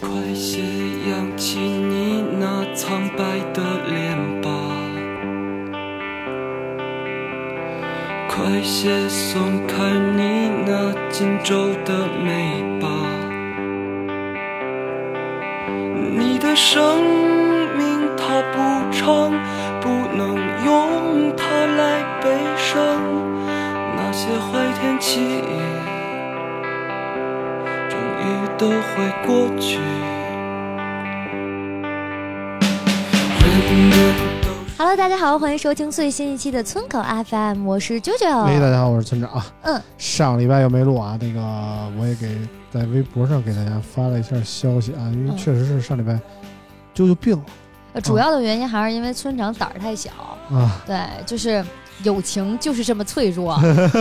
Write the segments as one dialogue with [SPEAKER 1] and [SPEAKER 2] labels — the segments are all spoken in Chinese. [SPEAKER 1] 快些扬起你那苍白的脸吧，快些松开你那紧皱的眉吧，你的生命它不长，不能用它来悲伤，那些坏天气。终于都会过去。人们都
[SPEAKER 2] Hello，大家好，欢迎收听最新一期的村口 FM，我是啾
[SPEAKER 3] 喂，
[SPEAKER 2] 啾。
[SPEAKER 3] 大家好，我是村长啊。
[SPEAKER 2] 哦嗯，
[SPEAKER 3] 上礼拜又没录啊，那个我也给在微博上给大家发了一下消息啊，因为
[SPEAKER 2] 嗯
[SPEAKER 3] 确实是上礼拜舅舅病了
[SPEAKER 2] 呃主要的原因还是因为村长胆儿太小，
[SPEAKER 3] 啊，
[SPEAKER 2] 对，就是友情就是这么脆弱。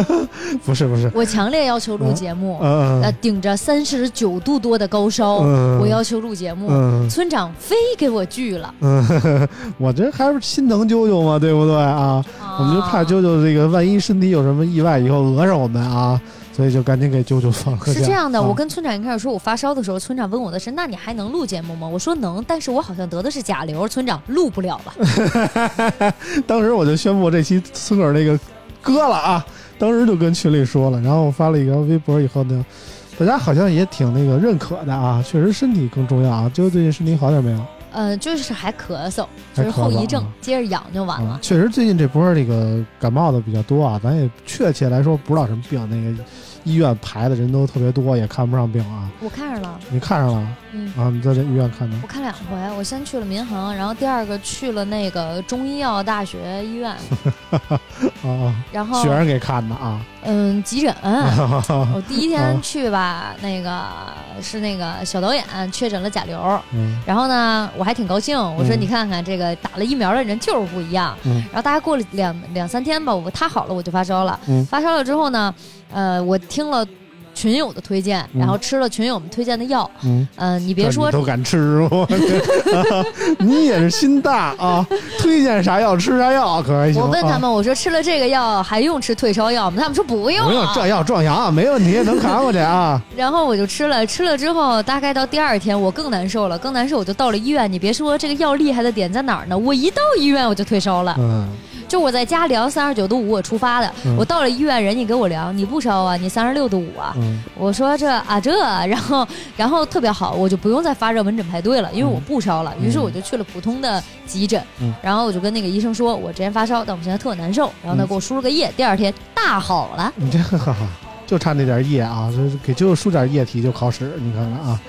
[SPEAKER 3] 不是不是，
[SPEAKER 2] 我强烈要求录
[SPEAKER 3] 嗯
[SPEAKER 2] 节目，
[SPEAKER 3] 嗯
[SPEAKER 2] 呃，顶着三十九度多的高烧，
[SPEAKER 3] 嗯
[SPEAKER 2] 我要求录节目，
[SPEAKER 3] 嗯
[SPEAKER 2] 村长非给我拒了。
[SPEAKER 3] 嗯，呵呵 我这还不是心疼啾啾嘛，对不对啊？我们就怕啾啾这个万一身体有什么意外以后讹上我们啊，所以就赶紧给啾啾放个假。
[SPEAKER 2] 是这样的，
[SPEAKER 3] 啊
[SPEAKER 2] 我跟村长一开始说我发烧的时候，村长问我的是：“那你还能录节目吗？”我说能，但是我好像得的是甲流，村长录不了了。
[SPEAKER 3] 当时我就宣布这期村口那个割了啊，当时就跟群里说了，然后我发了一个微博以后呢，大家好像也挺那个认可的啊，确实身体更重要啊。啾最近身体好点没有？
[SPEAKER 2] 呃，就是还咳嗽，
[SPEAKER 3] 还
[SPEAKER 2] 就是后
[SPEAKER 3] 咳嗽
[SPEAKER 2] 遗症
[SPEAKER 3] 啊，
[SPEAKER 2] 接着养就完了
[SPEAKER 3] 啊。，确实最近这波这个感冒的比较多啊，咱也确切来说不知道什么病，那个医院排的人都特别多，也看不上病啊。
[SPEAKER 2] 我看上了，
[SPEAKER 3] 你看上了
[SPEAKER 2] 嗯，
[SPEAKER 3] 啊？你在这医院 看的？
[SPEAKER 2] 我看两回，我先去了民航，然后第二个去了那个中医药大学医 院，
[SPEAKER 3] 啊
[SPEAKER 2] 然
[SPEAKER 3] 啊，
[SPEAKER 2] 后
[SPEAKER 3] 学生给看的 啊。
[SPEAKER 2] 嗯急 诊。
[SPEAKER 3] 啊
[SPEAKER 2] 我第一
[SPEAKER 3] 啊
[SPEAKER 2] 天去吧，那个是那个小导演确诊了甲流，
[SPEAKER 3] 嗯
[SPEAKER 2] 然后呢，我还挺高兴，我说
[SPEAKER 3] 嗯
[SPEAKER 2] 你看看这个打了疫苗的人就是不一样。
[SPEAKER 3] 嗯
[SPEAKER 2] 然后大概过了两两三天吧，我他好了我就发烧了，
[SPEAKER 3] 嗯
[SPEAKER 2] 发烧了之后呢，呃，我听了群友的推荐，
[SPEAKER 3] 嗯
[SPEAKER 2] 然后吃了群友们推荐的药，
[SPEAKER 3] 嗯，
[SPEAKER 2] 嗯、你别
[SPEAKER 3] 这
[SPEAKER 2] 说
[SPEAKER 3] 你都敢吃，我啊你也是心大啊！推荐啥药吃啥药，可还行。
[SPEAKER 2] 我问他
[SPEAKER 3] 啊
[SPEAKER 2] 们，我说吃了这个药还用吃退烧药吗？他们说不用
[SPEAKER 3] 不用
[SPEAKER 2] 啊。
[SPEAKER 3] 哎这药壮阳，没问题，能扛过去啊。
[SPEAKER 2] 然后我就吃了，吃了之后大概到第二天我更难受了，更难受我就到了医院。你别说这个药厉害的点在哪儿呢？我一到医院我就退烧了，
[SPEAKER 3] 嗯
[SPEAKER 2] 就我在家量三十九度五我出发的，
[SPEAKER 3] 嗯
[SPEAKER 2] 我到了医院人家给我量你不烧啊，你三十六度五啊，
[SPEAKER 3] 嗯
[SPEAKER 2] 我说这啊这 啊，然后然后特别好，我就不用再发热门诊排队了，因为我不烧了。
[SPEAKER 3] 嗯
[SPEAKER 2] 于是我就去了普通的急诊，
[SPEAKER 3] 嗯
[SPEAKER 2] 然后我就跟那个医生说，我之前发烧，但我现在特难受。然后他
[SPEAKER 3] 嗯
[SPEAKER 2] 给我输了个液，第二天大好了。
[SPEAKER 3] 你这哈哈， 就差那点液啊，这给就输点液体就考屎，你看看啊。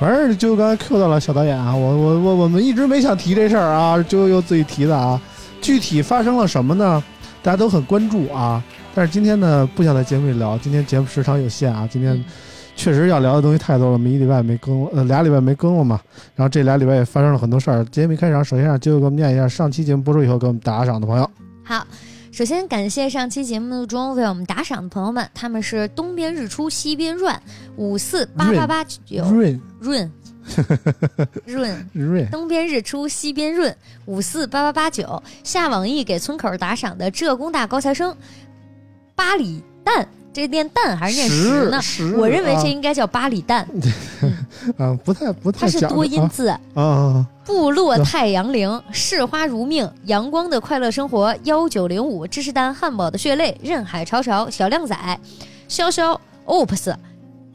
[SPEAKER 3] 反正就刚才 Q 到了小导演啊，我我我我们一直没想提这事儿啊，就又自己提的啊。具体发生了什么呢？大家都很关注啊。但是今天呢，不想在节目里聊，今天节目时长有限啊，今天
[SPEAKER 2] 嗯
[SPEAKER 3] 确实要聊的东西太多了，我们一礼拜没更，呃，俩礼拜没更了嘛。然后这俩礼拜也发生了很多事儿。节目一开场，啊首先让啾啾给我们念一下上期节目播出以后给我们打赏的朋友。
[SPEAKER 2] 好，首先感谢上期节目中为我们打赏的朋友们，他们是东边日出西边润五四八八八九
[SPEAKER 3] 润
[SPEAKER 2] 润润
[SPEAKER 3] 润，
[SPEAKER 2] 东边日出西边润，五四八八八九。下网易给村口打赏的浙工大高材生，八里蛋，这念蛋还是念石呢？
[SPEAKER 3] 十
[SPEAKER 2] 我认为这
[SPEAKER 3] 啊
[SPEAKER 2] 应该叫八里蛋，
[SPEAKER 3] 啊，不太不太
[SPEAKER 2] 它是
[SPEAKER 3] 讲究
[SPEAKER 2] 多音
[SPEAKER 3] 啊
[SPEAKER 2] 字。
[SPEAKER 3] 啊啊
[SPEAKER 2] 部落太阳铃，视花如命，阳光的快乐生活，幺九零五，芝士蛋汉堡的血泪，任海潮潮，小靓仔，潇潇，Ops，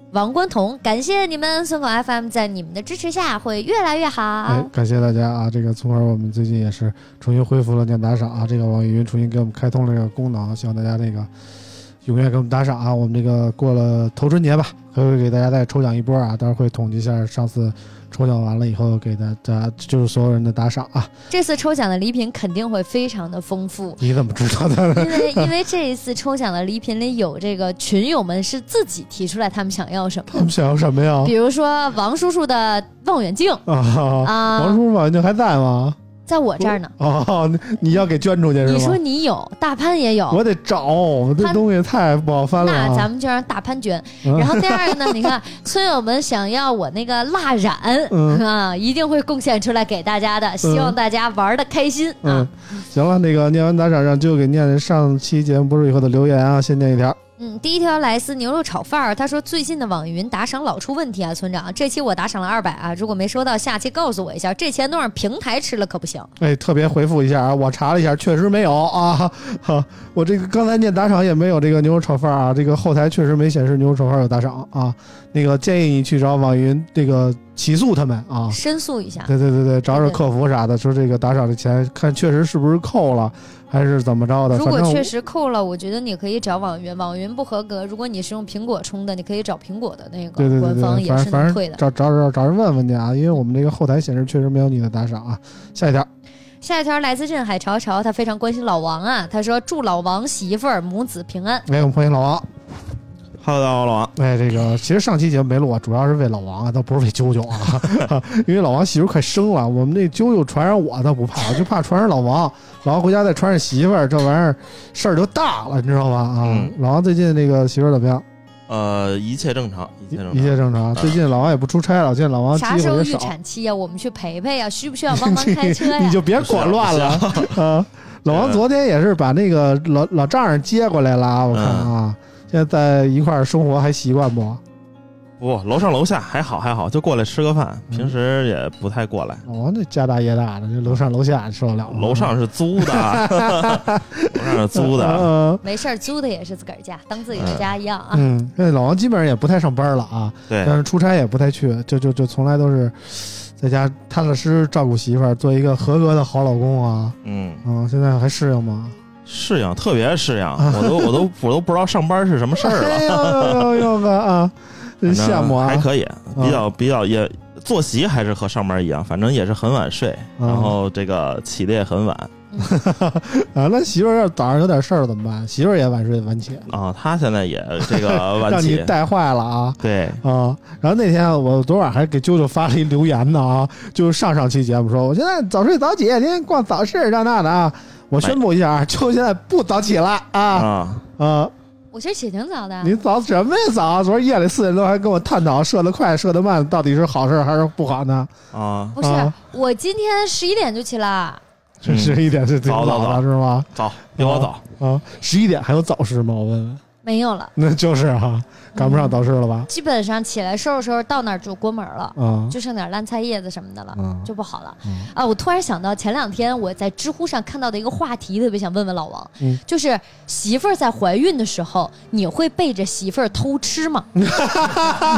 [SPEAKER 2] 王冠彤，感谢你们村口 FM 在你们的支持下会越来越好。
[SPEAKER 3] 哎，感谢大家啊！这个从而我们最近也是重新恢复了念打赏啊，这个网易云重新给我们开通了这个功能啊，希望大家这个踊跃给我们打赏啊！我们这个过了头春节吧，还会给大家再抽奖一波啊，到时候会统计一下上次抽奖完了以后给大家就是所有人的打赏啊。，
[SPEAKER 2] 这次抽奖的礼品肯定会非常的丰富
[SPEAKER 3] 你怎么知道的？
[SPEAKER 2] 因为因为这一次抽奖的礼品里有这个群友们是自己提出来他们想要什
[SPEAKER 3] 他
[SPEAKER 2] 么，
[SPEAKER 3] 们想要什么呀？
[SPEAKER 2] 比如说王叔叔的望远镜
[SPEAKER 3] 啊，
[SPEAKER 2] 啊，
[SPEAKER 3] 王叔叔望远镜还在吗？
[SPEAKER 2] 在我这儿呢。
[SPEAKER 3] 哦，你你要给捐出去
[SPEAKER 2] 你
[SPEAKER 3] 是
[SPEAKER 2] 说
[SPEAKER 3] 吗？
[SPEAKER 2] 你有，大潘也有，
[SPEAKER 3] 我得找，这
[SPEAKER 2] 他
[SPEAKER 3] 东西太不好翻了啊。
[SPEAKER 2] 那咱们就让大潘捐。
[SPEAKER 3] 嗯
[SPEAKER 2] 然后第二个 呢，你看村友们想要我那个蜡染、
[SPEAKER 3] 嗯
[SPEAKER 2] 啊，一定会贡献出来给大家的，希望大家玩的开心、
[SPEAKER 3] 嗯
[SPEAKER 2] 啊。，
[SPEAKER 3] 行了，那个念完打赏，让舅给念上期节目不是以后的留言啊，先念一条。
[SPEAKER 2] 嗯，第一条来自牛肉炒饭儿，他说最近的网易云打赏老出问题啊，村长，这期我打赏了二百啊，如果没收到，下期告诉我一下，这钱都让平台吃了可不行。
[SPEAKER 3] 哎，特别回复一下啊，我查了一下，确实没有啊。哈，我这个刚才念打赏也没有这个牛肉炒饭啊，这个后台确实没显示牛肉炒饭有打赏啊。那个建议你去找网易云这个起诉他们啊。
[SPEAKER 2] 申诉一下，
[SPEAKER 3] 对对对对，找找客服啥的，说这个打赏的钱，看确实是不是扣了，还是怎么着的。
[SPEAKER 2] 如
[SPEAKER 3] 反
[SPEAKER 2] 果
[SPEAKER 3] 正
[SPEAKER 2] 确实扣了，我觉得你可以找网云，网云不合格。如果你是用苹果充的，你可以找苹果的
[SPEAKER 3] 对
[SPEAKER 2] 那个
[SPEAKER 3] 对对
[SPEAKER 2] 官方
[SPEAKER 3] 对，
[SPEAKER 2] 也
[SPEAKER 3] 反
[SPEAKER 2] 是
[SPEAKER 3] 正反
[SPEAKER 2] 能
[SPEAKER 3] 正
[SPEAKER 2] 退的。
[SPEAKER 3] 找找找找人问问去啊，因为我们这个后台显示确实没有你的打赏啊。下一条，
[SPEAKER 2] 下一条来自镇海潮潮，他非常关心老王啊，他说祝老王媳妇儿母子平安。
[SPEAKER 3] 哎，我们欢迎老王。
[SPEAKER 4] Hello，大家好，老王。
[SPEAKER 3] 哎，这个其实上期节目没录啊，主要是为老王啊，倒不是为啾啾啊， 因为老王媳妇快生了，我们那啾啾传染我倒不怕，我就怕传染老王，老王回家再传染媳妇儿，这玩意儿事儿就大了，你知道吧？啊，
[SPEAKER 4] 嗯
[SPEAKER 3] 老王最近那个媳妇儿怎么样？
[SPEAKER 4] 呃，一切正常，一切正常。啊
[SPEAKER 3] 一切正常。最近老王也不出差了，最近老王机
[SPEAKER 2] 啥时
[SPEAKER 3] 会
[SPEAKER 2] 候
[SPEAKER 3] 也
[SPEAKER 2] 预
[SPEAKER 3] 少，
[SPEAKER 2] 产期呀、我们去陪陪呀、需 不需要帮忙开车呀、
[SPEAKER 3] 你就别管乱了 啊。老王昨天也是把那个老老丈人接过来了啊，我看
[SPEAKER 4] 嗯
[SPEAKER 3] 啊，现在在一块儿生活还习惯不？
[SPEAKER 4] 不，楼上楼下还好还好，就过来吃个饭，
[SPEAKER 3] 嗯
[SPEAKER 4] 平时也不太过来。
[SPEAKER 3] 老王这家大业大的，这楼上楼下受得了吗？
[SPEAKER 4] 楼上是租的， 楼上是租的。
[SPEAKER 3] 嗯
[SPEAKER 2] 没事儿，租的也是自个儿家，当自己的家一样啊。
[SPEAKER 3] 嗯，那老王基本上也不太上班了啊，
[SPEAKER 4] 对
[SPEAKER 3] 但，是出差也不太去，就就就从来都是在家踏踏实实照顾媳妇儿，做一个合格的好老公啊。
[SPEAKER 4] 嗯，
[SPEAKER 3] 嗯，现在还适应吗？
[SPEAKER 4] 适应，特别适应。
[SPEAKER 3] 啊
[SPEAKER 4] 我都我都我都不知道上班是什么事儿了。
[SPEAKER 3] 哎呦呦呦呦啊！ 真
[SPEAKER 4] 反
[SPEAKER 3] 羡
[SPEAKER 4] 正
[SPEAKER 3] 慕啊！
[SPEAKER 4] 还可以，比较比较也作息还是和上班一样，反正也是很晚睡，
[SPEAKER 3] 嗯
[SPEAKER 4] 然后这个起的也很晚
[SPEAKER 3] 啊，那媳妇儿要早上有点事儿怎么办？媳妇儿也晚睡晚起，
[SPEAKER 4] 啊。他现在也这个 晚
[SPEAKER 3] 让你
[SPEAKER 4] 起，
[SPEAKER 3] 带坏了啊！
[SPEAKER 4] 对，
[SPEAKER 3] 啊，然后那天我昨晚还给啾啾发了一留言呢啊，就是上上期节目说，我现在早睡早起，天天逛早市这那的啊。我宣布一下啊，啾啾现在不早起了啊
[SPEAKER 4] 啊，
[SPEAKER 3] 啊！
[SPEAKER 2] 我今儿起挺早的啊，
[SPEAKER 3] 你早什么呀早？昨儿夜里四点多还跟我探讨射得快射得慢到底是好事还是不好呢？
[SPEAKER 4] 啊，
[SPEAKER 2] 不是、
[SPEAKER 3] 啊
[SPEAKER 2] 我今天十一点就起了，
[SPEAKER 3] 这
[SPEAKER 4] 嗯
[SPEAKER 3] 十一点是挺
[SPEAKER 4] 早早
[SPEAKER 3] 早的
[SPEAKER 4] 早
[SPEAKER 3] 是吗？
[SPEAKER 4] 早比我早，
[SPEAKER 3] 啊，十一点还有早市吗？我问问，
[SPEAKER 2] 没有了，
[SPEAKER 3] 那就是啊，赶不上早市了吧？
[SPEAKER 2] 基本上起来收拾收拾，到那儿就关门了，
[SPEAKER 3] 啊
[SPEAKER 2] 就剩点烂菜叶子什么的了，
[SPEAKER 3] 嗯
[SPEAKER 2] 就不好了、
[SPEAKER 3] 嗯
[SPEAKER 2] 啊！我突然想到前两天我在知乎上看到的一个话题，特别想问问老王，
[SPEAKER 3] 嗯
[SPEAKER 2] 就是媳妇儿在怀孕的时候，你会背着媳妇儿偷吃吗？
[SPEAKER 4] 嗯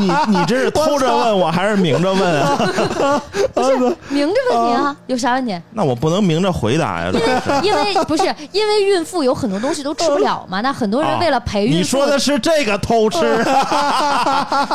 [SPEAKER 4] 你你这是偷着问我还是明着 问啊？
[SPEAKER 2] 不是明着问你啊，有啥问题？
[SPEAKER 4] 那我不能明着回答呀，这个 是。
[SPEAKER 2] 因为不是因为孕妇有很多东西都吃不了嘛，那很多人为了嗯陪
[SPEAKER 4] 啊你
[SPEAKER 2] 孕妇，
[SPEAKER 4] 说的是这个偷吃，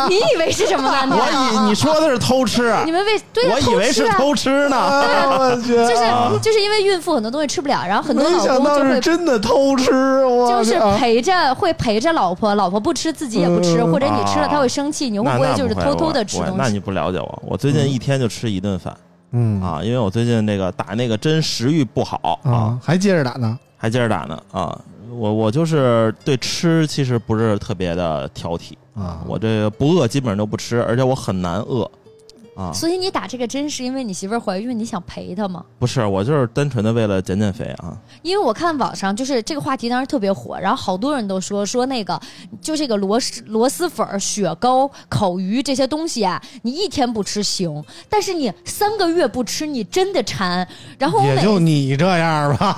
[SPEAKER 2] 你以为是什么呢？
[SPEAKER 4] 我以你说的是偷吃，
[SPEAKER 2] 你们为对呀、
[SPEAKER 4] 我以为是
[SPEAKER 2] 偷啊嗯
[SPEAKER 4] 偷吃呢。
[SPEAKER 3] 哎呦我去，
[SPEAKER 2] 吃啊，
[SPEAKER 4] 啊
[SPEAKER 2] 就是就是因为孕妇很多东西吃不了，然后很多
[SPEAKER 3] 没
[SPEAKER 2] 老
[SPEAKER 3] 想
[SPEAKER 2] 公
[SPEAKER 3] 到
[SPEAKER 2] 就是会。
[SPEAKER 3] 真的偷吃，我
[SPEAKER 2] 就是
[SPEAKER 3] 去啊
[SPEAKER 2] 陪着会陪着老婆，老婆不吃自己也不吃，
[SPEAKER 3] 嗯
[SPEAKER 2] 或者你吃了她会生气，你会
[SPEAKER 4] 那
[SPEAKER 2] 不会
[SPEAKER 4] 那
[SPEAKER 2] 就是
[SPEAKER 4] 不
[SPEAKER 2] 偷偷
[SPEAKER 4] 我
[SPEAKER 2] 的吃
[SPEAKER 4] 我
[SPEAKER 2] 东
[SPEAKER 4] 那
[SPEAKER 2] 西？嗯
[SPEAKER 4] 你不了解我，我最近一天就吃一顿饭
[SPEAKER 3] 嗯
[SPEAKER 4] 啊，因为我最近那个打那个针食欲不好啊，
[SPEAKER 3] 啊，还接着打呢。
[SPEAKER 4] 还接着打呢啊。我我就是对吃其实不是特别的挑剔
[SPEAKER 3] 啊
[SPEAKER 4] 我这个不饿基本上都不吃，而且我很难饿啊。
[SPEAKER 2] 所以你打这个针是因为你媳妇儿怀孕，你想陪她吗？
[SPEAKER 4] 不是，我就是单纯的为了减减肥啊。
[SPEAKER 2] 因为我看网上就是这个话题当时特别火，然后好多人都说说那个就这个螺蛳螺蛳粉儿、雪糕、烤鱼这些东西啊，你一天不吃行，但是你三个月不吃，你真的馋。然后 我
[SPEAKER 3] 也就
[SPEAKER 2] 每
[SPEAKER 3] 你这样 吧，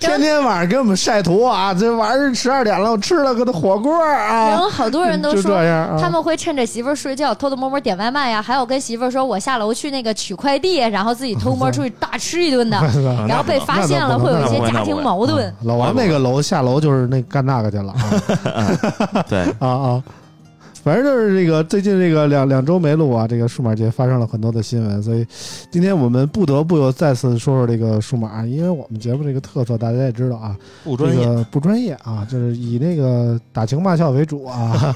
[SPEAKER 3] 天天晚上给我们晒图啊，这晚上十二点了，我吃了个火锅
[SPEAKER 2] 然
[SPEAKER 3] 啊，
[SPEAKER 2] 后好多人都
[SPEAKER 3] 就
[SPEAKER 2] 说
[SPEAKER 3] 这。样啊，
[SPEAKER 2] 他们会趁着媳妇儿睡觉偷偷摸摸点外卖呀、还有跟媳妇儿说我下楼去那个取快递，然后自己偷摸出去大吃一 顿的，
[SPEAKER 4] 啊
[SPEAKER 2] 然后被发现了，会有一些家庭矛盾
[SPEAKER 3] 啊。老王那个楼下楼就是那干那个去了啊
[SPEAKER 4] 对，
[SPEAKER 3] 啊啊，反正就是这个最近这个两两周没录啊，这个数码节发生了很多的新闻，所以今天我们不得不又再次说说这个数码，因为我们节目这个特色大家也知道啊，
[SPEAKER 4] 不专
[SPEAKER 3] 这
[SPEAKER 4] 业，
[SPEAKER 3] 个不专业啊，就是以那个打情骂俏为主 啊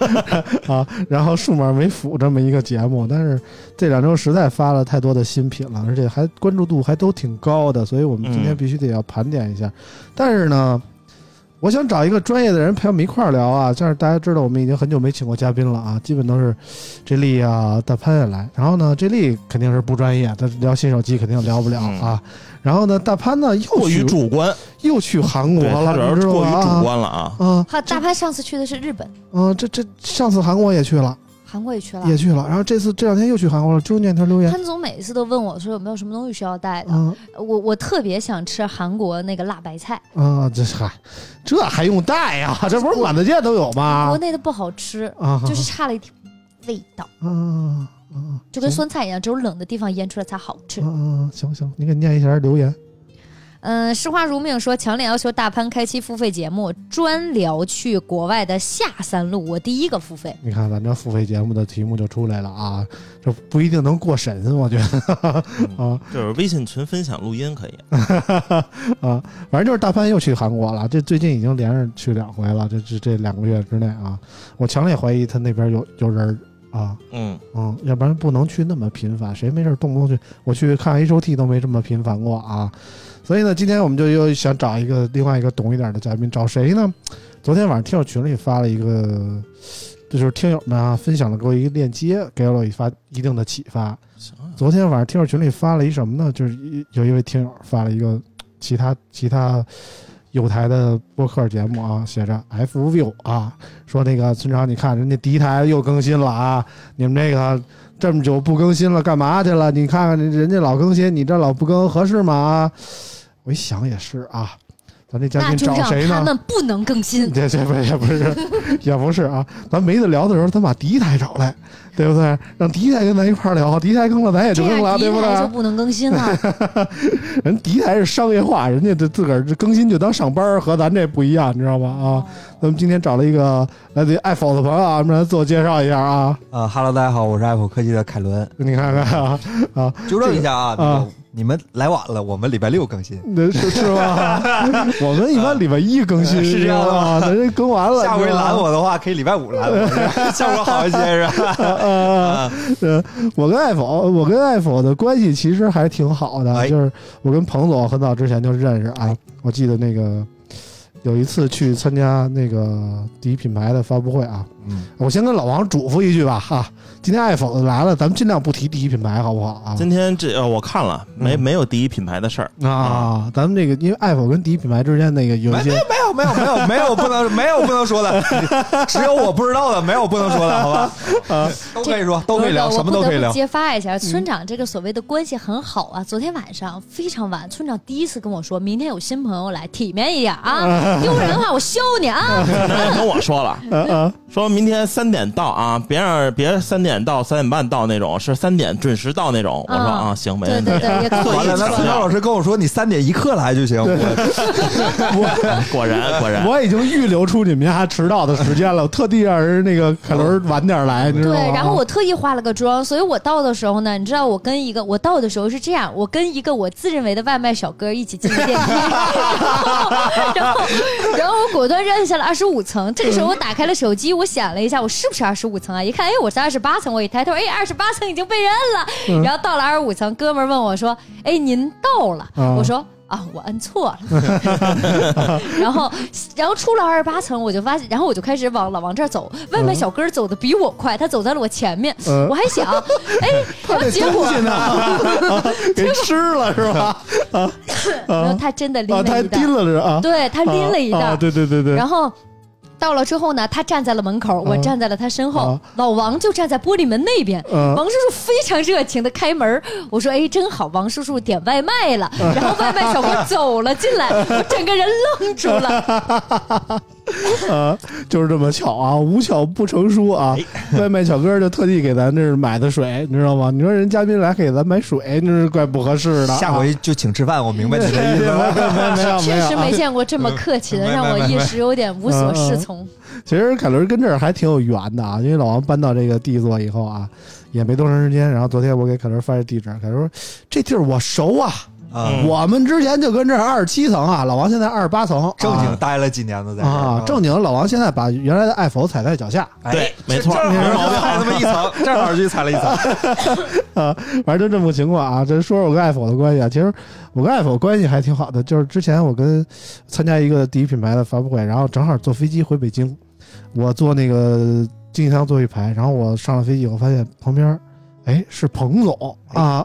[SPEAKER 3] 啊，然后数码为辅这么一个节目。但是这两周实在发了太多的新品了，而且还关注度还都挺高的，所以我们今天
[SPEAKER 4] 嗯
[SPEAKER 3] 必须得要盘点一下。但是呢，我想找一个专业的人陪我们一块儿聊啊。但是大家知道，我们已经很久没请过嘉宾了啊，基本都是这丽啊、大潘也来。然后呢，这丽肯定是不专业，他聊新手机肯定聊不了啊。然后呢，大潘呢又
[SPEAKER 4] 嗯过于
[SPEAKER 3] 去
[SPEAKER 4] 主观，
[SPEAKER 3] 又去韩国
[SPEAKER 4] 对，他
[SPEAKER 3] 了，
[SPEAKER 4] 主要
[SPEAKER 3] 你
[SPEAKER 4] 是
[SPEAKER 3] 知道
[SPEAKER 4] 过于
[SPEAKER 3] 吗
[SPEAKER 4] 主观了啊。
[SPEAKER 3] 啊，
[SPEAKER 2] 好，大潘上次去的是日本，
[SPEAKER 3] 嗯、这这上次韩国也去了，
[SPEAKER 2] 韩国也去了。
[SPEAKER 3] 也去了，然后这次这两天又去韩国了，就念条留言，
[SPEAKER 2] 潘总每次都问我说有没有什么东西需要带的，
[SPEAKER 3] 嗯
[SPEAKER 2] 我我特别想吃韩国那个辣白菜，
[SPEAKER 3] 啊，这嗨，这还用带呀？这不是
[SPEAKER 2] 国
[SPEAKER 3] 满大街都有
[SPEAKER 2] 国
[SPEAKER 3] 吗？
[SPEAKER 2] 内的不好吃，
[SPEAKER 3] 啊，
[SPEAKER 2] 就是差了一点味道，
[SPEAKER 3] 啊啊啊，
[SPEAKER 2] 就跟
[SPEAKER 3] 行
[SPEAKER 2] 酸菜一样，只有冷的地方腌出来才好吃。
[SPEAKER 3] 啊啊，行行，你给念一下留言，
[SPEAKER 2] 嗯，诗花如命说强烈要求大潘开期付费节目，专聊去国外的下三路，我第一个付费。
[SPEAKER 3] 你看咱这付费节目的题目就出来了啊，这不一定能过审，我觉得 啊
[SPEAKER 4] 就是微信群分享录音可以，
[SPEAKER 3] 啊，反正就是大潘又去韩国了，这最近已经连着去两回了，这这这两个月之内啊，我强烈怀疑他那边有有人儿啊。
[SPEAKER 4] 嗯，
[SPEAKER 3] 嗯，要不然不能去那么频繁。谁没事儿动不动去？我去看 H O T 都没这么频繁过啊。所以呢，今天我们就又想找一个另外一个懂一点的嘉宾，找谁呢？昨天晚上听友群里发了一个，这就是听友们啊分享了给我一个链接，给了我一发一定的启发。
[SPEAKER 4] 想想
[SPEAKER 3] 昨天晚上听友群里发了一什么呢？就是一有一位听友发了一个其他其他有台的播客节目啊，写着 F View 啊，说那个村长，你看人家第一台又更新了啊，你们这个这么久不更新了，干嘛去了？你看看人家老更新，你这老不更合适吗？啊我一想也是啊，咱这嘉
[SPEAKER 2] 那
[SPEAKER 3] 宾
[SPEAKER 2] 就
[SPEAKER 3] 找
[SPEAKER 2] 让
[SPEAKER 3] 谁
[SPEAKER 2] 他
[SPEAKER 3] 呢？
[SPEAKER 2] 们不能更 新。
[SPEAKER 3] 这这不也不是，也不是啊。咱没得聊的时候，咱把第一台找来，对不对？让第一台跟咱一块儿聊，第一台更了，咱也就
[SPEAKER 2] 这
[SPEAKER 3] 更了，
[SPEAKER 2] 样
[SPEAKER 3] 对
[SPEAKER 2] 第一
[SPEAKER 3] 不
[SPEAKER 2] 台就
[SPEAKER 3] 对？
[SPEAKER 2] 不能更新了，
[SPEAKER 3] 人第一台是商业化，人家这自个儿这更新就当上班儿，和咱这不一样，你知道吗？啊，
[SPEAKER 5] 哦
[SPEAKER 3] 咱们今天找了一个来自于爱否的朋友啊，我们来自我介绍一下啊，
[SPEAKER 5] 啊哈喽，大家好，我是 Apple 科技的凯伦。
[SPEAKER 3] 你看看啊，
[SPEAKER 5] 纠正一下啊，
[SPEAKER 3] 这个
[SPEAKER 5] 那
[SPEAKER 3] 啊
[SPEAKER 5] 个你们来晚了，我们礼拜六更新，
[SPEAKER 3] 那是是 吧？我们一般礼拜一更新，
[SPEAKER 5] 啊是这样的吗
[SPEAKER 3] 啊，咱这更完了，
[SPEAKER 5] 下回拦我的话可以礼拜五拦 我，效果好一些是吧？
[SPEAKER 3] 呃，呃，我跟艾否，呃我跟艾否的关系其实还挺好的，
[SPEAKER 5] 哎
[SPEAKER 3] 就是我跟彭总很早之前就认识啊。我记得那个有一次去参加那个第一品牌的发布会啊，
[SPEAKER 5] 嗯，
[SPEAKER 3] 我先跟老王嘱咐一句吧哈、今天艾否来了，咱们尽量不提第一品牌，好不好啊？
[SPEAKER 4] 今天这呃我看了，没
[SPEAKER 3] 嗯
[SPEAKER 4] 没有第一品牌的事儿，
[SPEAKER 3] 啊，咱们这个因为艾否跟第一品牌之间那个有一
[SPEAKER 5] 没
[SPEAKER 3] 些
[SPEAKER 5] 没没有没有没有没有不能没有不能说的，只有我不知道的，没有不能说的，好吧？啊都可以说， 都可以聊，
[SPEAKER 2] 我
[SPEAKER 5] 什么
[SPEAKER 2] 不
[SPEAKER 5] 都可以
[SPEAKER 2] 得不
[SPEAKER 5] 聊。嗯
[SPEAKER 2] 揭发一下，村长这个所谓的关系很好啊。昨天晚上非常晚，村长第一次跟我说，明天有新朋友来，体面一 点啊，丢人的话我削你啊。
[SPEAKER 4] 那就跟我说了， 说明天三点到啊，别让别三点到三点半到那种，是三点准时到那种。我说
[SPEAKER 2] 啊
[SPEAKER 4] 啊，行，没
[SPEAKER 2] 对
[SPEAKER 4] 问题
[SPEAKER 2] 对。对，也跟我
[SPEAKER 5] 完
[SPEAKER 2] 一
[SPEAKER 5] 了，那
[SPEAKER 2] 起
[SPEAKER 5] 村
[SPEAKER 2] 说
[SPEAKER 5] 长老师跟我说你三点一刻来就行，我
[SPEAKER 4] 啊果然
[SPEAKER 5] 哎
[SPEAKER 4] 果然，
[SPEAKER 3] 我已经预留出你们家迟到的时间了，我特地让人那个凯伦晚点来，你知道
[SPEAKER 2] 对
[SPEAKER 3] 吗？，
[SPEAKER 2] 然后我特意化了个妆，所以我到的时候呢，你知道我跟一个我到的时候是这样，我跟一个我自认为的外卖小哥一起进了电梯，然后然后我果断按下了二十五层。这个时候我打开了手机，我想了一下，我是不是二十五层啊？一看，哎，我是二十八层。我一抬头，哎，二十八层已经被人摁了。然后到了二十五层，哥们儿问我说：“哎，您到了？”
[SPEAKER 3] 啊
[SPEAKER 2] 我说。啊，我摁错了，然后，然后出了二十八层，我就发现，然后我就开始往老王这儿走。外卖小哥走的比我快，他走在了我前面，
[SPEAKER 3] 嗯
[SPEAKER 2] 我还 想，哎，然后结果
[SPEAKER 3] 东西呢，给吃了是 吧？
[SPEAKER 2] 然后他真的
[SPEAKER 3] 啊，
[SPEAKER 2] 拎
[SPEAKER 3] 他
[SPEAKER 2] 了一袋
[SPEAKER 3] 拎，了是啊，
[SPEAKER 2] 对他 拎了一
[SPEAKER 3] 啊啊
[SPEAKER 2] 袋，
[SPEAKER 3] 对对对对，
[SPEAKER 2] 然后到了之后呢，他站在了门口，我
[SPEAKER 3] 啊
[SPEAKER 2] 站在了他身后
[SPEAKER 3] 啊，
[SPEAKER 2] 老王就站在玻璃门那边。
[SPEAKER 3] 嗯
[SPEAKER 2] 王叔叔非常热情的开门，我说：“哎，真好，王叔叔点外卖
[SPEAKER 3] 啊
[SPEAKER 2] 了。”然后外卖小哥走了进来，我整个人愣住了。
[SPEAKER 3] 呃，就是这么巧啊，无巧不成书啊。
[SPEAKER 5] 哎
[SPEAKER 3] 外卖小哥就特地给咱这儿买的水，你知道吗？你说人嘉宾来给咱买水，那是怪不合适的啊。
[SPEAKER 5] 下回就请吃饭，我明白你的意
[SPEAKER 3] 没
[SPEAKER 5] 思
[SPEAKER 3] 有
[SPEAKER 5] 了。
[SPEAKER 3] 没有 没有， 啊
[SPEAKER 2] 确实没见过这么客气的，
[SPEAKER 5] 嗯
[SPEAKER 2] 让我一时有点无所适从。
[SPEAKER 3] 其实凯伦跟这儿还挺有缘的啊，因为老王搬到这个地座以后啊，也没多长时间。然后昨天我给凯伦发这地址，凯伦说这地儿我熟啊，
[SPEAKER 5] 啊，
[SPEAKER 4] 嗯
[SPEAKER 3] 我们之前就跟这儿二十七层啊，老王现在二十八层，
[SPEAKER 5] 正经
[SPEAKER 3] 啊
[SPEAKER 5] 待了几年了，在这儿
[SPEAKER 3] 啊，正经老王现在把原来的爱否踩在脚下，
[SPEAKER 5] 哎
[SPEAKER 4] 对没错
[SPEAKER 5] 正好就踩这么一层，正好就踩了一层。
[SPEAKER 3] 啊反正就这么个情况啊。这说说我跟爱否的关系啊，其实我跟爱否关系还挺好的，就是之前我跟参加一个第一品牌的发布会，然后正好坐飞机回北京，我坐那个经济舱最后一排，然后我上了飞机以后发现旁边，哎，是彭总啊，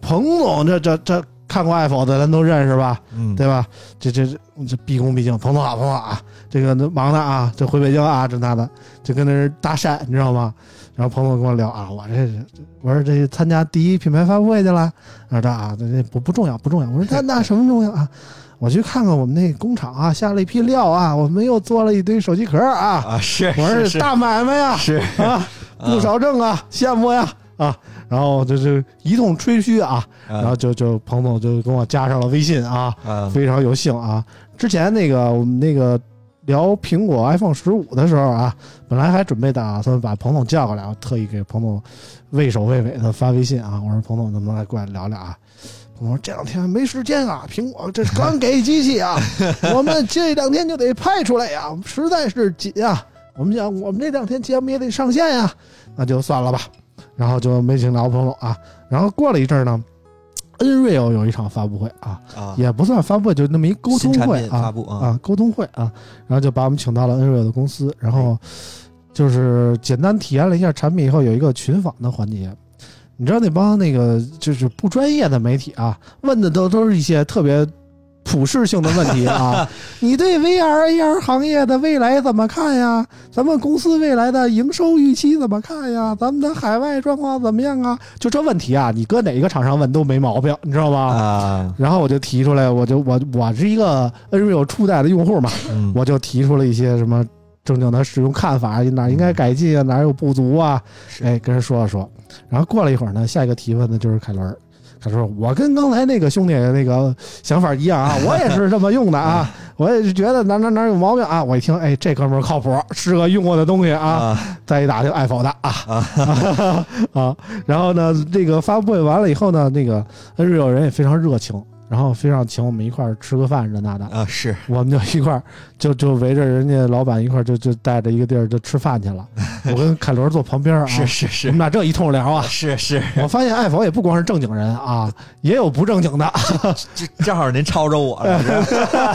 [SPEAKER 3] 彭总这这这看过爱否的咱都认识吧？
[SPEAKER 5] 嗯，
[SPEAKER 3] 对吧？这这这这毕恭毕敬，彭总好，彭总好啊，这个忙呢啊，这回北京啊，这那的，就跟那儿搭讪，你知道吗？然后彭总跟我聊啊，我这是我说这参加第一品牌发布会去了，然后他啊，这这不不重要不重要，我说那那什么重要啊？我去看看我们那工厂啊，下了一批料啊，我们又做了一堆手机壳啊，
[SPEAKER 5] 啊，是
[SPEAKER 3] 我说
[SPEAKER 5] 是
[SPEAKER 3] 这大买卖呀，
[SPEAKER 5] 是
[SPEAKER 3] 啊，不少挣啊，羡慕呀啊，然后这这一通吹嘘啊，然后
[SPEAKER 5] 啊
[SPEAKER 3] 就就彭总就跟我加上了微信啊，
[SPEAKER 5] 啊
[SPEAKER 3] 非常有幸啊！之前那个我们那个聊苹果 iPhone 十五的时候啊，本来还准备打算把彭总叫过来，我特意给彭总畏首畏尾的发微信啊，我说彭总能不能来过来聊聊啊？彭总说这两天没时间啊，苹果这刚给机器啊，我们这两天就得派出来呀、我们实在是紧啊。我们想，我们这两天节目也得上线呀、那就算了吧。然后就没请到彭总啊。然后过了一阵儿呢，Nreal 有一场发布会啊，
[SPEAKER 5] 啊，
[SPEAKER 3] 也不算发布会，就那么一沟通
[SPEAKER 5] 新产
[SPEAKER 3] 会
[SPEAKER 5] 品发
[SPEAKER 3] 啊
[SPEAKER 5] 布啊
[SPEAKER 3] 啊，沟通会啊，然后就把我们请到了恩瑞的公司，然
[SPEAKER 5] 嗯
[SPEAKER 3] 后就是简单体验了一下产品以后，有一个群访的环节。你知道那帮那个就是不专业的媒体啊，问的都都是一些特别普适性的问题 啊。你对 VR AR 行业的未来怎么看呀？咱们公司未来的营收预期怎么看呀？咱们的海外状况怎么样啊？就这问题啊，你搁哪个厂商问都没毛病，你知道吗？
[SPEAKER 5] 啊，
[SPEAKER 3] 然后我就提出来，我就我我是一个 Nreal 初代的用户嘛，
[SPEAKER 5] 嗯
[SPEAKER 3] 我就提出了一些什么正经的使用看法，哪应该改进啊，哪有不足啊，哎，跟人说了说。然后过了一会儿呢，下一个提问的就是凯伦儿，凯伦儿说，我跟刚才那个兄弟那个想法一样啊，我也是这么用的啊，我也是觉得哪哪哪有毛病啊。我一听，哎，这哥们儿靠谱，是个用过的东西啊。
[SPEAKER 5] 啊
[SPEAKER 3] 再一打听爱否的啊 啊，然后呢，这个发布会完了以后呢，那个恩瑞有人也非常热情，然后非常请我们一块儿吃个饭这那的，
[SPEAKER 5] 啊是
[SPEAKER 3] 我们就一块儿就就围着人家老板一块儿就就带着一个地儿就吃饭去 了。我跟凯伦坐旁边啊，
[SPEAKER 5] 是是
[SPEAKER 3] 我
[SPEAKER 5] 是
[SPEAKER 3] 们俩这一通聊啊，
[SPEAKER 5] 是是，
[SPEAKER 3] 我发现爱否也不光是正经人啊，也有不正经 的。
[SPEAKER 5] 这正好您抄着我
[SPEAKER 3] 哎
[SPEAKER 5] 了，是吧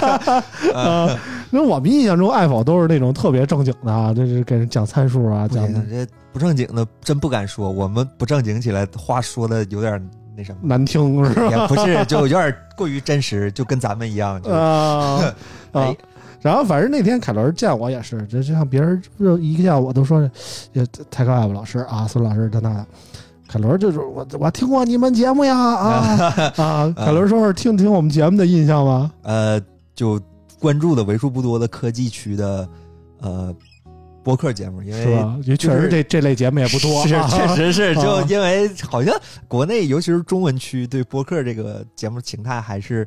[SPEAKER 3] 啊，因为我们印象中爱否都是那种特别正经的啊，这是给人讲参数啊，
[SPEAKER 5] 不
[SPEAKER 3] 讲
[SPEAKER 5] 行这不正经的真不敢说，我们不正经起来话说的有点那什 么，
[SPEAKER 3] 难听是吧？
[SPEAKER 5] 也不是就有点过于真实，就跟咱们一 样，就
[SPEAKER 3] 啊啊
[SPEAKER 5] 哎！
[SPEAKER 3] 然后反正那天凯伦见我也是，这就像别人就一见我都说，也太高爱老师啊，孙老师这那的。凯伦就是我，我听过你们节目呀 啊啊！凯伦说是听听我们节目的印象吗？
[SPEAKER 5] 呃，就关注的为数不多的科技区的呃播客节目，因
[SPEAKER 3] 是
[SPEAKER 5] 为
[SPEAKER 3] 吧？也确
[SPEAKER 5] 哎就
[SPEAKER 3] 实
[SPEAKER 5] 是
[SPEAKER 3] 这这类节目也不多，
[SPEAKER 5] 是
[SPEAKER 3] 啊
[SPEAKER 5] 确实是，
[SPEAKER 3] 啊
[SPEAKER 5] 就因为好像国内尤其是中文区对播客这个节目形态还是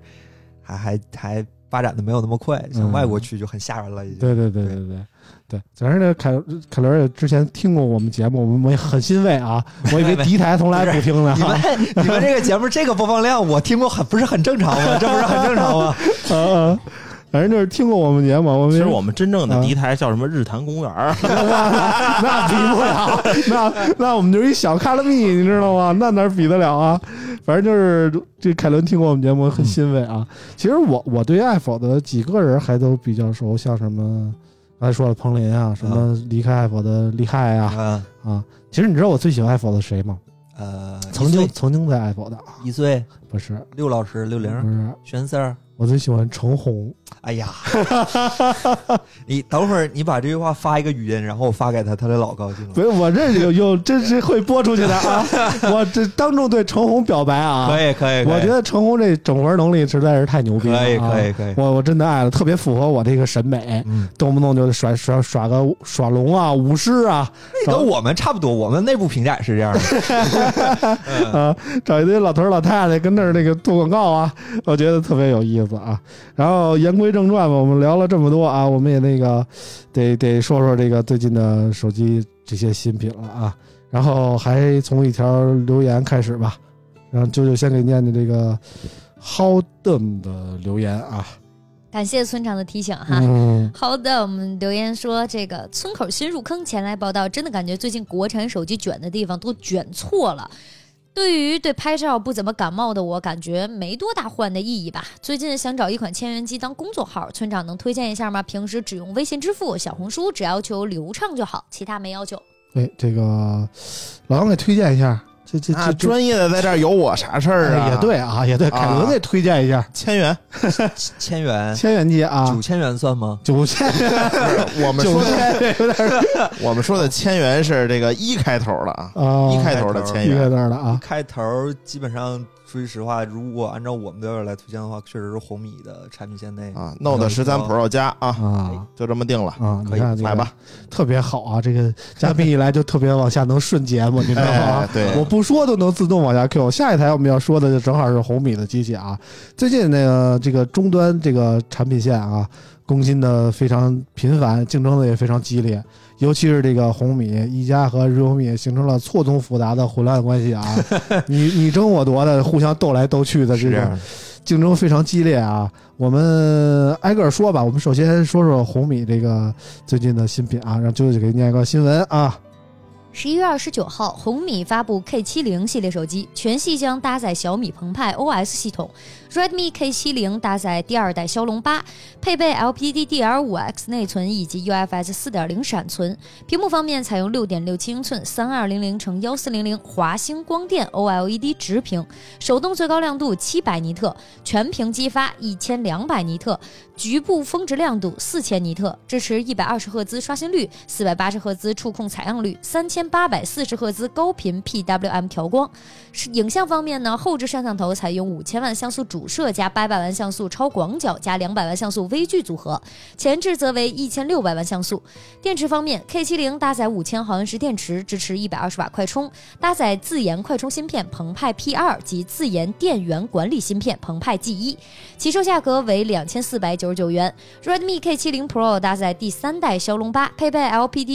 [SPEAKER 5] 还还还发展的没有那么快，像
[SPEAKER 3] 嗯
[SPEAKER 5] 外国区就很吓人了，已经。
[SPEAKER 3] 对对对对对对，反正这凯凯伦也之前听过我们节目，我们也很欣慰啊！我 以为敌台从来不听呢啊
[SPEAKER 5] 你， 们你们这个节目这个播放量，我听过很不是很正常吗？这不是很正 常吗？
[SPEAKER 3] 啊啊！反正就是听过我们节目，我们
[SPEAKER 4] 其
[SPEAKER 3] 也
[SPEAKER 4] 实我嗯们真正的敌台叫什么？日坛公园儿
[SPEAKER 3] 那比不了，那那我们就是一小卡拉米，你知道吗？ 那哪比得了啊？反正就是这凯伦听过我们节目很欣慰啊。其实我我对爱否的几个人还都比较熟，像什么刚才说了彭林啊，什么离开爱否的厉害啊
[SPEAKER 5] 啊
[SPEAKER 3] 啊。其实你知道我最喜欢爱否的谁吗？
[SPEAKER 5] 呃，
[SPEAKER 3] 曾
[SPEAKER 5] 一
[SPEAKER 3] 经
[SPEAKER 5] 岁
[SPEAKER 3] 曾经在爱否的啊，
[SPEAKER 5] 一岁
[SPEAKER 3] 不是
[SPEAKER 5] 六老师六
[SPEAKER 3] 不
[SPEAKER 5] 零
[SPEAKER 3] 是，
[SPEAKER 5] 玄三儿
[SPEAKER 3] 我最喜欢程红
[SPEAKER 5] 哎呀，你等会儿你把这句话发一个语音，然后我发给他，他得老高兴
[SPEAKER 3] 不
[SPEAKER 5] 了。
[SPEAKER 3] 是 我这有有这是会播出去的啊！我这当众对程红表白啊！
[SPEAKER 5] 可以可以，
[SPEAKER 3] 我觉得程红这整活能力实在是太牛逼了、啊，
[SPEAKER 5] 哎可以可以可以
[SPEAKER 3] 我我真的爱了，特别符合我这个审美，
[SPEAKER 5] 嗯
[SPEAKER 3] 动不动就耍耍耍个耍龙啊、舞狮啊，
[SPEAKER 5] 跟我们差不多，我们内部评价也是这样的。嗯
[SPEAKER 3] 啊，找一堆老头儿老太太跟那儿那个做广告啊，我觉得特别有意思啊。然后言归正传吧，我们聊了这么多啊，我们也那个得得说说这个最近的手机这些新品了啊。然后还从一条留言开始吧，然后舅舅先给念念这个 How Dumb 的留言啊，
[SPEAKER 2] 感谢村长的提醒哈。
[SPEAKER 3] 嗯
[SPEAKER 2] 好的，我们留言说这个村口新入坑前来报道，真的感觉最近国产手机卷的地方都卷错了。对于对拍照不怎么感冒的我，感觉没多大换的意义吧。最近想找一款千元机当工作号，村长能推荐一下吗？平时只用微信支付、小红书，只要求流畅就好，其他没要求。
[SPEAKER 3] 对哎这个老王给推荐一下，这这 这这
[SPEAKER 4] 那啊专业的在这儿有我啥事儿啊？
[SPEAKER 3] 哎也，对啊，也对，凯伦给推荐一下
[SPEAKER 4] 千元，
[SPEAKER 5] 千
[SPEAKER 4] 哎
[SPEAKER 5] 元、
[SPEAKER 3] 千元机啊
[SPEAKER 5] 九，千元算吗？
[SPEAKER 3] 九千
[SPEAKER 4] 我们
[SPEAKER 3] 九
[SPEAKER 4] 说的
[SPEAKER 3] 千有点儿
[SPEAKER 4] 我们说的千元是这个一开头的啊，
[SPEAKER 3] 啊，
[SPEAKER 4] 一开头的千
[SPEAKER 3] 一开
[SPEAKER 4] 元，
[SPEAKER 3] 头的啊，
[SPEAKER 5] 开头基本上，说句实话，如果按照我们的来推荐的话，确实是红米的产品线内
[SPEAKER 4] 啊，Note 十三 Pro 加啊，
[SPEAKER 3] 啊
[SPEAKER 4] 就这么定了，
[SPEAKER 3] 啊！
[SPEAKER 5] 可
[SPEAKER 3] 你
[SPEAKER 5] 以
[SPEAKER 3] 看这个
[SPEAKER 4] 买吧。
[SPEAKER 3] 特别好啊！这个嘉宾一来就特别往下能顺节目，你知道
[SPEAKER 4] 哎
[SPEAKER 3] 吗，？
[SPEAKER 4] 对，
[SPEAKER 3] 我不说都能自动往下 Q。下一台我们要说的就正好是红米的机器啊。最近那个这个终端这个产品线啊，更新的非常频繁，竞争的也非常激烈。尤其是这个红米、一加和 realme 形成了错综复杂的混乱关系啊，你你争我夺的，互相斗来斗去的这
[SPEAKER 4] 是这
[SPEAKER 3] 种
[SPEAKER 4] 样的，
[SPEAKER 3] 竞争非常激烈啊。我们挨个儿说吧，我们首先说说红米这个最近的新品啊，让舅舅给念一个新闻啊。
[SPEAKER 2] 十一月二十九号，红米发布 K 7 0系列手机，全系将搭载小米澎湃 OS 系统，Redmi K 7 0搭载第二代骁龙八，配备 LPDDR5X 内存以及 UFS 4.0闪存。屏幕方面，采用6.67英寸三二零零乘幺四零零华星光电 OLED 直屏，手动最高亮度七百尼特，全屏激发一千两百尼特，局部峰值亮度四千尼特，支持一百二十赫兹刷新率、四百八十赫兹触控采样率、三千八百四十赫兹高频 PWM 调光。是影像方面呢，后置摄像头采用五千万像素主摄加八百万像素超广角加两百万像素微距组合，前置则为一千六百万像素。电池方面，K 7 0搭载五千毫安时电池，支持一百二十瓦快充，搭载自研快充芯片澎湃 P 2及自研电源管理芯片澎湃 G 1起售价格为两千四百九十九元。Redmi K 7 0 Pro 搭载第三代骁龙八，配备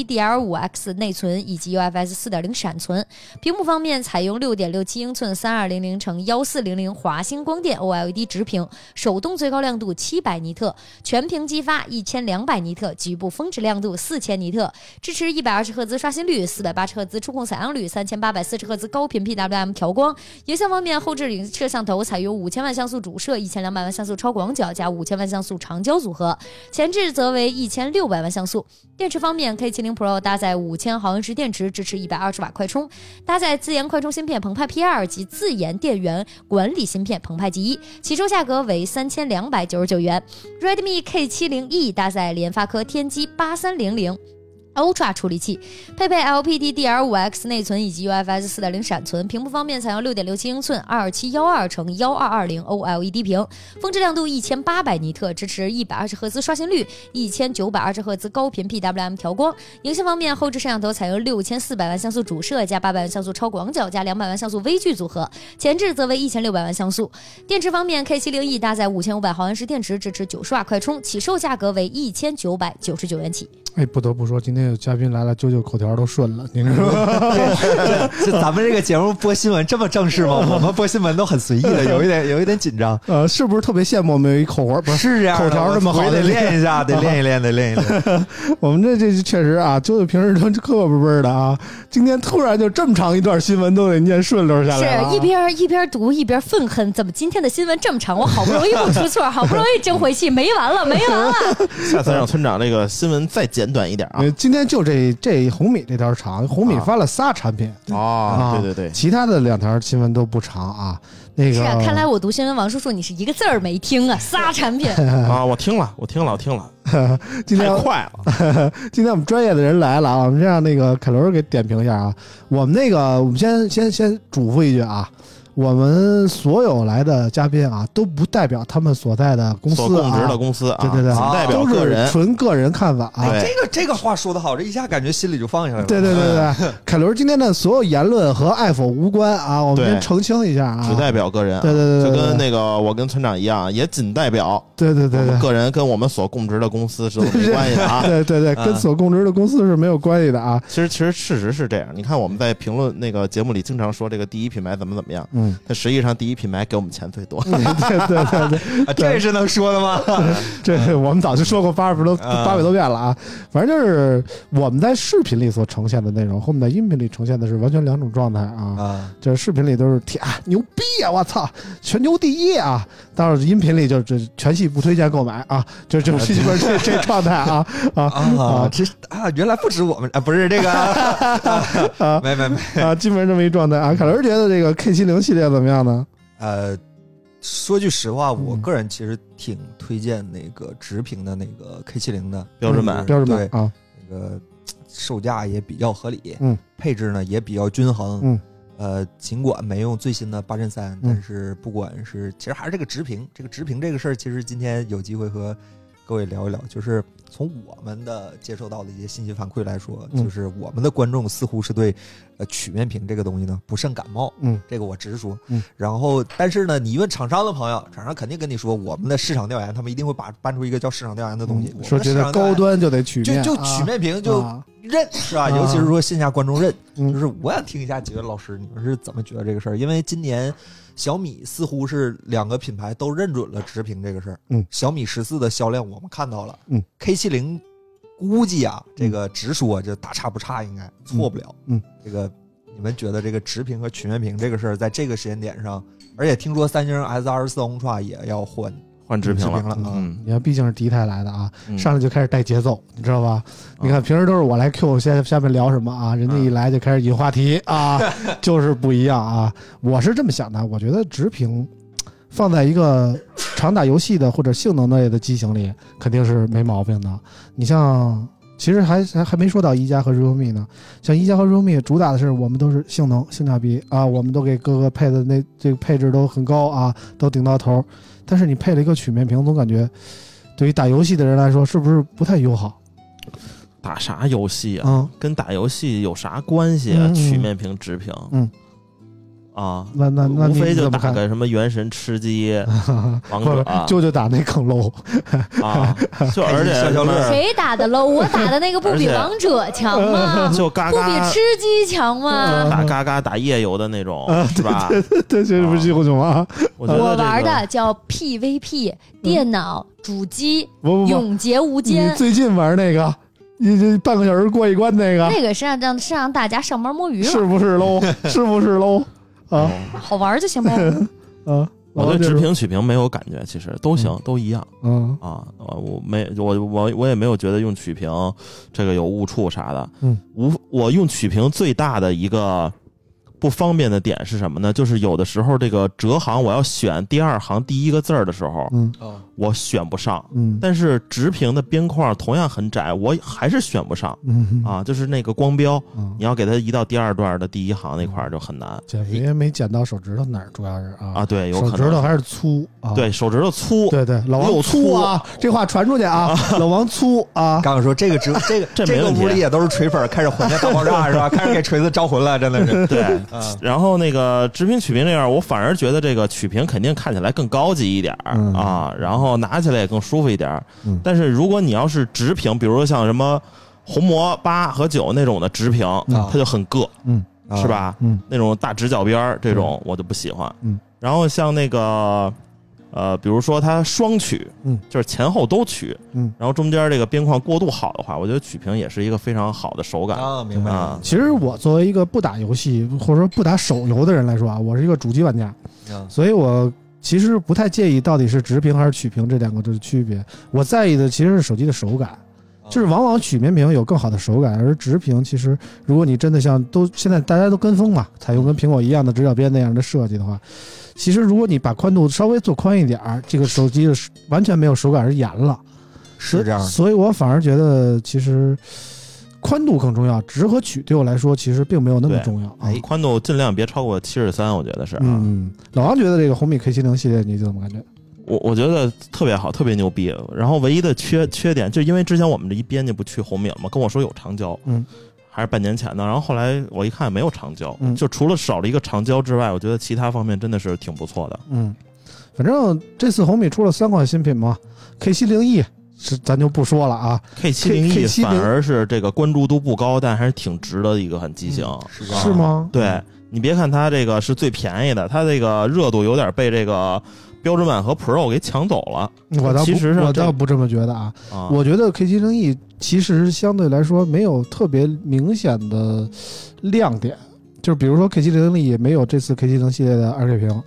[SPEAKER 2] LPDDR5X 内存以及 UFS 4.0闪存。屏幕方面，采用6.67英寸三二零零乘幺四零零华星光电 OLED 直屏，手动最高亮度七百尼特，全屏激发一千两百尼特，局部峰值亮度四千尼特，支持一百二十赫兹刷新率、四百八十赫兹触控采样率、三千八百四十赫兹高频 PWM 调光。影像方面，后置影摄像头采用五千万像素主摄、一千两百万像素超广角加五千万像素长焦组合，前置则为一千六百万像素。电池方面，K 7 0 Pro 搭载五千毫安时电池，支持一百二十瓦快充，搭载自研快充芯片澎湃 P 2及自研电源管理芯片澎湃 G 1起售价格为三千两百九十九元。Redmi K 7 0 E 搭载联发科天玑八三零零。Ultra 处理器配备 LPDDR5X 内存以及 UFS 4.0闪存，屏幕方面采用6.67英寸2712乘1220 OLED E 屏，峰值亮度一千八百尼特，支持一百二十赫兹刷新率，一千九百二十赫兹高频 PWM 调光。影像方面，后置摄像头采用六千四百万像素主摄加八百万像素超广角加两百万像素微距组合，前置则为一千六百万像素。电池方面，K 7 0 E 搭载五千五百毫安时电池，支持九十瓦快充，起售价格为一千九百九十九元起。
[SPEAKER 3] 哎，不得不说，今天有嘉宾来了，舅舅口条都顺了，你知道吗？
[SPEAKER 5] 这咱们这个节目播新闻这么正式吗？ 我们播新闻都很随意的，有一点有一点紧张。
[SPEAKER 3] 呃，是不是特别羡慕我们有一口活儿？不是，
[SPEAKER 5] 是这样的，
[SPEAKER 3] 口条这么好
[SPEAKER 5] 我得
[SPEAKER 3] 得
[SPEAKER 5] 练一下， 得练一练，得练一练。
[SPEAKER 3] 我们这这确实啊，舅舅平时都磕巴巴的啊，今天突然就这么长一段新闻都给念顺溜下来了、啊，
[SPEAKER 2] 是一边一边读一边愤恨，怎么今天的新闻这么长？我好不容易不出错，好不容易争回气，没完了，没完了。
[SPEAKER 4] 下次让村长这个新闻再简短一点啊
[SPEAKER 3] 呃。今天就这这红米这条长，红米
[SPEAKER 4] 啊
[SPEAKER 3] 发了仨产品，啊
[SPEAKER 4] 哦，对对对，
[SPEAKER 3] 其他的两条新闻都不长啊。那个
[SPEAKER 2] 是啊，看来我读新闻，王叔叔你是一个字儿没听啊，仨产品，
[SPEAKER 4] 啊！我听了，我听了，我听了，
[SPEAKER 3] 哎今天
[SPEAKER 4] 太快了。
[SPEAKER 3] 今天我们专业的人来了啊，我们先让那个凯伦给点评一下啊。我们那个，我们先先先嘱咐一句啊，我们所有来的嘉宾啊，都不代表他们所在的公
[SPEAKER 4] 所
[SPEAKER 3] 司
[SPEAKER 4] 供职
[SPEAKER 3] 啊
[SPEAKER 4] 的，公司啊，
[SPEAKER 3] 对对对
[SPEAKER 4] 仅代表
[SPEAKER 3] 都
[SPEAKER 4] 个人哎
[SPEAKER 3] 是。纯个人看法啊。
[SPEAKER 4] 对
[SPEAKER 5] 这个这个话说的好，这一下感觉心里就放下来了。
[SPEAKER 3] 对对对对， 对凯伦今天的所有言论和爱否无关啊，我们
[SPEAKER 4] 对
[SPEAKER 3] 先澄清一下啊。
[SPEAKER 4] 只代表个人啊，
[SPEAKER 3] 对对对对对
[SPEAKER 4] 就跟那个我跟村长一样，也仅代表
[SPEAKER 3] 对对
[SPEAKER 4] 我
[SPEAKER 3] 对
[SPEAKER 4] 们
[SPEAKER 3] 对。
[SPEAKER 4] 个人跟我们所供职的公司是没关系的啊。
[SPEAKER 3] 对对对，跟所供职的公司是没有关系的啊。
[SPEAKER 4] 其实其实事实是这样，你看我们在评论那个节目里经常说这个第一品牌怎么怎么样，
[SPEAKER 3] 嗯，
[SPEAKER 4] 但实际上第一品牌给我们钱最 多。
[SPEAKER 3] 对对对对，
[SPEAKER 5] 啊这是能说的 吗？
[SPEAKER 3] 这
[SPEAKER 5] 嗯
[SPEAKER 3] 我们早就说过八十多八百多遍了啊。反正就是我们在视频里所呈现的内容和我们在音频里呈现的是完全两种状态啊。
[SPEAKER 5] 啊，
[SPEAKER 3] 这视频里都是天牛逼啊，我操，全球第一啊！但是音频里就这全系不推荐购买啊，就就基本 这这状态啊啊
[SPEAKER 5] 啊，这啊，原来不止我们啊，不是 这个，啊没没没，
[SPEAKER 3] 啊，基本上这么一状态啊。
[SPEAKER 5] 嗯
[SPEAKER 3] 凯伦觉得这个 K 七零系列怎么样呢？
[SPEAKER 5] 呃，说句实话，我
[SPEAKER 3] 嗯
[SPEAKER 5] 个人其实挺推荐那个直屏的那个 K 七零的
[SPEAKER 4] 标准版
[SPEAKER 3] 标准版
[SPEAKER 5] 嗯对
[SPEAKER 3] 啊，
[SPEAKER 5] 那个售价也比较合理，
[SPEAKER 3] 嗯，
[SPEAKER 5] 配置呢也比较均衡，
[SPEAKER 3] 嗯，
[SPEAKER 5] 呃，尽管没用最新的八针三，但是不管是其实还是这个直屏，这个直屏这个事儿，其实今天有机会和各位聊一聊，就是从我们的接收到的一些信息反馈来说，
[SPEAKER 3] 嗯
[SPEAKER 5] 就是我们的观众似乎是对呃曲面屏这个东西呢不甚感冒，
[SPEAKER 3] 嗯，
[SPEAKER 5] 这个我直说，
[SPEAKER 3] 嗯，
[SPEAKER 5] 然后但是呢，你问厂商的朋友，厂商肯定跟你说，我们的市场调研，他们一定会把搬出一个叫市场调研的东西，我们的
[SPEAKER 3] 嗯说觉
[SPEAKER 5] 市
[SPEAKER 3] 得
[SPEAKER 5] 场调研
[SPEAKER 3] 高端就得曲
[SPEAKER 5] 就
[SPEAKER 3] 面，
[SPEAKER 5] 就曲面屏就
[SPEAKER 3] 啊
[SPEAKER 5] 认是吧？
[SPEAKER 3] 啊
[SPEAKER 5] 尤其是说线下观众认，
[SPEAKER 3] 嗯
[SPEAKER 5] 就是我想听一下几位老师你们是怎么觉得这个事儿？因为今年小米似乎是两个品牌都认准了直屏这个事儿。
[SPEAKER 3] 嗯，
[SPEAKER 5] 小米十四的销量我们看到了，
[SPEAKER 3] 嗯
[SPEAKER 5] ，K 七零估计啊，这个直说就大差不差，应该错不了。
[SPEAKER 3] 嗯，
[SPEAKER 5] 这个你们觉得这个直屏和曲面屏这个事儿，在这个时间点上，而且听说三星 S 二十四 Ultra 也要换
[SPEAKER 4] 换直
[SPEAKER 5] 直
[SPEAKER 4] 屏
[SPEAKER 5] 屏
[SPEAKER 4] 了，
[SPEAKER 5] 了啊。
[SPEAKER 4] 嗯，
[SPEAKER 3] 你看，毕竟是第一台来的啊，
[SPEAKER 4] 嗯
[SPEAKER 3] 上来就开始带节奏，你知道吧？你看平时都是我来 Q 下下面聊什么啊，人家一来就开始引话题啊，就是不一样啊。我是这么想的，我觉得直屏放在一个常打游戏的或者性能类的机型里，肯定是没毛病的。你像。其实还还还没说到一加和 realme 呢，像一加和 realme 主打的是我们都是性能性价比啊，我们都给各个配的那这个配置都很高啊，都顶到头。但是你配了一个曲面屏，总感觉对于打游戏的人来说是不是不太友好？
[SPEAKER 4] 打啥游戏啊？
[SPEAKER 3] 嗯，
[SPEAKER 4] 跟打游戏有啥关系啊？
[SPEAKER 3] 嗯嗯嗯
[SPEAKER 4] 曲面屏、直屏，
[SPEAKER 3] 嗯
[SPEAKER 4] 啊，
[SPEAKER 3] 那那那
[SPEAKER 4] 无
[SPEAKER 3] 你
[SPEAKER 4] 非就
[SPEAKER 3] 怎么
[SPEAKER 4] 打
[SPEAKER 3] 看？
[SPEAKER 4] 个什么原神、吃鸡、 王
[SPEAKER 3] 不
[SPEAKER 4] 者
[SPEAKER 3] 是，就就打那坑喽，
[SPEAKER 4] 啊， 就而且
[SPEAKER 5] 消消
[SPEAKER 4] 什么
[SPEAKER 5] 乐儿
[SPEAKER 2] 谁打的 low？我打的那个不比
[SPEAKER 4] 而且
[SPEAKER 2] 王者强吗？
[SPEAKER 4] 就嘎
[SPEAKER 2] 不比
[SPEAKER 4] 嘎
[SPEAKER 2] 吃鸡强
[SPEAKER 3] 呃
[SPEAKER 2] 吗？
[SPEAKER 4] 打嘎嘎打夜游的那种，
[SPEAKER 3] 啊
[SPEAKER 4] 是吧？
[SPEAKER 3] 这这不是西红熊啊？
[SPEAKER 4] 我觉得
[SPEAKER 2] 我
[SPEAKER 4] 这
[SPEAKER 2] 玩
[SPEAKER 4] 个
[SPEAKER 2] 的叫 PVP，电脑、主机、
[SPEAKER 3] 不不不，
[SPEAKER 2] 永劫无
[SPEAKER 3] 你
[SPEAKER 2] 间。
[SPEAKER 3] 最近玩那个，你这半个小时过一关那个，
[SPEAKER 2] 那个是让让是让大家上班摸鱼了，
[SPEAKER 3] 是不是 喽？是不是喽？啊
[SPEAKER 2] 好玩就行呗。
[SPEAKER 3] 啊！
[SPEAKER 4] 嗯我
[SPEAKER 3] 就
[SPEAKER 4] 对直，屏曲屏没有感觉，其实都行，都一样
[SPEAKER 3] 嗯
[SPEAKER 4] 啊。我我没我我我也没有觉得用曲屏这个有误触啥的。
[SPEAKER 3] 嗯，
[SPEAKER 4] 无我用曲屏最大的一个不方便的点是什么呢？就是有的时候这个折行我要选第二行第一个字儿的时候，
[SPEAKER 3] 嗯
[SPEAKER 5] 啊，
[SPEAKER 4] 我选不上。
[SPEAKER 3] 嗯
[SPEAKER 4] 但是直屏的边框同样很窄，我还是选不上
[SPEAKER 3] 嗯
[SPEAKER 4] 啊。就是那个光标，
[SPEAKER 3] 嗯
[SPEAKER 4] 你，要给它移到第二段的第一行那块儿就很难
[SPEAKER 3] 减肥没减到手指头哪儿，主要是
[SPEAKER 4] 啊。
[SPEAKER 3] 啊，
[SPEAKER 4] 对，有
[SPEAKER 3] 手
[SPEAKER 4] 可
[SPEAKER 3] 指头
[SPEAKER 4] 能
[SPEAKER 3] 还是粗啊。
[SPEAKER 4] 对手指头粗，
[SPEAKER 3] 对对，老王
[SPEAKER 4] 又粗
[SPEAKER 3] 粗啊，这话传出去啊，老王粗 啊。
[SPEAKER 5] 刚刚说这个直这个
[SPEAKER 4] 这没
[SPEAKER 5] 个
[SPEAKER 4] 问题
[SPEAKER 5] 屋里也都是锤粉儿，开始混家大爆炸 是吧？开始给锤子招魂了，真的是。
[SPEAKER 4] 对。
[SPEAKER 5] 嗯，
[SPEAKER 4] 然后那个直屏曲屏这样，我反而觉得这个曲屏肯定看起来更高级一点儿、
[SPEAKER 3] 嗯
[SPEAKER 4] 啊，然后拿起来也更舒服一点儿。
[SPEAKER 3] 嗯
[SPEAKER 4] 但是如果你要是直屏，比如说像什么红魔八和九那种的直屏，
[SPEAKER 5] 嗯
[SPEAKER 4] 它就很硌，
[SPEAKER 3] 嗯
[SPEAKER 5] 啊
[SPEAKER 4] 是吧？
[SPEAKER 3] 嗯
[SPEAKER 4] 那种大直角边儿这种我就不喜欢。
[SPEAKER 3] 嗯，
[SPEAKER 4] 然后像那个呃，比如说它双曲，
[SPEAKER 3] 嗯，
[SPEAKER 4] 就是前后都曲，
[SPEAKER 3] 嗯，
[SPEAKER 4] 然后中间这个边框过渡好的话，我觉得曲屏也是一个非常好的手感。
[SPEAKER 5] 啊，明白
[SPEAKER 4] 啊
[SPEAKER 5] 了。
[SPEAKER 3] 其实我作为一个不打游戏或者说不打手游的人来说啊，我是一个主机玩家，
[SPEAKER 5] 嗯
[SPEAKER 3] 所以我其实不太介意到底是直屏还是曲屏这两个的区别。我在意的其实是手机的手感，
[SPEAKER 5] 哦
[SPEAKER 3] 就是往往曲面屏有更好的手感，而直屏其实如果你真的像都现在大家都跟风嘛，采用跟苹果一样的直角边那样的设计的话，其实如果你把宽度稍微做宽一点儿，这个手机的手完全没有手感而严了。
[SPEAKER 5] 是这样的。
[SPEAKER 3] 所以我反而觉得其实宽度更重要，值和曲对我来说其实并没有那么
[SPEAKER 4] 对
[SPEAKER 3] 重要啊。
[SPEAKER 5] 哎
[SPEAKER 4] 宽度尽量别超过七十三，我觉得是啊。
[SPEAKER 3] 嗯，老王觉得这个红米 K 7 0系列你怎么感觉？
[SPEAKER 4] 我我觉得特别好，特别牛逼。然后唯一的缺缺点，就因为之前我们这一编辑不去红米了嘛，跟我说有长焦，
[SPEAKER 3] 嗯，
[SPEAKER 4] 还是半年前的。然后后来我一看没有长焦，
[SPEAKER 3] 嗯
[SPEAKER 4] 就除了少了一个长焦之外，我觉得其他方面真的是挺不错的。
[SPEAKER 3] 嗯，反正这次红米出了三款新品嘛，K 7 0 E 是咱就不说了啊，
[SPEAKER 4] K 七零 E
[SPEAKER 3] K70
[SPEAKER 4] 反而是这个关注度不高，但还是挺值得的一个很机型。
[SPEAKER 5] 是这样
[SPEAKER 3] 是吗？
[SPEAKER 4] 对你别看它这个是最便宜的，它这个热度有点被这个标准版和 Pro 给抢走了
[SPEAKER 3] 我倒不
[SPEAKER 4] 其实上
[SPEAKER 3] 我
[SPEAKER 4] 这
[SPEAKER 3] 倒不这么觉得啊，
[SPEAKER 4] 啊。
[SPEAKER 3] 我觉得 K 7 0 E 其实相对来说没有特别明显的亮点，就是比如说 K 7 0 E 也没有这次 K 7 0系列的二 K 屏，
[SPEAKER 4] 嗯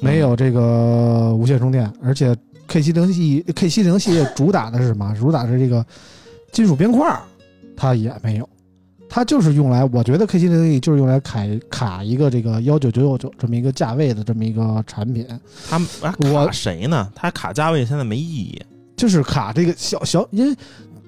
[SPEAKER 3] 没有这个无线充电，而且 K 7 0系 K 7 0系列主打的是什么？主打是这个金属边框儿，它也没有。它就是用来，我觉得 K 7 0 E 就是用来卡卡一个这个幺九九九九这么一个价位的这么一个产品，
[SPEAKER 4] 它啊还
[SPEAKER 3] 我
[SPEAKER 4] 卡谁呢？它卡价位现在没意义。
[SPEAKER 3] 就是卡这个小小，因为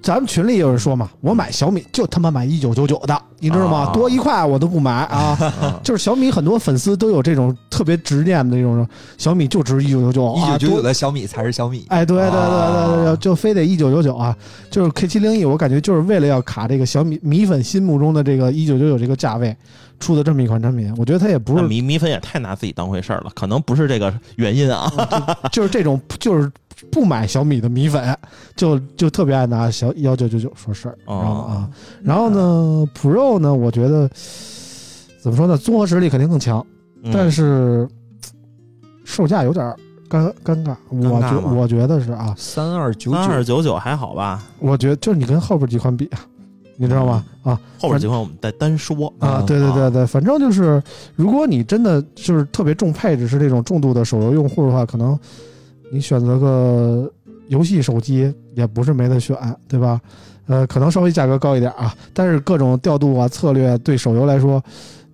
[SPEAKER 3] 咱们群里有人说嘛，我买小米就他妈买一九九九的，你知道吗？
[SPEAKER 4] 啊
[SPEAKER 3] 多一块我都不买啊！
[SPEAKER 4] 啊
[SPEAKER 3] 就是小米很多粉丝都有这种特别执念的这种，小米就值一九九九
[SPEAKER 5] 一
[SPEAKER 3] 啊，
[SPEAKER 5] 九九九
[SPEAKER 3] 多。
[SPEAKER 5] 的小米才是小米，
[SPEAKER 3] 哎，对对对对对对，
[SPEAKER 4] 啊
[SPEAKER 3] 就非得一九九九啊！就是 K 七零 E，我感觉就是为了要卡这个小米米粉心目中的这个一九九九这个价位，出的这么一款产品，我觉得它也不
[SPEAKER 4] 那
[SPEAKER 3] 是
[SPEAKER 4] 米米粉也太拿自己当回事儿了，可能不是这个原因啊。
[SPEAKER 3] 就是这种就是不买小米的米粉，就就特别爱拿小幺九九九说事儿，知
[SPEAKER 4] 哦嗯
[SPEAKER 3] 道吗？啊，然后呢，Pro 呢，我觉得怎么说呢，综合实力肯定更强，
[SPEAKER 4] 嗯
[SPEAKER 3] 但是售价有点儿尴尴尬，我
[SPEAKER 4] 尴尬
[SPEAKER 3] 觉
[SPEAKER 4] 吗
[SPEAKER 3] 我觉得是啊，
[SPEAKER 5] 三二九
[SPEAKER 4] 三二
[SPEAKER 5] 九，
[SPEAKER 4] 九九还好吧？
[SPEAKER 3] 我觉得就是你跟后边几款比啊，你知道吗？啊
[SPEAKER 4] 后边几款我们再单说嗯
[SPEAKER 3] 啊，对对对对，反正就是，如果你真的就是特别重配置是这种重度的手游用户的话，可能你选择个游戏手机也不是没得选，对吧？呃，可能稍微价格高一点啊，但是各种调度啊、策略对手游来说，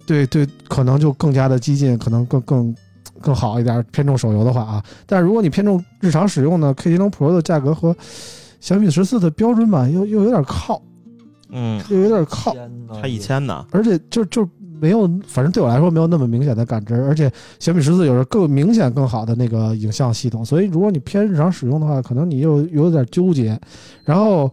[SPEAKER 3] 对对，可能就更加的激进，可能更更更好一点。偏重手游的话啊，但是如果你偏重日常使用呢，K 7 0 Pro 的价格和小米十四的标准版又又有点靠，
[SPEAKER 4] 嗯，
[SPEAKER 3] 又有点靠。
[SPEAKER 5] 天哪
[SPEAKER 4] 差一，千呢。
[SPEAKER 3] 而且就就没有，反正对我来说没有那么明显的感知，而且小米十四有着更明显更好的那个影像系统，所以如果你偏日常使用的话，可能你又有点纠结。然后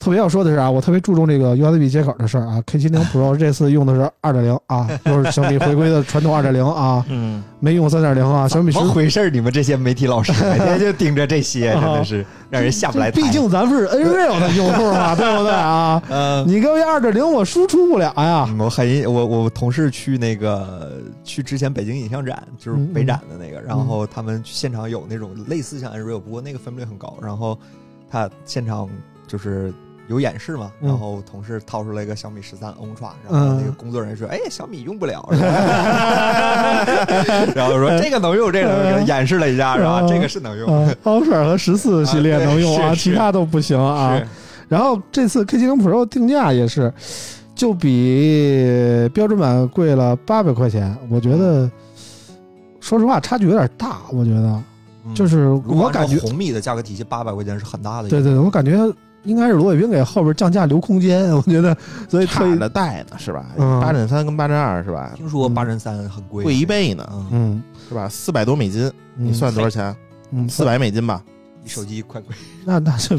[SPEAKER 3] 特别要说的是啊，我特别注重这个 USB 接口的事儿啊，K 7 0 Pro 这次用的是二点零啊，又是小米回归的传统二点零啊，
[SPEAKER 4] 嗯，
[SPEAKER 3] 没用三点零啊，小米十
[SPEAKER 5] 怎么回事儿？你们这些媒体老师每天就盯着这些，真的是让人下不来台。
[SPEAKER 3] 毕竟咱们是 Nreal 的用户嘛，对不对啊？
[SPEAKER 5] 呃，
[SPEAKER 3] 你给我二点零，我输出不了呀。
[SPEAKER 5] 嗯我很我我同事去那个去之前北京影像展，就是
[SPEAKER 3] 嗯嗯
[SPEAKER 5] 北展的那个，然后他们去现场有那种类似像 Unreal，不过那个分辨率很高。然后他现场就是有演示嘛，
[SPEAKER 3] 嗯
[SPEAKER 5] 然后同事掏出来一个小米十三 Ultra，然后那个
[SPEAKER 3] 嗯
[SPEAKER 5] 工作人员说：“哎，小米用不了。是吧” 然后说这个能用，这个能用，演示了一下，是吧？
[SPEAKER 3] 嗯
[SPEAKER 5] 这个是能用。
[SPEAKER 3] 啊 o f f e r 和十四系列能用啊，
[SPEAKER 5] 啊对是
[SPEAKER 3] 其他都不行啊。
[SPEAKER 5] 是
[SPEAKER 3] 然后这次 K 7 0 Pro 定价也是，就比标准版贵了八百块钱。我觉得，
[SPEAKER 4] 嗯
[SPEAKER 3] 说实话，差距有点大。我觉得，
[SPEAKER 5] 嗯
[SPEAKER 3] 就是
[SPEAKER 5] 如果
[SPEAKER 3] 我
[SPEAKER 5] 按照
[SPEAKER 3] 感觉，
[SPEAKER 5] 红米的价格体系，八百块钱是很大的一个
[SPEAKER 3] 对对，对我感觉应该是罗伟斌给后边降价留空间。 我觉得，所以特
[SPEAKER 4] 差
[SPEAKER 3] 意，
[SPEAKER 4] 着带呢是吧？
[SPEAKER 3] 嗯
[SPEAKER 4] 八点三跟八点二是吧？
[SPEAKER 5] 听说
[SPEAKER 3] 嗯
[SPEAKER 5] 八针三很贵，
[SPEAKER 4] 贵一倍呢
[SPEAKER 5] 嗯，
[SPEAKER 3] 嗯，
[SPEAKER 4] 是吧？四百多美金，你算多少钱？
[SPEAKER 3] 嗯，
[SPEAKER 4] 四，百美金吧。
[SPEAKER 5] 你手机快贵，
[SPEAKER 3] 那那这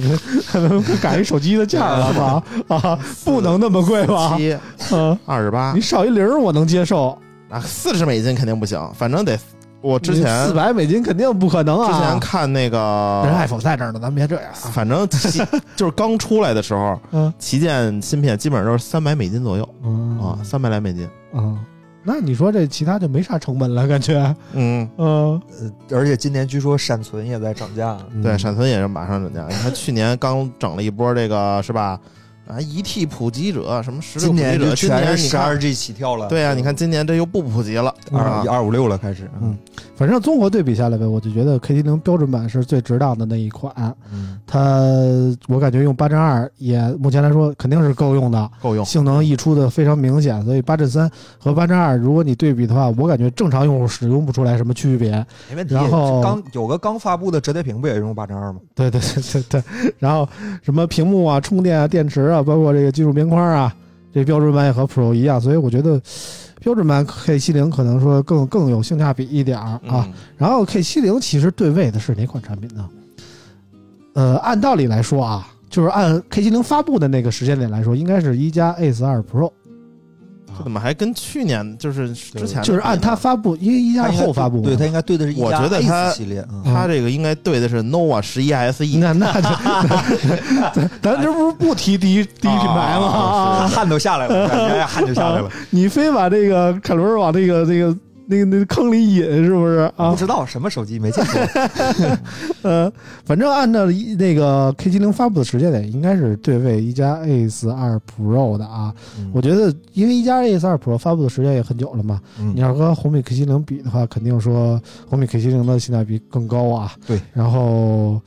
[SPEAKER 3] 不改一手机的价了吧？啊，不能那么贵吧？
[SPEAKER 4] 七
[SPEAKER 3] 嗯，
[SPEAKER 4] 二十八
[SPEAKER 3] 你，少一零儿我能接受，
[SPEAKER 4] 啊，四十美金肯定不行，反正得我之前
[SPEAKER 3] 四
[SPEAKER 4] 之
[SPEAKER 3] 百美金肯定不可能啊！
[SPEAKER 4] 前看那
[SPEAKER 3] 人
[SPEAKER 4] 个，
[SPEAKER 3] 爱否在这儿呢，咱别这样啊。
[SPEAKER 4] 反正旗就是刚出来的时候，
[SPEAKER 3] 嗯
[SPEAKER 4] 旗舰芯片基本上都是三百美金左右
[SPEAKER 3] 嗯
[SPEAKER 4] 啊，三百来美金。
[SPEAKER 3] 啊，那你说这其他就没啥成本了，感觉，
[SPEAKER 4] 嗯，
[SPEAKER 3] 嗯，
[SPEAKER 5] 呃，而且今年据说闪存也在涨价，
[SPEAKER 3] 嗯
[SPEAKER 4] 对，闪存也是马上涨价。你看去年刚整了一波这个是吧？啊，一 T 普及者什么十六
[SPEAKER 5] 今
[SPEAKER 4] 普
[SPEAKER 5] 年
[SPEAKER 4] 及
[SPEAKER 5] 就
[SPEAKER 4] 者，今
[SPEAKER 5] 全
[SPEAKER 4] 年
[SPEAKER 5] 是
[SPEAKER 4] 你
[SPEAKER 5] 十
[SPEAKER 4] 看
[SPEAKER 5] 二嗯 G 起跳了。
[SPEAKER 4] 对啊，你看今年这又不普及了啊
[SPEAKER 5] 二。二五六了开始。
[SPEAKER 3] 嗯反正综合对比下来呗，我就觉得 KT 零标准版是最值当的那一款。
[SPEAKER 5] 嗯，
[SPEAKER 3] 它我感觉用八针二也目前来说肯定是够用的，
[SPEAKER 4] 够用，
[SPEAKER 3] 性能溢出的非常明显。所以八针三和八针二，如果你对比的话，我感觉正常用户使用不出来什么区别。
[SPEAKER 5] 没问题。
[SPEAKER 3] 然后
[SPEAKER 5] 刚有个刚发布的折叠屏不也用八针二吗？
[SPEAKER 3] 对对对对对，然后什么屏幕啊、充电啊、电池啊，包括这个技术边框啊，这标准版也和 Pro 一样，所以我觉得标准版 K 7 0可能说更更有性价比一点儿啊。
[SPEAKER 4] 嗯
[SPEAKER 3] 然后 K 7 0其实对位的是哪款产品呢？呃，按道理来说啊，就是按 K 7 0发布的那个时间点来说，应该是一加 Ace 二 Pro，
[SPEAKER 4] 这怎么还跟去年就是之前的
[SPEAKER 3] 就是按它
[SPEAKER 4] 比呢
[SPEAKER 3] 发布，因为一加
[SPEAKER 5] 它
[SPEAKER 3] 是
[SPEAKER 5] 应该
[SPEAKER 3] 后发布嘛，
[SPEAKER 5] 对它应该对的是一加
[SPEAKER 4] 我觉得它啊
[SPEAKER 5] Ace 系列，嗯
[SPEAKER 4] 它这个应该对的是 nova 十一 SE，
[SPEAKER 3] 那 那就咱咱这不是不提第一第一品牌吗？
[SPEAKER 4] 啊
[SPEAKER 5] 汗都下来了，感觉哎汗就下来了。
[SPEAKER 3] 你非把这个凯伦往那个那个那个那个坑里引，是不是
[SPEAKER 5] 不
[SPEAKER 3] 啊？
[SPEAKER 5] 知道什么手机没见过，
[SPEAKER 3] 呃，反正按照一那个 K 7 0发布的时间点，应该是对位一加 Ace 二 Pro 的啊。
[SPEAKER 5] 嗯
[SPEAKER 3] 我觉得，因为一加 Ace 二 Pro 发布的时间也很久了嘛，
[SPEAKER 5] 嗯
[SPEAKER 3] 你要和红米 K 7 0比的话，肯定说红米 K 7 0的性价比更高啊。
[SPEAKER 5] 对，
[SPEAKER 3] 然后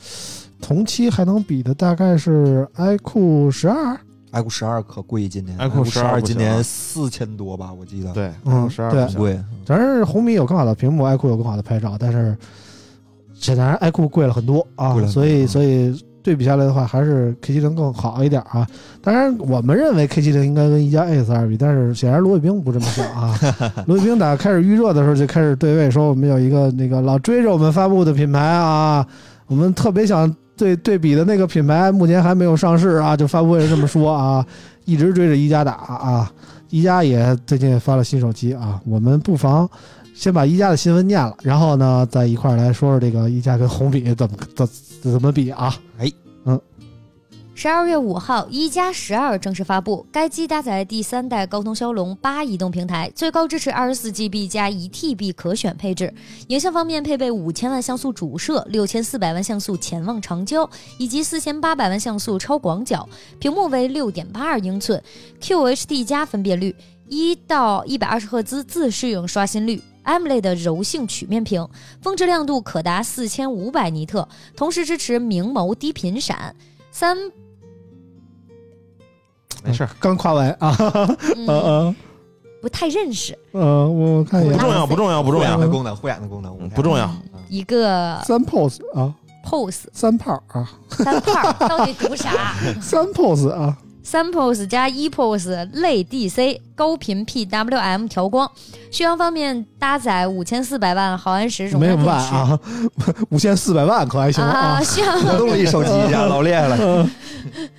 [SPEAKER 3] 同期还能比的大概是 iQOO 十二，
[SPEAKER 5] iQOO 十二可贵，今年
[SPEAKER 4] iQOO
[SPEAKER 5] 十
[SPEAKER 4] 12不行啊
[SPEAKER 5] 今年四千多吧，我记得，，
[SPEAKER 4] 对，
[SPEAKER 3] 嗯
[SPEAKER 4] 十二
[SPEAKER 3] 对
[SPEAKER 5] 很贵。
[SPEAKER 3] 咱是红米有更好的屏幕，iQOO 有更好的拍照，但是显然 iQOO 贵了很多啊
[SPEAKER 5] 贵了，很多
[SPEAKER 3] 所以
[SPEAKER 5] 嗯
[SPEAKER 3] 所以对比下来的话，还是 K 7 0更好一点啊。当然，我们认为 K 7 0应该跟一加 S 二比，但是显然罗伟冰不这么想 啊。罗伟冰打开始预热的时候就开始对位，说我们有一个那个老追着我们发布的品牌啊，我们特别想对对比的那个品牌，目前还没有上市啊，就发布会上这么说啊，一直追着一加打啊。一加也最近也发了新手机啊，我们不妨先把一加的新闻念了，然后呢，再一块儿来说说这个一加跟红米怎么怎怎怎么比啊？
[SPEAKER 2] 十二月五号，一加十二正式发布。该机搭载第三代高通骁龙八移动平台，最高支持二十四 GB 加一 TB 可选配置。影像方面配备五千万像素主摄、六千四百万像素潜望长焦以及四千八百万像素超广角，屏幕为六点八二英寸，QHD 加分辨率，一到一百二十赫兹自适应刷新率。AMOLED 的柔性曲面屏，峰值亮度可达四千五百尼特，同时支持明眸低频闪，三
[SPEAKER 4] 没事儿，
[SPEAKER 3] 刚夸完啊，嗯
[SPEAKER 2] 嗯，
[SPEAKER 3] 嗯
[SPEAKER 2] 不太认识
[SPEAKER 3] 嗯，我看一
[SPEAKER 4] 不
[SPEAKER 3] 眼
[SPEAKER 4] 重要，不重要，不重
[SPEAKER 5] 护眼
[SPEAKER 4] 要
[SPEAKER 5] 的，功能，护眼的功能，
[SPEAKER 4] 嗯 不重要。
[SPEAKER 2] 一个
[SPEAKER 3] 三 pose 啊，
[SPEAKER 2] pose
[SPEAKER 3] 三炮啊，
[SPEAKER 2] 三 炮到底读啥？
[SPEAKER 3] 三 pose 啊，
[SPEAKER 2] 三 pose 加一 pose 类 DC 高频 PWM 调光，续航方面搭载五千四百万毫安时容
[SPEAKER 3] 没有
[SPEAKER 2] 量
[SPEAKER 3] 万
[SPEAKER 2] 电池。
[SPEAKER 3] 啊，五千四百万可还行啊
[SPEAKER 2] 啊，？续航
[SPEAKER 5] 活动了一手 机
[SPEAKER 3] 嗯
[SPEAKER 5] 一下，老厉害
[SPEAKER 4] 嗯
[SPEAKER 5] 了。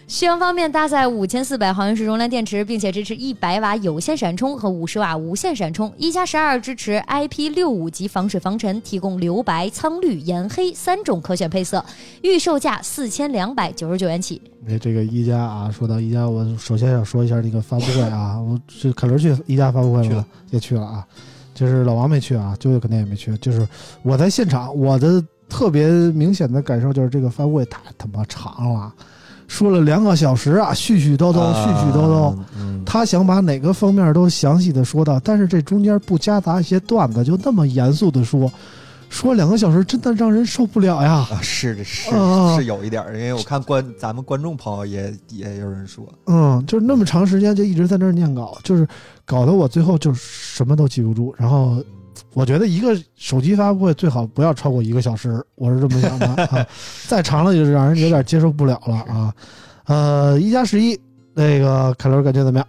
[SPEAKER 2] 续航方面搭载五千四百毫安时容量电池，并且支持一百瓦有线闪充和五十瓦无线闪充。一加十二支持 IP 六五级防水防尘，提供留白、苍绿、盐黑三种可选配色，预售价四千两百九十九元起。
[SPEAKER 3] 哎，这个一加啊，说到一加，我首先想说一下那个发布会啊，我这凯伦去一加发布会吗
[SPEAKER 5] 去了，
[SPEAKER 3] 也去了啊，就是老王没去啊，舅舅肯定也没去，就是我在现场，我的特别明显的感受就是这个发布会太他妈长了，说了两个小时啊，絮絮叨叨，絮絮叨叨。
[SPEAKER 5] 啊叨。
[SPEAKER 3] 他想把哪个方面都详细的说到，但是这中间不夹杂一些段子，就那么严肃的说，说两个小时真的让人受不了呀。
[SPEAKER 5] 啊，是的，是
[SPEAKER 3] 啊
[SPEAKER 5] 是有一点儿，因为我看观咱们观众朋友也也有人说，
[SPEAKER 3] 嗯，就是那么长时间就一直在那儿念稿，就是搞得我最后就什么都记不住。然后我觉得一个手机发布会最好不要超过一个小时，我是这么想的啊， 再长了就让人有点接受不了了啊。呃，一加十一，那个凯伦感觉怎么样？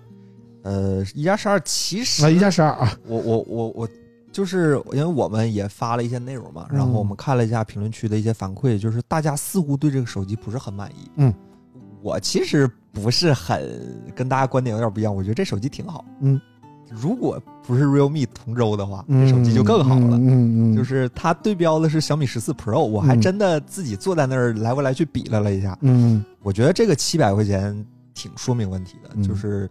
[SPEAKER 5] 呃，一加十二其实
[SPEAKER 3] 啊，一加十二啊，
[SPEAKER 5] 我我我我就是因为我们也发了一些内容嘛，
[SPEAKER 3] 嗯
[SPEAKER 5] 然后我们看了一下评论区的一些反馈，就是大家似乎对这个手机不是很满意。
[SPEAKER 3] 嗯，
[SPEAKER 5] 我其实不是很跟大家观点有点不一样，我觉得这手机挺好。
[SPEAKER 3] 嗯，
[SPEAKER 5] 如果不是 realme 同州的话，
[SPEAKER 3] 嗯
[SPEAKER 5] 这手机就更好了。
[SPEAKER 3] 嗯嗯，嗯
[SPEAKER 5] 就是它对标的是小米十四 Pro，我还真的自己坐在那儿来回来去比了了一下，
[SPEAKER 3] 嗯
[SPEAKER 5] 我觉得这个七百块钱挺说明问题的，
[SPEAKER 3] 嗯
[SPEAKER 5] 就是，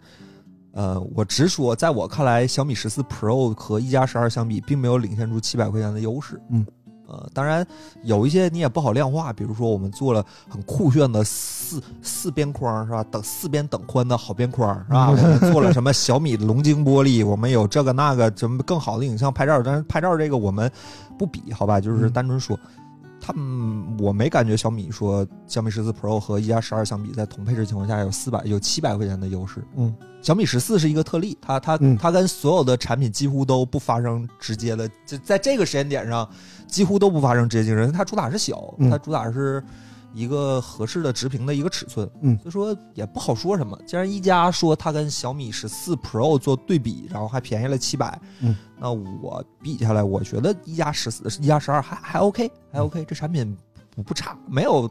[SPEAKER 5] 呃，我直说，在我看来，小米十四 Pro 和一加十二相比，并没有领先出七百块钱的优势。
[SPEAKER 3] 嗯，
[SPEAKER 5] 呃，当然有一些你也不好量化，比如说我们做了很酷炫的四四边框是吧？等四边等宽的好边框 是吧？我们做了什么小米龙晶玻璃，我们有这个那个什么更好的影像拍照，但是拍照这个我们不比好吧，就是
[SPEAKER 3] 嗯
[SPEAKER 5] 单纯说。他们我没感觉小米说小米十四 Pro 和一加十二相比，在同配置情况下有四百有七百块钱的优势。
[SPEAKER 3] 嗯，
[SPEAKER 5] 小米十四是一个特例，它它
[SPEAKER 3] 嗯
[SPEAKER 5] 它跟所有的产品几乎都不发生直接的，就在这个时间点上，几乎都不发生直接竞争。它主打是小，
[SPEAKER 3] 嗯
[SPEAKER 5] 它主打是一个合适的直屏的一个尺寸，
[SPEAKER 3] 嗯
[SPEAKER 5] 所以说也不好说什么。既然一加说它跟小米十四 Pro 做对比，然后还便宜了七百，
[SPEAKER 3] 嗯，
[SPEAKER 5] 那我比下来，我觉得一加十四、一加十二还还 OK，还
[SPEAKER 3] 嗯
[SPEAKER 5] OK，这产品不不差，没有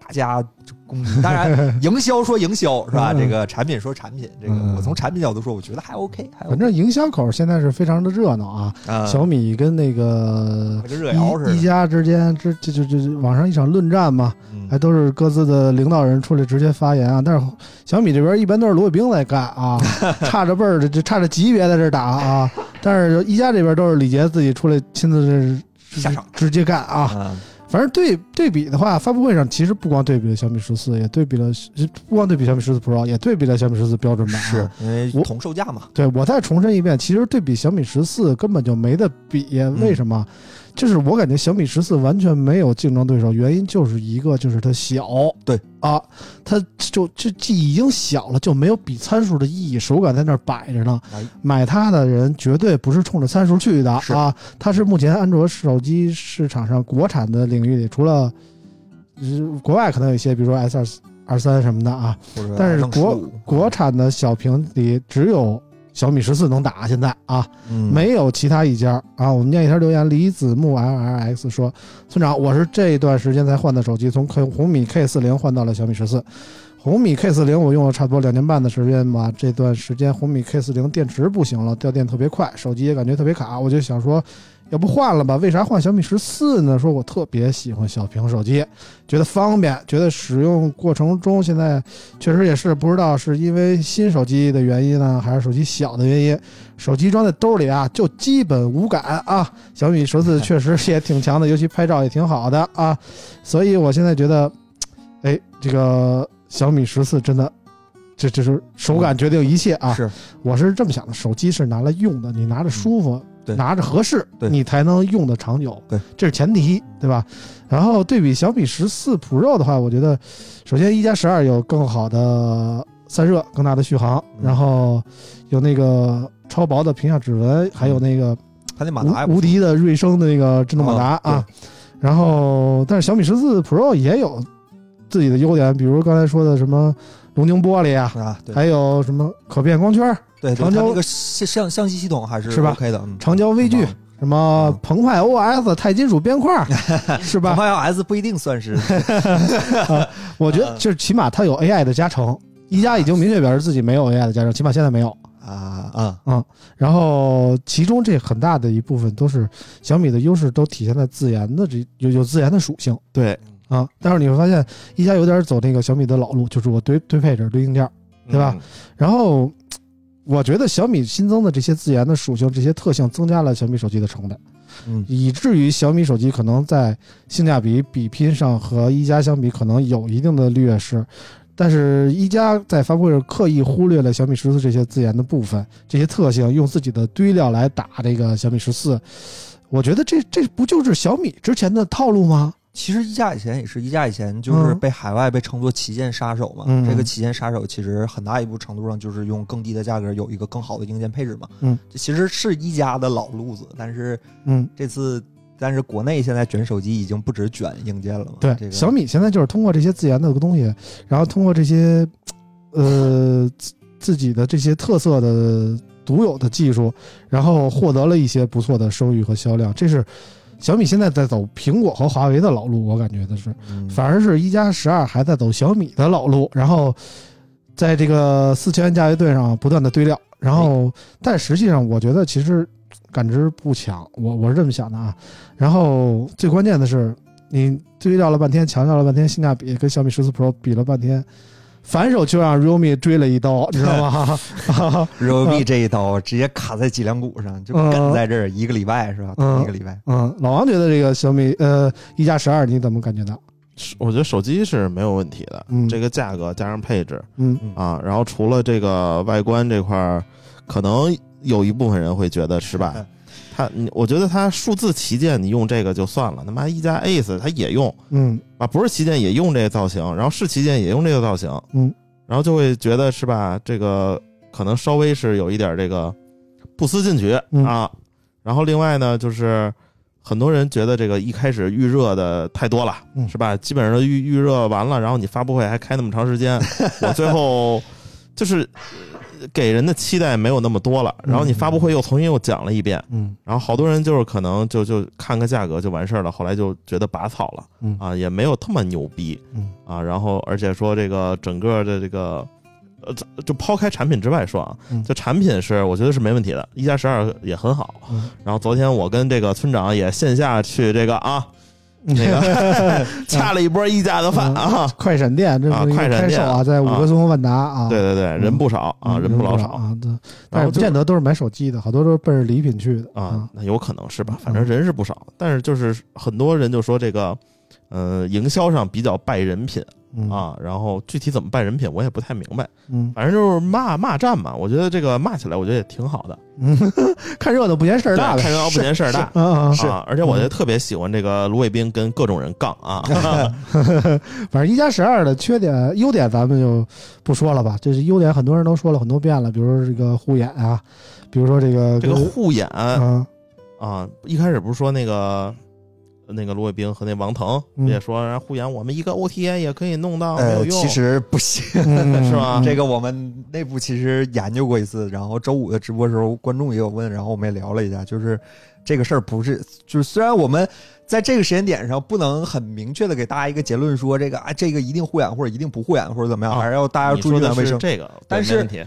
[SPEAKER 5] 大家就攻击。当然，营销说营销是吧？
[SPEAKER 3] 嗯
[SPEAKER 5] 这个产品说产品，这个
[SPEAKER 3] 嗯
[SPEAKER 5] 我从产品角度说，我觉得还 OK，还 OK
[SPEAKER 3] 反正营销口现在是非常的热闹啊。
[SPEAKER 5] 啊
[SPEAKER 3] 小米跟那个
[SPEAKER 5] 跟热窑似的，
[SPEAKER 3] 一一家之间，这这这这这网上一场论战嘛，
[SPEAKER 5] 嗯
[SPEAKER 3] 还都是各自的领导人出来直接发言啊。但是小米这边一般都是罗伟冰在干啊，差着辈儿的，就差着级别在这儿打啊。但是一加这边都是李杰自己出来亲自这
[SPEAKER 5] 下场
[SPEAKER 3] 直接干啊。
[SPEAKER 5] 啊，
[SPEAKER 3] 反正对对比的话，发布会上其实不光对比了小米十四，也对比了不光对比小米十四 Pro，也对比了小米十四标准版、啊。
[SPEAKER 5] 是因为
[SPEAKER 3] 我
[SPEAKER 5] 同售价嘛，
[SPEAKER 3] 对我再重申一遍，其实对比小米十四根本就没得比，
[SPEAKER 5] 嗯
[SPEAKER 3] 为什么？就是我感觉小米十四完全没有竞争对手，原因就是一个就是它小，
[SPEAKER 5] 对
[SPEAKER 3] 啊，它就就既已经小了，就没有比参数的意义，手感在那儿摆着呢
[SPEAKER 5] 哎。
[SPEAKER 3] 买它的人绝对不是冲着参数去的
[SPEAKER 5] 是
[SPEAKER 3] 啊，它是目前安卓手机市场上国产的领域里，除了、呃国外可能有一些，比如说 S 二二三什么的啊，
[SPEAKER 5] 或者
[SPEAKER 3] 但是
[SPEAKER 5] iPhone 15
[SPEAKER 3] 国产的小屏里只有小米十四能打，现在啊，
[SPEAKER 5] 嗯
[SPEAKER 3] 没有其他一家啊。我们念一条留言，李子木 L R X 说：“村长，我是这段时间才换的手机，从 K 红米 K 四零换到了小米十四。红米 K 四零我用了差不多两年半的时间吧，这段时间红米 K 四零电池不行了，掉电特别快，手机也感觉特别卡，我就想说。”要不换了吧？为啥换小米十四呢？说我特别喜欢小屏手机，觉得方便，觉得使用过程中现在确实也是不知道是因为新手机的原因呢，还是手机小的原因。手机装在兜里啊，就基本无感啊。小米十四确实也挺强的，尤其拍照也挺好的啊。所以我现在觉得，哎，这个小米十四真的，这这是手感决定一切啊。
[SPEAKER 5] 是
[SPEAKER 3] 我是这么想的，手机是拿来用的，你拿着舒服，
[SPEAKER 5] 对
[SPEAKER 3] 拿着合适，
[SPEAKER 5] 对
[SPEAKER 3] 你才能用得长久，
[SPEAKER 5] 对，
[SPEAKER 3] 这是前提，对吧？然后对比小米十四 Pro 的话，我觉得首先一加十二有更好的散热、更大的续航，
[SPEAKER 5] 嗯
[SPEAKER 3] 然后有那个超薄的屏下指纹，还有那个
[SPEAKER 5] 他嗯那马达也
[SPEAKER 3] 无
[SPEAKER 5] 不
[SPEAKER 3] 无敌的瑞声的那个智能马达
[SPEAKER 5] 啊
[SPEAKER 3] 啊。然后，但是小米十四 Pro 也有自己的优点，比如刚才说的什么龙晶玻璃啊，
[SPEAKER 5] 啊，对
[SPEAKER 3] 还有什么可变光圈儿。
[SPEAKER 5] 对，对
[SPEAKER 3] 长
[SPEAKER 5] 它
[SPEAKER 3] 焦
[SPEAKER 5] 那个相相相机系统还是
[SPEAKER 3] 是吧
[SPEAKER 5] OK 的，嗯
[SPEAKER 3] 长焦微距什
[SPEAKER 5] 很棒
[SPEAKER 3] 么
[SPEAKER 5] 嗯
[SPEAKER 3] 澎湃 OS 钛金属边块儿， 是吧？
[SPEAKER 5] 澎湃 OS 嗯不一定 算是
[SPEAKER 3] 我觉
[SPEAKER 5] 嗯
[SPEAKER 3] 得就是起码它有 AI 的加成，一加已经明确表示自己没有 AI 的加成，起码现在没有。
[SPEAKER 5] 啊啊，
[SPEAKER 3] 然后其中这很大的一部分都是小米的优势，都体现在自研的这有有自研的属性
[SPEAKER 4] 对，
[SPEAKER 3] 啊。但是你会发现，一加有点走那个小米的老路，就是我堆堆配置、堆硬件儿。对吧
[SPEAKER 4] 嗯？
[SPEAKER 3] 然后我觉得小米新增的这些自研的属性、这些特性，增加了小米手机的成本。
[SPEAKER 5] 嗯
[SPEAKER 3] 以至于小米手机可能在性价比比拼上和一加相比，可能有一定的劣势。但是，一加在发布会上刻意忽略了小米十四这些自研的部分、这些特性，用自己的堆料来打这个小米十四。我觉得这这不就是小米之前的套路吗？
[SPEAKER 5] 其实一加以前也是一加以前就是
[SPEAKER 3] 嗯
[SPEAKER 5] 被海外被称作旗舰杀手嘛，
[SPEAKER 3] 嗯
[SPEAKER 5] 这个旗舰杀手其实很大一部程度上就是用更低的价格有一个更好的硬件配置嘛，
[SPEAKER 3] 嗯，
[SPEAKER 5] 这其实是一加的老路子，但是
[SPEAKER 3] 嗯，
[SPEAKER 5] 这次但是国内现在卷手机已经不止卷硬件了嘛，
[SPEAKER 3] 对，
[SPEAKER 5] 这个
[SPEAKER 3] 小米现在就是通过这些自研的东西，然后通过这些呃自自己的这些特色的独有的技术，然后获得了一些不错的收益和销量。这是小米现在在走苹果和华为的老路，我感觉的是，
[SPEAKER 5] 嗯
[SPEAKER 3] 反而是一加十二还在走小米的老路，然后在这个四千元价位段上不断的堆料，然后但实际上我觉得其实感知不强，我我是这么想的啊。然后最关键的是，你堆料了半天，强调了半天性价比，跟小米十四 Pro 比了半天，反手就让 Rumi 追了一刀，你知道吗？
[SPEAKER 5] 肉币这一刀直接卡在脊梁骨上，就
[SPEAKER 3] 呃嗯
[SPEAKER 5] 梗在这儿一个礼拜是吧？
[SPEAKER 3] 嗯
[SPEAKER 5] 一个礼拜。
[SPEAKER 3] 嗯，老王觉得这个小米呃一加十二你怎么感觉到？
[SPEAKER 4] 我觉得手机是没有问题的，
[SPEAKER 3] 嗯
[SPEAKER 4] 这个价格加上配置
[SPEAKER 3] 嗯
[SPEAKER 4] 啊，然后除了这个外观这块儿，可能有一部分人会觉得失败。
[SPEAKER 3] 嗯
[SPEAKER 4] 它，你我觉得它数字旗舰你用这个就算了，他妈一加 Ace 它也用
[SPEAKER 3] 嗯
[SPEAKER 4] 啊，不是旗舰也用这个造型，然后是旗舰也用这个造型，
[SPEAKER 3] 嗯，
[SPEAKER 4] 然后就会觉得是吧？这个可能稍微是有一点这个不思进取、
[SPEAKER 3] 嗯
[SPEAKER 4] 啊。然后另外呢，就是很多人觉得这个一开始预热的太多了，
[SPEAKER 3] 嗯
[SPEAKER 4] 是吧？基本上都预预热完了，然后你发布会还开那么长 时间，我最后就是呃给人的期待没有那么多了。然后你发布会又重新又讲了一遍，
[SPEAKER 3] 嗯
[SPEAKER 4] 然后好多人就是可能就就看个价格就完事儿了，后来就觉得拔草了，
[SPEAKER 3] 嗯
[SPEAKER 4] 啊，也没有这么牛逼，
[SPEAKER 3] 嗯
[SPEAKER 4] 啊，然后而且说这个整个的这个，呃，这就抛开产品之外说啊
[SPEAKER 3] 嗯，
[SPEAKER 4] 就产品是我觉得是没问题的，一加十二也很好。
[SPEAKER 3] 嗯
[SPEAKER 4] 然后昨天我跟这个村长也线下去这个 啊，那个 恰了一波一加的
[SPEAKER 3] 嗯
[SPEAKER 4] 饭啊，
[SPEAKER 3] 快闪店这
[SPEAKER 4] 啊
[SPEAKER 3] 不是一
[SPEAKER 4] 快
[SPEAKER 3] 个
[SPEAKER 4] 闪
[SPEAKER 3] 开
[SPEAKER 4] 店
[SPEAKER 3] 手啊，在五
[SPEAKER 4] 啊
[SPEAKER 3] 个松风万达啊，
[SPEAKER 4] 对对对，人不少啊，
[SPEAKER 3] 嗯
[SPEAKER 4] 人不老
[SPEAKER 3] 少
[SPEAKER 4] 少，
[SPEAKER 3] 啊，对但
[SPEAKER 4] 然
[SPEAKER 3] 是
[SPEAKER 4] 后
[SPEAKER 3] 不
[SPEAKER 4] 就
[SPEAKER 3] 见得都是买手机的，好多都是奔着礼品去的
[SPEAKER 4] 啊，，那有可能是吧，
[SPEAKER 3] 嗯
[SPEAKER 4] 反正人是不少，但是就是很多人就说这个，呃，营销上比较败人品
[SPEAKER 3] 嗯，
[SPEAKER 4] 啊，然后具体怎么败人品我也不太明白，
[SPEAKER 3] 嗯
[SPEAKER 4] 反正就是骂骂战嘛，我觉得这个骂起来我觉得也挺好的，
[SPEAKER 3] 嗯，看热闹不嫌事儿
[SPEAKER 4] 对
[SPEAKER 3] 大呗，
[SPEAKER 4] 看热闹不嫌事儿大。
[SPEAKER 3] 啊啊，啊
[SPEAKER 4] 啊，而且我就特别喜欢这个卢伟冰跟各种人杠啊，
[SPEAKER 3] 反正一加十二的缺点、优点咱们就不说了吧，这是优点，很多人都说了很多遍了，比如说这个护眼啊，比如说这个
[SPEAKER 4] 这个护眼啊，
[SPEAKER 3] 嗯
[SPEAKER 4] 一开始不是说那个那个卢伟冰和那王腾
[SPEAKER 3] 嗯
[SPEAKER 4] 也说，啊然后护眼我们一个 OTA 也可以弄到没有
[SPEAKER 5] 呃，
[SPEAKER 4] 用，
[SPEAKER 5] 其实不行，
[SPEAKER 3] 嗯
[SPEAKER 4] 是吧
[SPEAKER 5] 这个我们内部其实研究过一次，然后周五的直播时候，观众也有问，然后我们也聊了一下，就是这个事儿不是，就是虽然我们在这个时间点上不能很明确的给大家一个结论说这个啊这个一定护眼或者一定不护眼或者怎么样，
[SPEAKER 4] 啊
[SPEAKER 5] 还是要大家
[SPEAKER 4] 你
[SPEAKER 5] 注
[SPEAKER 4] 说
[SPEAKER 5] 意
[SPEAKER 4] 的
[SPEAKER 5] 卫
[SPEAKER 4] 是
[SPEAKER 5] 生。
[SPEAKER 4] 这个，
[SPEAKER 5] 但
[SPEAKER 4] 对
[SPEAKER 5] 是
[SPEAKER 4] 没问题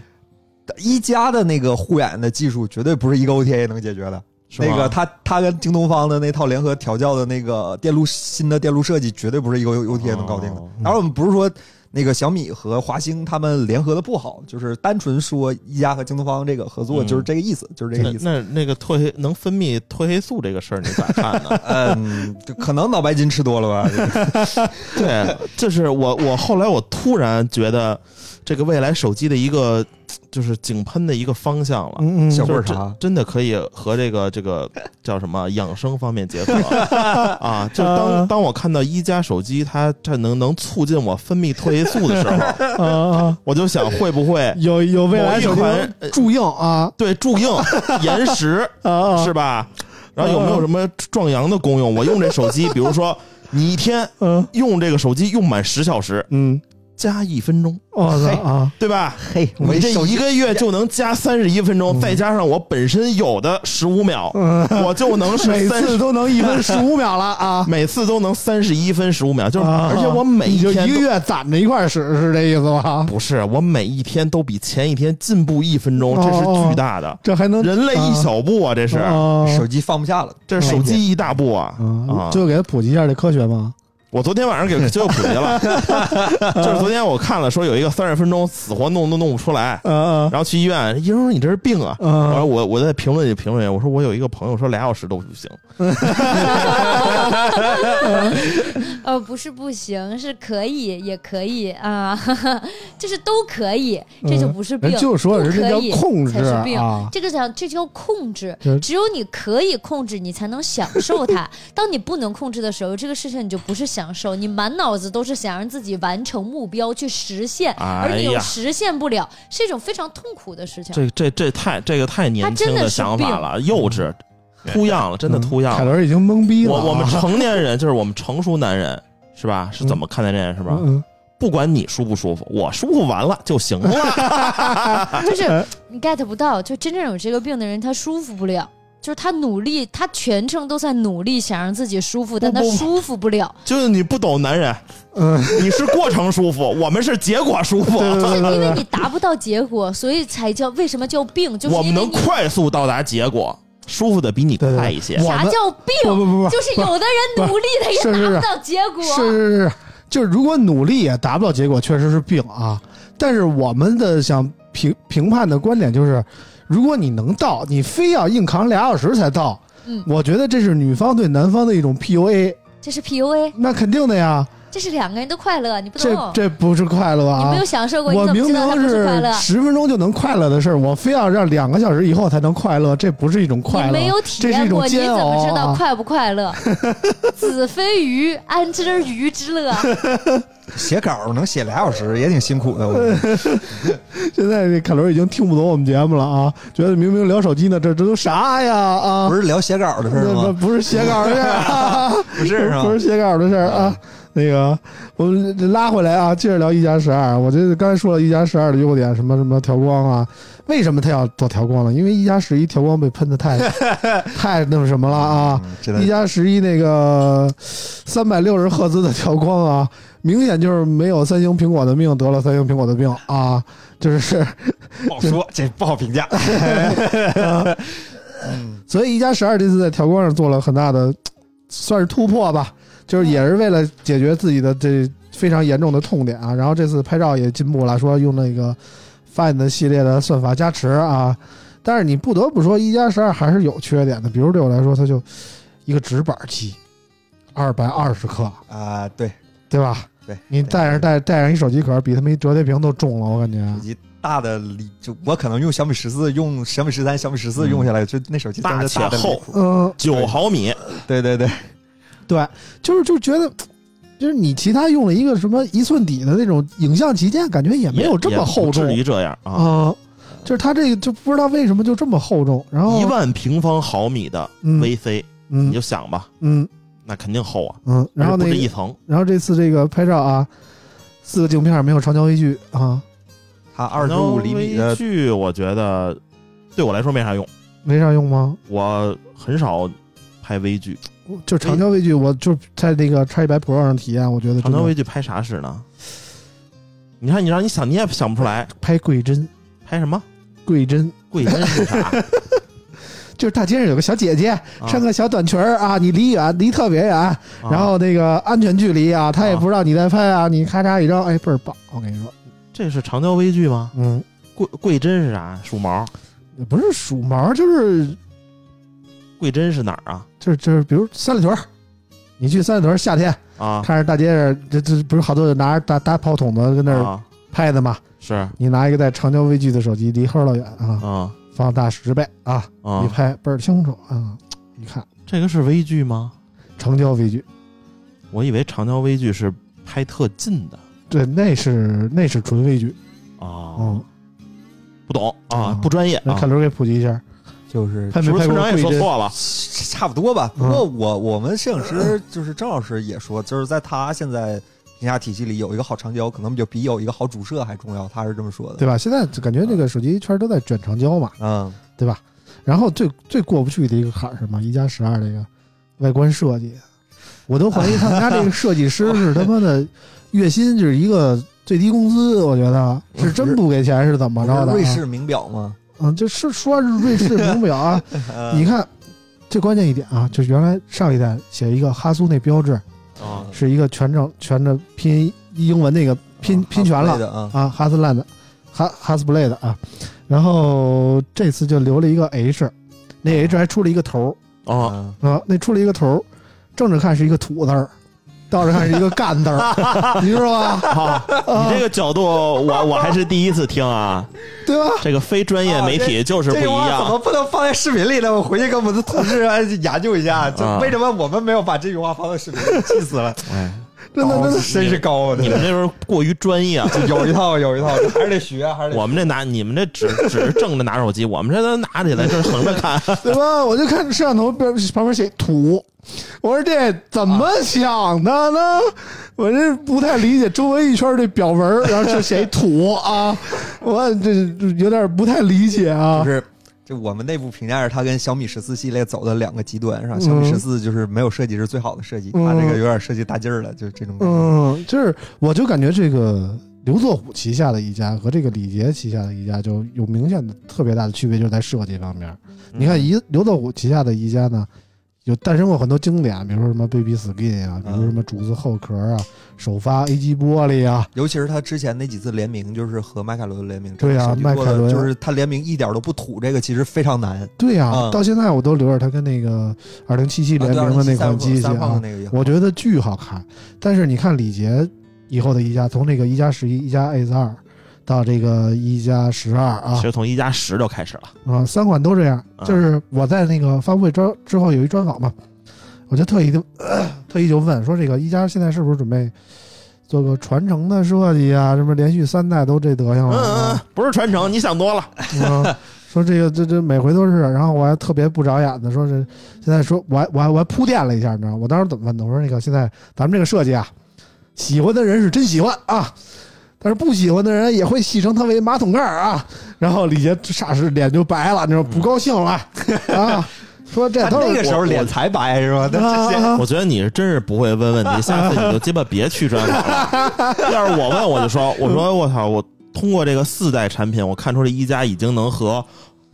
[SPEAKER 5] 一加的那个护眼的技术绝对不是一个 OTA 能解决的。
[SPEAKER 4] 是
[SPEAKER 5] 那
[SPEAKER 4] 吗
[SPEAKER 5] 个他他跟京东方的那套联合调教的那个电路新的电路设计，绝对不是一个 O OTA 能搞定的。
[SPEAKER 4] 哦
[SPEAKER 5] 当然，我们不是说那个小米和华星他们联合的不好，就是单纯说一加和京东方这个合作，
[SPEAKER 4] 嗯
[SPEAKER 5] 就是这个意思，就是这个
[SPEAKER 4] 那
[SPEAKER 5] 意思。？
[SPEAKER 4] 那那个褪黑能分泌褪黑素这个事儿，你咋看呢
[SPEAKER 5] 嗯，就可能脑白金吃多了吧。
[SPEAKER 4] 对，这是我我后来我突然觉得这个未来手机的一个就是井喷的一个方向了。
[SPEAKER 3] 嗯嗯，
[SPEAKER 5] 小
[SPEAKER 4] 就
[SPEAKER 5] 棍
[SPEAKER 4] 是
[SPEAKER 5] 儿茶
[SPEAKER 4] 真真的可以和这个这个叫什么养生方面 结合啊！就当当我看到一加手机它这能能促进我分泌褪黑素的时候，
[SPEAKER 3] 啊啊，
[SPEAKER 4] 我就想会不 会
[SPEAKER 3] 有有未来手
[SPEAKER 4] 某一款
[SPEAKER 3] 机注硬啊
[SPEAKER 4] 对注硬延时
[SPEAKER 3] 啊啊，
[SPEAKER 4] 是吧？然后有没有什么壮阳的功用？我用这手机，比如说你一天
[SPEAKER 3] 嗯
[SPEAKER 4] 用这个手机用满十小时，
[SPEAKER 3] 嗯，
[SPEAKER 4] 加一分钟，
[SPEAKER 3] 我操啊，
[SPEAKER 4] 对吧？
[SPEAKER 5] 嘿，我
[SPEAKER 4] 你这
[SPEAKER 5] 手
[SPEAKER 4] 一
[SPEAKER 5] 机
[SPEAKER 4] 个月就能加三十一分钟，再加上我本身有的十五秒，
[SPEAKER 3] 嗯
[SPEAKER 4] 我就能 是
[SPEAKER 3] 每
[SPEAKER 4] 三。
[SPEAKER 3] 次都能一分十五秒了啊
[SPEAKER 4] 每次都能三十一分十五秒，就是、
[SPEAKER 3] 啊
[SPEAKER 4] 而且我每
[SPEAKER 3] 你
[SPEAKER 4] 一
[SPEAKER 3] 就
[SPEAKER 4] 天
[SPEAKER 3] 一
[SPEAKER 4] 都
[SPEAKER 3] 个月攒着一块儿使，是这意思吧？
[SPEAKER 4] 不是我每一天都比前一天进步一分钟，
[SPEAKER 3] 哦
[SPEAKER 4] 这
[SPEAKER 3] 哦
[SPEAKER 4] 是
[SPEAKER 3] 哦
[SPEAKER 4] 巨大的，
[SPEAKER 3] 这还能
[SPEAKER 4] 人类一小步啊，这是、
[SPEAKER 3] 啊
[SPEAKER 5] 手机放不下了，
[SPEAKER 4] 这是手机一大步啊
[SPEAKER 3] 啊，
[SPEAKER 4] 啊！
[SPEAKER 3] 就给他普及一下这科学嘛。
[SPEAKER 4] 我昨天晚 上给就普及了，就是昨天我看了说有一个三十分钟死活弄都弄不出来，
[SPEAKER 3] 嗯嗯
[SPEAKER 4] 然后去医院，医生说你这是病啊。然后
[SPEAKER 3] 嗯，
[SPEAKER 4] 我我在评论里评论，我说我有一个朋友说俩小时都不行，
[SPEAKER 2] 呃，不是不行，是可以，也可以啊， 就是都可以，这就不是病，
[SPEAKER 3] 人嗯就说
[SPEAKER 2] 不
[SPEAKER 3] 人家
[SPEAKER 2] 可
[SPEAKER 3] 叫
[SPEAKER 2] 以
[SPEAKER 3] 控制
[SPEAKER 2] 才是病。
[SPEAKER 3] 啊，
[SPEAKER 2] 这个叫这叫控制
[SPEAKER 3] 这，
[SPEAKER 2] 只有你可以控制，你才能享受它。当你不能控制的时候，这个事情你就不是享受，你满脑子都是想让自己完成目标去实现，而你
[SPEAKER 4] 哎
[SPEAKER 2] 又
[SPEAKER 4] 呀
[SPEAKER 2] 实现不了，是一种非常痛苦的事情。
[SPEAKER 4] 这这这太这个太年轻
[SPEAKER 2] 他真的是
[SPEAKER 4] 想法了，幼稚，
[SPEAKER 3] 嗯
[SPEAKER 4] 秃样了，真的秃样
[SPEAKER 3] 凯
[SPEAKER 4] 了。
[SPEAKER 3] 伦已经懵逼了啊。
[SPEAKER 4] 我我们成年人就是我们成熟男人是吧？是怎么看待这件事吧？
[SPEAKER 3] 嗯
[SPEAKER 4] 不管你舒不舒服，我舒服完了就行
[SPEAKER 3] 嗯
[SPEAKER 4] 了。
[SPEAKER 3] 哎
[SPEAKER 2] 就是你 get 不到，就真正有这个病的人，他舒服不了。就是他努力，他全程都在努力想让自己舒服，但他
[SPEAKER 4] 不不
[SPEAKER 2] 舒服不了。
[SPEAKER 4] 就是你不懂男人，
[SPEAKER 3] 嗯
[SPEAKER 4] 你是过程 舒服，我们是结果舒服。
[SPEAKER 3] 对
[SPEAKER 2] 就
[SPEAKER 3] 对
[SPEAKER 2] 是因为
[SPEAKER 3] 对
[SPEAKER 2] 你
[SPEAKER 3] 对，
[SPEAKER 2] 达不到结果，所以才叫为什么叫病？就是
[SPEAKER 4] 我们
[SPEAKER 2] 因为
[SPEAKER 4] 能
[SPEAKER 2] 你
[SPEAKER 4] 快速到达结果，舒服的比你
[SPEAKER 3] 对对
[SPEAKER 4] 快一些。
[SPEAKER 3] 我
[SPEAKER 2] 啥
[SPEAKER 3] 们
[SPEAKER 2] 叫病？
[SPEAKER 3] 不不不不
[SPEAKER 2] 就是有的
[SPEAKER 3] 不
[SPEAKER 2] 人努力他也
[SPEAKER 3] 是是
[SPEAKER 2] 达
[SPEAKER 3] 是
[SPEAKER 2] 不到结果。
[SPEAKER 3] 是是是，就是如果努力也达不到结果，确实是病啊。但是我们的想评评判的观点就是，如果你能到，你非要硬扛俩小时才到，
[SPEAKER 2] 嗯，
[SPEAKER 3] 我觉得这是女方对男方的一种 PUA，
[SPEAKER 2] 这是 PUA，
[SPEAKER 3] 那肯定的呀，
[SPEAKER 2] 这是两个人的快乐，你不
[SPEAKER 3] 这
[SPEAKER 2] 懂。
[SPEAKER 3] 这不是快乐
[SPEAKER 2] 你
[SPEAKER 3] 啊
[SPEAKER 2] 没有。享受过，
[SPEAKER 3] 我
[SPEAKER 2] 你怎
[SPEAKER 3] 明
[SPEAKER 2] 么知道它
[SPEAKER 3] 明
[SPEAKER 2] 不
[SPEAKER 3] 是
[SPEAKER 2] 是快乐？
[SPEAKER 3] 十分钟就能快乐的事儿，我非要让两个小时以后才能快乐，这不是一种快乐，
[SPEAKER 2] 你没有体
[SPEAKER 3] 这是一
[SPEAKER 2] 验
[SPEAKER 3] 种
[SPEAKER 2] 过，你
[SPEAKER 3] 煎
[SPEAKER 2] 怎
[SPEAKER 3] 熬
[SPEAKER 2] 么知道
[SPEAKER 3] 啊！
[SPEAKER 2] 快不快 乐？子非鱼，安知鱼之乐？
[SPEAKER 5] 写稿能写俩小时也挺辛苦 的，我觉得
[SPEAKER 3] 现在这凯伦已经听不懂我们节目了啊，觉得明明聊手机呢，这这都啥呀啊！
[SPEAKER 5] 不是聊写稿的事儿
[SPEAKER 3] 那那
[SPEAKER 5] 吗？
[SPEAKER 3] 不是写稿的事儿啊，
[SPEAKER 5] 不是是吧
[SPEAKER 3] 不是写稿的事儿啊。那个，我们拉回来啊，接着聊一加十二。我这刚才说了一加十二的优点，什么什么调光啊，为什么它要做调光了？因为一加十一调光被喷的 太太那个什么了啊。
[SPEAKER 5] 嗯，真
[SPEAKER 3] 一
[SPEAKER 5] 的
[SPEAKER 3] 加十一那个三百六十赫兹的调光啊，明显就是没有三星苹果的命，得了三星苹果的病啊，就是
[SPEAKER 5] 不好说，这不好评价。
[SPEAKER 3] 所以一加十二这次在调光上做了很大的，算是突破吧，就是也是为了解决自己的这非常严重的痛点啊。然后这次拍照也进步了，说用那个 Find 系列的算法加持啊。但是你不得不说，一加十二还是有缺点的，比如对我来说，它就一个直板机，二百二十克，
[SPEAKER 5] 啊，对
[SPEAKER 3] 对吧？
[SPEAKER 5] 对，
[SPEAKER 3] 你带上带带上一手机壳，比他妈一折叠屏都重了，我感觉。
[SPEAKER 5] 手机大的离就我可能用小米十四、用小米十三、小米十四用下来，就那手机真
[SPEAKER 4] 大
[SPEAKER 5] 的
[SPEAKER 4] 且
[SPEAKER 5] 大的离
[SPEAKER 4] 厚
[SPEAKER 5] 谱。
[SPEAKER 3] 嗯，
[SPEAKER 4] 九毫米，
[SPEAKER 5] 对对对，
[SPEAKER 3] 对，就是就觉得，就是你其他用了一个什么一寸底的那种影像旗舰，感觉也没有这么厚
[SPEAKER 4] 也不至
[SPEAKER 3] 重
[SPEAKER 4] 于这样
[SPEAKER 3] 啊、
[SPEAKER 4] 啊。
[SPEAKER 3] 就是它这个就不知道为什么就这么厚重，然后
[SPEAKER 4] 一万平方毫米的
[SPEAKER 3] 哦嗯
[SPEAKER 4] VC，你
[SPEAKER 3] 嗯
[SPEAKER 4] 就想吧，
[SPEAKER 3] 嗯
[SPEAKER 4] 那肯定厚啊。
[SPEAKER 3] 嗯，然后
[SPEAKER 4] 而且
[SPEAKER 3] 那
[SPEAKER 4] 不是一
[SPEAKER 3] 个
[SPEAKER 4] 层，
[SPEAKER 3] 然后这次这个拍照啊，四个镜片没有长焦微距啊，
[SPEAKER 5] 它二十五厘米的
[SPEAKER 4] 剧，我觉得对我来说没啥用，
[SPEAKER 3] 没啥用吗？
[SPEAKER 4] 我很少拍微距。
[SPEAKER 3] 就长焦微距，我就在那个叉一百 Pro 上体验，我觉得
[SPEAKER 4] 哎长
[SPEAKER 3] 真
[SPEAKER 4] 焦微
[SPEAKER 3] 的
[SPEAKER 4] 距拍啥使呢？你看，你让你想，你也想不出来，
[SPEAKER 3] 拍贵真
[SPEAKER 4] 拍什 么
[SPEAKER 3] 贵真，
[SPEAKER 4] 贵真是啥？
[SPEAKER 3] 就是大街上有个小姐姐
[SPEAKER 4] 啊
[SPEAKER 3] 穿个小短裙儿啊，你离远离特别远。
[SPEAKER 4] 啊
[SPEAKER 3] 然后那个安全距离啊，他也
[SPEAKER 4] 啊
[SPEAKER 3] 不知道你在拍啊，你咔嚓一张，哎，倍儿棒！我跟你说，
[SPEAKER 4] 这是长焦微距吗？
[SPEAKER 3] 嗯，
[SPEAKER 4] 贵贵真是啥？竖毛？
[SPEAKER 3] 也不是数毛，就是
[SPEAKER 4] 贵真是哪儿啊？
[SPEAKER 3] 就是就是，比如三里屯儿，你去三里屯儿夏天，
[SPEAKER 4] 啊
[SPEAKER 3] 看着大街上，这这不是好多人拿着大大炮筒子跟那儿
[SPEAKER 4] 啊，
[SPEAKER 3] 拍的嘛？
[SPEAKER 4] 是啊
[SPEAKER 3] 你拿一个带长焦微距的手机，离后老远啊，
[SPEAKER 4] 啊
[SPEAKER 3] 放大十倍啊，你
[SPEAKER 4] 啊！
[SPEAKER 3] 拍倍儿清楚啊！你看
[SPEAKER 4] 这个是微距吗？
[SPEAKER 3] 长焦微距，
[SPEAKER 4] 我以为长焦微距是拍特近的
[SPEAKER 3] 对，那是那是纯微距，
[SPEAKER 4] 啊
[SPEAKER 3] 嗯，，
[SPEAKER 4] 不懂啊
[SPEAKER 3] 啊，
[SPEAKER 4] 不专业
[SPEAKER 3] 那
[SPEAKER 4] 啊。
[SPEAKER 3] 凯伦给普及一下，
[SPEAKER 5] 就是
[SPEAKER 3] 拍
[SPEAKER 4] 是
[SPEAKER 3] 没
[SPEAKER 4] 不是
[SPEAKER 3] 拍
[SPEAKER 4] 村
[SPEAKER 3] 过
[SPEAKER 4] 长也
[SPEAKER 3] 贵
[SPEAKER 4] 说
[SPEAKER 3] 真？
[SPEAKER 4] 错了？
[SPEAKER 5] 差不多
[SPEAKER 3] 嗯
[SPEAKER 5] 吧。不过我我们摄影师就是郑老师也说，就是在他现在评价体系里有一个好长焦，可能就比有一个好主摄还重要，他是这么说的。
[SPEAKER 3] 对吧？现在就感觉这个手机圈都在卷长焦嘛，
[SPEAKER 5] 嗯，
[SPEAKER 3] 对吧？然后最最过不去的一个坎儿是什么？一加十二这个外观设计，我都怀疑他们家这个设计师是他妈的月薪就是一个最低工资，我觉得是真不给钱是怎么着的、啊？
[SPEAKER 5] 瑞士名表吗？
[SPEAKER 3] 嗯，就是说是瑞士名表 啊，你看。最关键一点啊，就是原来上一代写一个哈苏那标志
[SPEAKER 4] 啊
[SPEAKER 5] 嗯
[SPEAKER 3] 是一个全整全的拼音英文哦那个拼拼全了，
[SPEAKER 5] 的啊，
[SPEAKER 3] 啊，哈斯烂的，哈哈斯布雷的啊，然后这次就留了一个 H，那 H 还出了一个头
[SPEAKER 4] 啊，
[SPEAKER 5] 嗯
[SPEAKER 3] 儿啊，那出了一个头儿，正着看是一个土字儿，倒着看是一个干字儿，你 知道吧？
[SPEAKER 4] 好，
[SPEAKER 3] 啊
[SPEAKER 4] 你这个角度我我还是第一次 听啊，
[SPEAKER 3] 对吧？
[SPEAKER 4] 这个非专
[SPEAKER 3] 啊
[SPEAKER 4] 业媒体就是不一
[SPEAKER 5] 这话怎么
[SPEAKER 4] 样。
[SPEAKER 5] 不能放在视频里呢？我回去跟我们的同事啊研究一下，这
[SPEAKER 4] 啊
[SPEAKER 5] 为什么我们没有把这句话放到 视频
[SPEAKER 3] 哦
[SPEAKER 5] 里？气死了，
[SPEAKER 4] 哎，
[SPEAKER 3] 真的真的，
[SPEAKER 5] 真是高
[SPEAKER 4] 你
[SPEAKER 5] 的，
[SPEAKER 4] 们这是过于 专业了。
[SPEAKER 5] 有一套有一套，还是得学，还是得
[SPEAKER 4] 我们这拿你们这只只是正着拿手机，我们这都拿起来这横着看，
[SPEAKER 3] 对吧？我就看摄像头边旁边写土，我说这怎么想的呢？我这不太理解周围一圈这表文儿，然后就写一土啊，我这这有点不太理解啊
[SPEAKER 5] 就。是就我们内部评价是它跟小米十四系列走的两个极端，是吧？
[SPEAKER 3] 嗯
[SPEAKER 5] 小米十四就是没有设计是最好的设计，
[SPEAKER 3] 嗯
[SPEAKER 5] 它这个有点设计大劲儿了，就是这种感觉。
[SPEAKER 3] 嗯，就是我就感觉这个刘作虎旗下的一家和这个李杰旗下的一家就有
[SPEAKER 5] 嗯
[SPEAKER 3] 明显的特别大的区别，就是在设计方面。你看一刘作虎旗下的一家呢，有诞生过很多经典，比如说什么 Baby Skin 啊，比如说什
[SPEAKER 5] 嗯
[SPEAKER 3] 么竹子后壳啊、首发 A G 玻璃啊，
[SPEAKER 5] 尤其是他之前那几次联名，就是和迈凯伦联名，
[SPEAKER 3] 对啊
[SPEAKER 5] 这个设计做的
[SPEAKER 3] 迈凯伦
[SPEAKER 5] 就是他联名一点都不土，这个其实非常难。
[SPEAKER 3] 对呀、
[SPEAKER 5] 嗯啊
[SPEAKER 3] 到现在我都留着它跟那个二零七七联名的那款机器
[SPEAKER 5] 三
[SPEAKER 3] 啊，
[SPEAKER 5] 那个也好
[SPEAKER 3] 我觉得巨好看。但是你看李杰以后的一加，从这个一加十一、一加 S 二到这个一加十二啊
[SPEAKER 4] 其实从一加十就开始了，
[SPEAKER 3] 啊，三款都这样。
[SPEAKER 4] 啊
[SPEAKER 3] 就是我在那个发布会专之后有一专访嘛，我就特意就、呃特意就问说，这个一加现在是不是准备做个传承的设计啊？什么连续三代都这德行
[SPEAKER 4] 嗯
[SPEAKER 3] 了、
[SPEAKER 4] 嗯，嗯
[SPEAKER 3] 啊？
[SPEAKER 4] 不是传承，你想多了。
[SPEAKER 3] 啊，说这个这这每回都是，然后我还特别不长眼的说是现在说我还我还我还铺垫了一下，你知道吗？我当时怎么问的？我说那个现在咱们这个设计啊，喜欢的人是真喜欢啊，但是不喜欢的人也会戏称它为马桶盖儿啊。然后李杰霎时脸就白了，你知道吗不高兴了 啊，说这
[SPEAKER 5] 他
[SPEAKER 3] 都是
[SPEAKER 5] 嗯那个时候脸才白是吧？他这些
[SPEAKER 3] 啊
[SPEAKER 4] 我觉得你是真是不会问问题，下次你就鸡巴别去专访 了。要是我问，我就说，我说我操，我通过这个四代产品，我看出这一加已经能和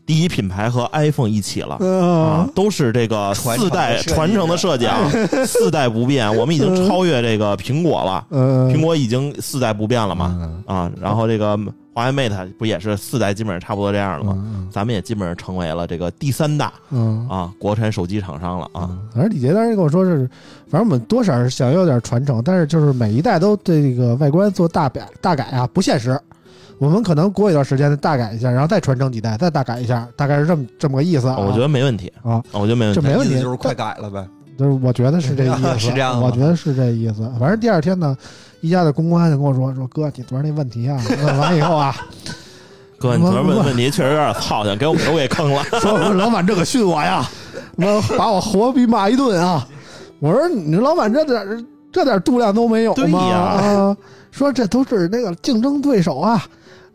[SPEAKER 4] 第一品牌和 iPhone 一起了。啊
[SPEAKER 3] 嗯，，
[SPEAKER 4] 都是这个
[SPEAKER 5] 传承的
[SPEAKER 4] 四代
[SPEAKER 5] 设计
[SPEAKER 4] 传承的设计啊， 四代不变，我们已经超越这个苹果了，
[SPEAKER 3] 呃，
[SPEAKER 4] 苹果已经四代不变了嘛，
[SPEAKER 3] 嗯
[SPEAKER 4] 啊，然后这个华为 Mate 不也是四代基本上差不多这样了吗？
[SPEAKER 3] 嗯
[SPEAKER 4] 咱们也基本上成为了这个第三大
[SPEAKER 3] 嗯
[SPEAKER 4] 啊国产手机厂商了啊，
[SPEAKER 3] 反正李杰当时跟我说是，反正我们多少是想要点传承，但是就是每一代都对这个外观做大改大改啊，不现实。我们可能过一段时间再大改一下，然后再传承几代，再大改一下，大概是这么这么个意思啊。
[SPEAKER 4] 哦我觉得没问题
[SPEAKER 3] 啊，
[SPEAKER 4] 我觉得没问
[SPEAKER 3] 这
[SPEAKER 4] 题。
[SPEAKER 3] 没问
[SPEAKER 5] 意
[SPEAKER 3] 题
[SPEAKER 5] 思，就是快改了呗。
[SPEAKER 3] 就是我觉得是这意思，
[SPEAKER 5] 是这样吗
[SPEAKER 3] 我觉得是这意思。反正第二天呢，一家的公关就跟我说说哥，你昨儿那问题啊，问完以后啊，
[SPEAKER 4] 哥，你昨儿问问题确实有点操心，给我们都给 坑了。
[SPEAKER 3] 说老板这可训我呀，我把我活逼骂一顿啊！我说你老板这点儿这点儿度量都没有
[SPEAKER 4] 对呀
[SPEAKER 3] 吗？啊，说这都是那个竞争对手啊，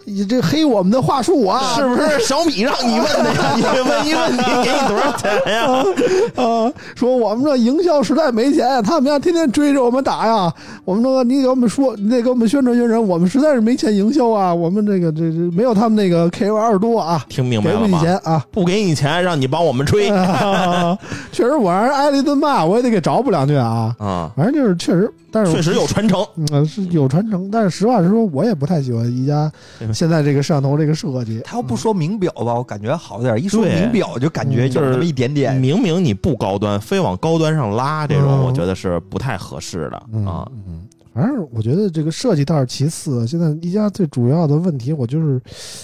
[SPEAKER 3] 你这黑我们的话术啊，
[SPEAKER 4] 是不是小米让你问的呀？你问一问题给你多少钱呀？
[SPEAKER 3] 啊，说我们这营销实在没钱，他们家天天追着我们打呀。我们这个你给我们说，你得给我们宣传宣传，我们实在是没钱营销啊，我们这个这这没有他们那个 KOL 多啊，
[SPEAKER 4] 听明白
[SPEAKER 3] 给
[SPEAKER 4] 了
[SPEAKER 3] 不起
[SPEAKER 4] 吗？
[SPEAKER 3] 钱啊。
[SPEAKER 4] 不给你钱，让你帮我们吹
[SPEAKER 3] 啊 确实，我让人挨了一顿骂，我也得给找补两句啊。
[SPEAKER 4] 啊！
[SPEAKER 3] 反正就是确实，但是
[SPEAKER 4] 确实有传 承，
[SPEAKER 3] 嗯是有传承，但是实话实说，我也不太喜欢宜家现在这个摄像头这个设计。
[SPEAKER 5] 他要不说名表吧，我感觉好点儿；一说
[SPEAKER 4] 对
[SPEAKER 5] 名表，就感觉有那么一点点。
[SPEAKER 4] 明明你不高端，非往高端上拉，这种
[SPEAKER 3] 嗯
[SPEAKER 4] 我觉得是不太合适的
[SPEAKER 3] 嗯
[SPEAKER 4] 啊。
[SPEAKER 3] 嗯，反正我觉得这个设计倒是其次，现在宜家最主要的问题，我就是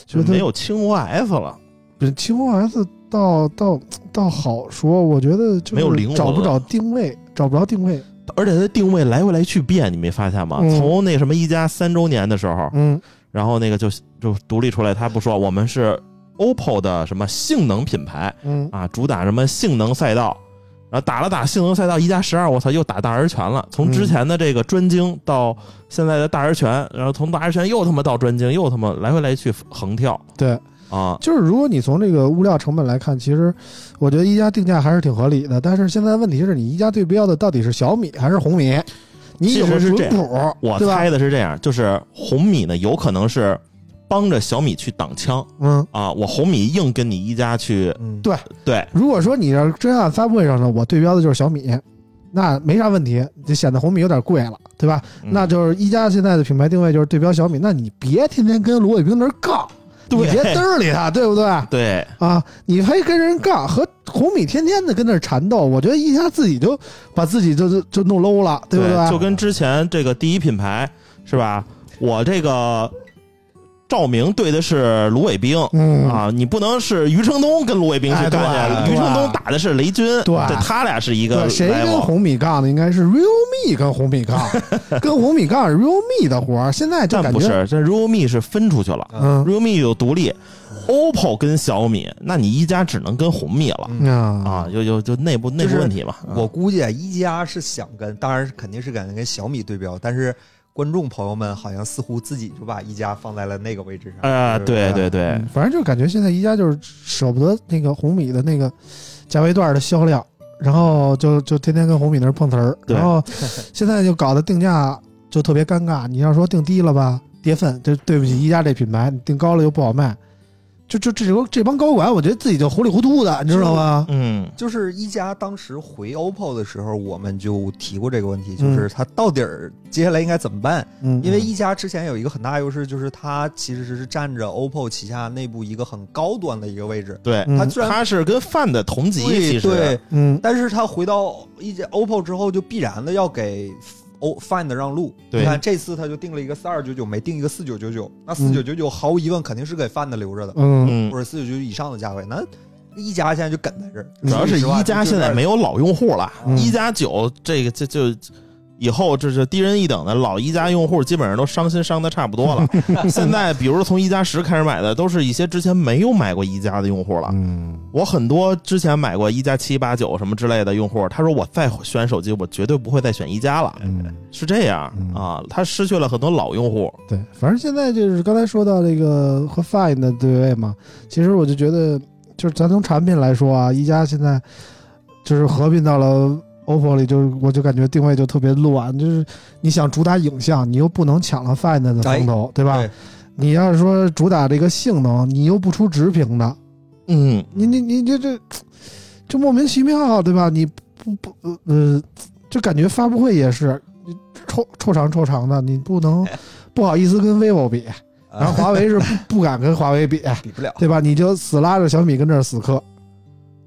[SPEAKER 3] 觉
[SPEAKER 4] 就没
[SPEAKER 3] 得
[SPEAKER 4] 有轻 OS 了，
[SPEAKER 3] 比青红 S 倒倒倒好说，我觉得就
[SPEAKER 4] 没有灵
[SPEAKER 3] 是
[SPEAKER 4] 魂
[SPEAKER 3] 找不
[SPEAKER 4] 了啊
[SPEAKER 3] 着定位，找不着定位。
[SPEAKER 4] 而且它定位来回来去变，你没发现吗？
[SPEAKER 3] 嗯
[SPEAKER 4] 从那什么一加三周年的时候，
[SPEAKER 3] 嗯
[SPEAKER 4] 然后那个就就独立出来，他不说我们是 OPPO 的什么性能品牌
[SPEAKER 3] 嗯
[SPEAKER 4] 啊，主打什么性能赛道。然后打了打性能赛道一加十二，我操，又打大而全了。从
[SPEAKER 3] 嗯
[SPEAKER 4] 之前的这个专精到现在的大而全，然后从大而全又他妈到专精，又他妈来回来去横跳
[SPEAKER 3] 对，
[SPEAKER 4] 啊。
[SPEAKER 3] 就是如果你从这个物料成本来看，其实我觉得宜家定价还是挺合理的。但是现在问题是你宜家对标的到底是小米还是红米？你有个
[SPEAKER 4] 其实
[SPEAKER 3] 准
[SPEAKER 4] 是这样
[SPEAKER 3] 谱，
[SPEAKER 4] 我
[SPEAKER 3] 对吧？
[SPEAKER 4] 猜的是这样，就是红米呢，有可能是帮着小米去挡枪
[SPEAKER 3] 嗯，
[SPEAKER 4] 啊，我红米硬跟你一加去
[SPEAKER 5] 嗯，
[SPEAKER 3] 对
[SPEAKER 4] 对，
[SPEAKER 3] 如果说你要真按发布会上呢，我对标的就是小米，那没啥问题，就显得红米有点贵了，对吧？
[SPEAKER 4] 嗯
[SPEAKER 3] 那就是一加现在的品牌定位就是对标小米，那你别天天跟罗伟冰那儿杠，你
[SPEAKER 4] 对
[SPEAKER 3] 别嘚儿理他，对不对？
[SPEAKER 4] 对，
[SPEAKER 3] 啊，你非跟人杠，和红米天天的跟那儿缠斗，我觉得一加自己就把自己就就就弄 low 了，对不对？
[SPEAKER 4] 就跟之前这个第一品牌是吧？我这个照明对的是芦苇兵。
[SPEAKER 3] 嗯
[SPEAKER 4] 啊，你不能是余承东跟芦苇兵去
[SPEAKER 3] 哎对
[SPEAKER 4] 干去，
[SPEAKER 3] 对
[SPEAKER 4] 余承东打的是雷军，
[SPEAKER 3] 对
[SPEAKER 4] 这他俩是一个
[SPEAKER 3] 对，谁
[SPEAKER 4] level
[SPEAKER 3] 跟红米杠的应该是 realme 跟红米杠， 跟红米杠是 realme 的活儿，现在就
[SPEAKER 4] 但
[SPEAKER 3] 感
[SPEAKER 4] 不
[SPEAKER 3] 觉
[SPEAKER 4] 是，这 realme 是分出去了
[SPEAKER 3] 嗯
[SPEAKER 4] ，realme 有独立，OPPO 跟小米，那你一加只能跟红米了。
[SPEAKER 3] 嗯啊
[SPEAKER 4] 啊，就就就内部内
[SPEAKER 5] 就
[SPEAKER 4] 部
[SPEAKER 5] 是
[SPEAKER 4] 问题嘛。啊
[SPEAKER 5] 我估计啊一加是想跟，当然肯定是敢跟小米对标，但是观众朋友们好像似乎自己就把一加放在了那个位置上
[SPEAKER 4] 啊，对
[SPEAKER 5] 对，
[SPEAKER 4] 对对
[SPEAKER 3] 嗯，反正就感觉现在宜家就是舍不得那个红米的那个价位段的销量，然后就就天天跟红米那儿碰瓷儿，
[SPEAKER 4] 对
[SPEAKER 3] 然 后现在就搞得定价就特别尴尬。你要说定低了吧，跌份，这对不起宜家这品牌；你定高了又不好卖。就就这帮这帮高管，我觉得自己就糊里糊涂的，你知道吧？
[SPEAKER 4] 嗯，
[SPEAKER 5] 就是一加当时回 OPPO 的时候，我们就提过这个问题，就
[SPEAKER 3] 嗯
[SPEAKER 5] 是它到底儿接下来应该怎么办？
[SPEAKER 3] 嗯，
[SPEAKER 5] 因为一加之前有一个很大优势，就是它其实是占着 OPPO 旗下内部一个很高端的一个位置。
[SPEAKER 4] 对，
[SPEAKER 3] 嗯
[SPEAKER 5] 它虽然
[SPEAKER 4] 他是跟范的同级，其
[SPEAKER 5] 对
[SPEAKER 4] 实
[SPEAKER 5] 对，
[SPEAKER 3] 嗯
[SPEAKER 5] 但是它回到一加 OPPO 之后，就必然的要给 O Find 让路。
[SPEAKER 4] 对
[SPEAKER 5] 你看这次它就定了一个四二九九，没定一个四九九九。那四九九九毫无疑问肯定是给 Find 留着的，
[SPEAKER 3] 嗯
[SPEAKER 4] 嗯
[SPEAKER 5] 或，者四九九以上的价位。那一加现在就梗在这儿，
[SPEAKER 4] 主要是
[SPEAKER 5] 说实
[SPEAKER 4] 一
[SPEAKER 5] 话
[SPEAKER 4] 加
[SPEAKER 5] 就
[SPEAKER 4] 现在没有老用户了，
[SPEAKER 3] 嗯
[SPEAKER 4] 一加九这个这就以后这是低人一等的老一加用户，基本上都伤心伤的差不多了。现在比如说从一加十开始买的，都是一些之前没有买过一加的用户了。
[SPEAKER 3] 嗯，
[SPEAKER 4] 我很多之前买过一加七八九什么之类的用户，他说我再选手机，我绝对不会再选一加了，是这样
[SPEAKER 3] 嗯
[SPEAKER 4] 啊，他失去了很多老用户，
[SPEAKER 3] 对，反正现在就是刚才说到这个和 Find 的对位嘛，其实我就觉得，就是咱从产品来说啊，一加现在就是合并到了 OPPO 里，就是我就感觉定位就特别乱，就是你想主打影像，你又不能抢了 Find 的风头，对吧？
[SPEAKER 5] 对
[SPEAKER 3] 你要是说主打这个性能，你又不出直屏的，
[SPEAKER 4] 嗯，
[SPEAKER 3] 你你你这这这莫名其妙，啊对吧？你不不呃呃，就感觉发布会也是你臭臭长臭长的，你不能
[SPEAKER 4] 哎
[SPEAKER 3] 不好意思跟 vivo 比，然后
[SPEAKER 5] 啊
[SPEAKER 3] 华为是不 不敢跟华为比，
[SPEAKER 4] 啊
[SPEAKER 5] 比不了。
[SPEAKER 3] 对吧？你就死拉着小米跟这儿死磕，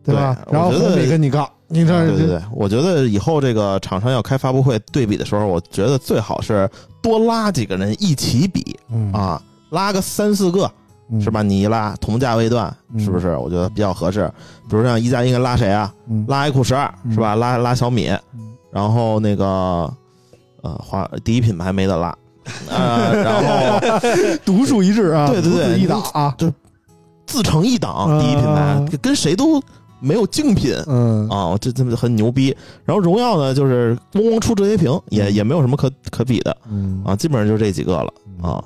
[SPEAKER 3] 对吧？
[SPEAKER 4] 对
[SPEAKER 3] 然后
[SPEAKER 4] 我觉得
[SPEAKER 3] 红米跟你杠，你这、
[SPEAKER 4] 对对对，我觉得以后这个厂商要开发布会对比的时候，我觉得最好是多拉几个人一起比
[SPEAKER 3] 嗯、
[SPEAKER 4] 啊，拉个三四个
[SPEAKER 3] 嗯
[SPEAKER 4] 是吧？？你一拉同价位段
[SPEAKER 3] 嗯
[SPEAKER 4] 是不是？我觉得比较合适。比如像一加应该拉谁啊？
[SPEAKER 3] 嗯，
[SPEAKER 4] 拉 iQOO 十二
[SPEAKER 3] 嗯
[SPEAKER 4] 是吧？拉拉小米，
[SPEAKER 3] 嗯
[SPEAKER 4] 然后那个呃华第一品牌没得拉，呃， 然后
[SPEAKER 3] 独树一帜啊，
[SPEAKER 4] 对对对
[SPEAKER 3] 独自一档啊，
[SPEAKER 4] 自成一档，
[SPEAKER 3] 啊
[SPEAKER 4] 第一品牌跟谁都没有竞品。
[SPEAKER 3] 嗯
[SPEAKER 4] 啊，这这很牛逼。然后荣耀呢，就是咣咣出折叠屏，也也没有什么可可比的
[SPEAKER 3] 嗯
[SPEAKER 4] 啊，基本上就这几个了啊。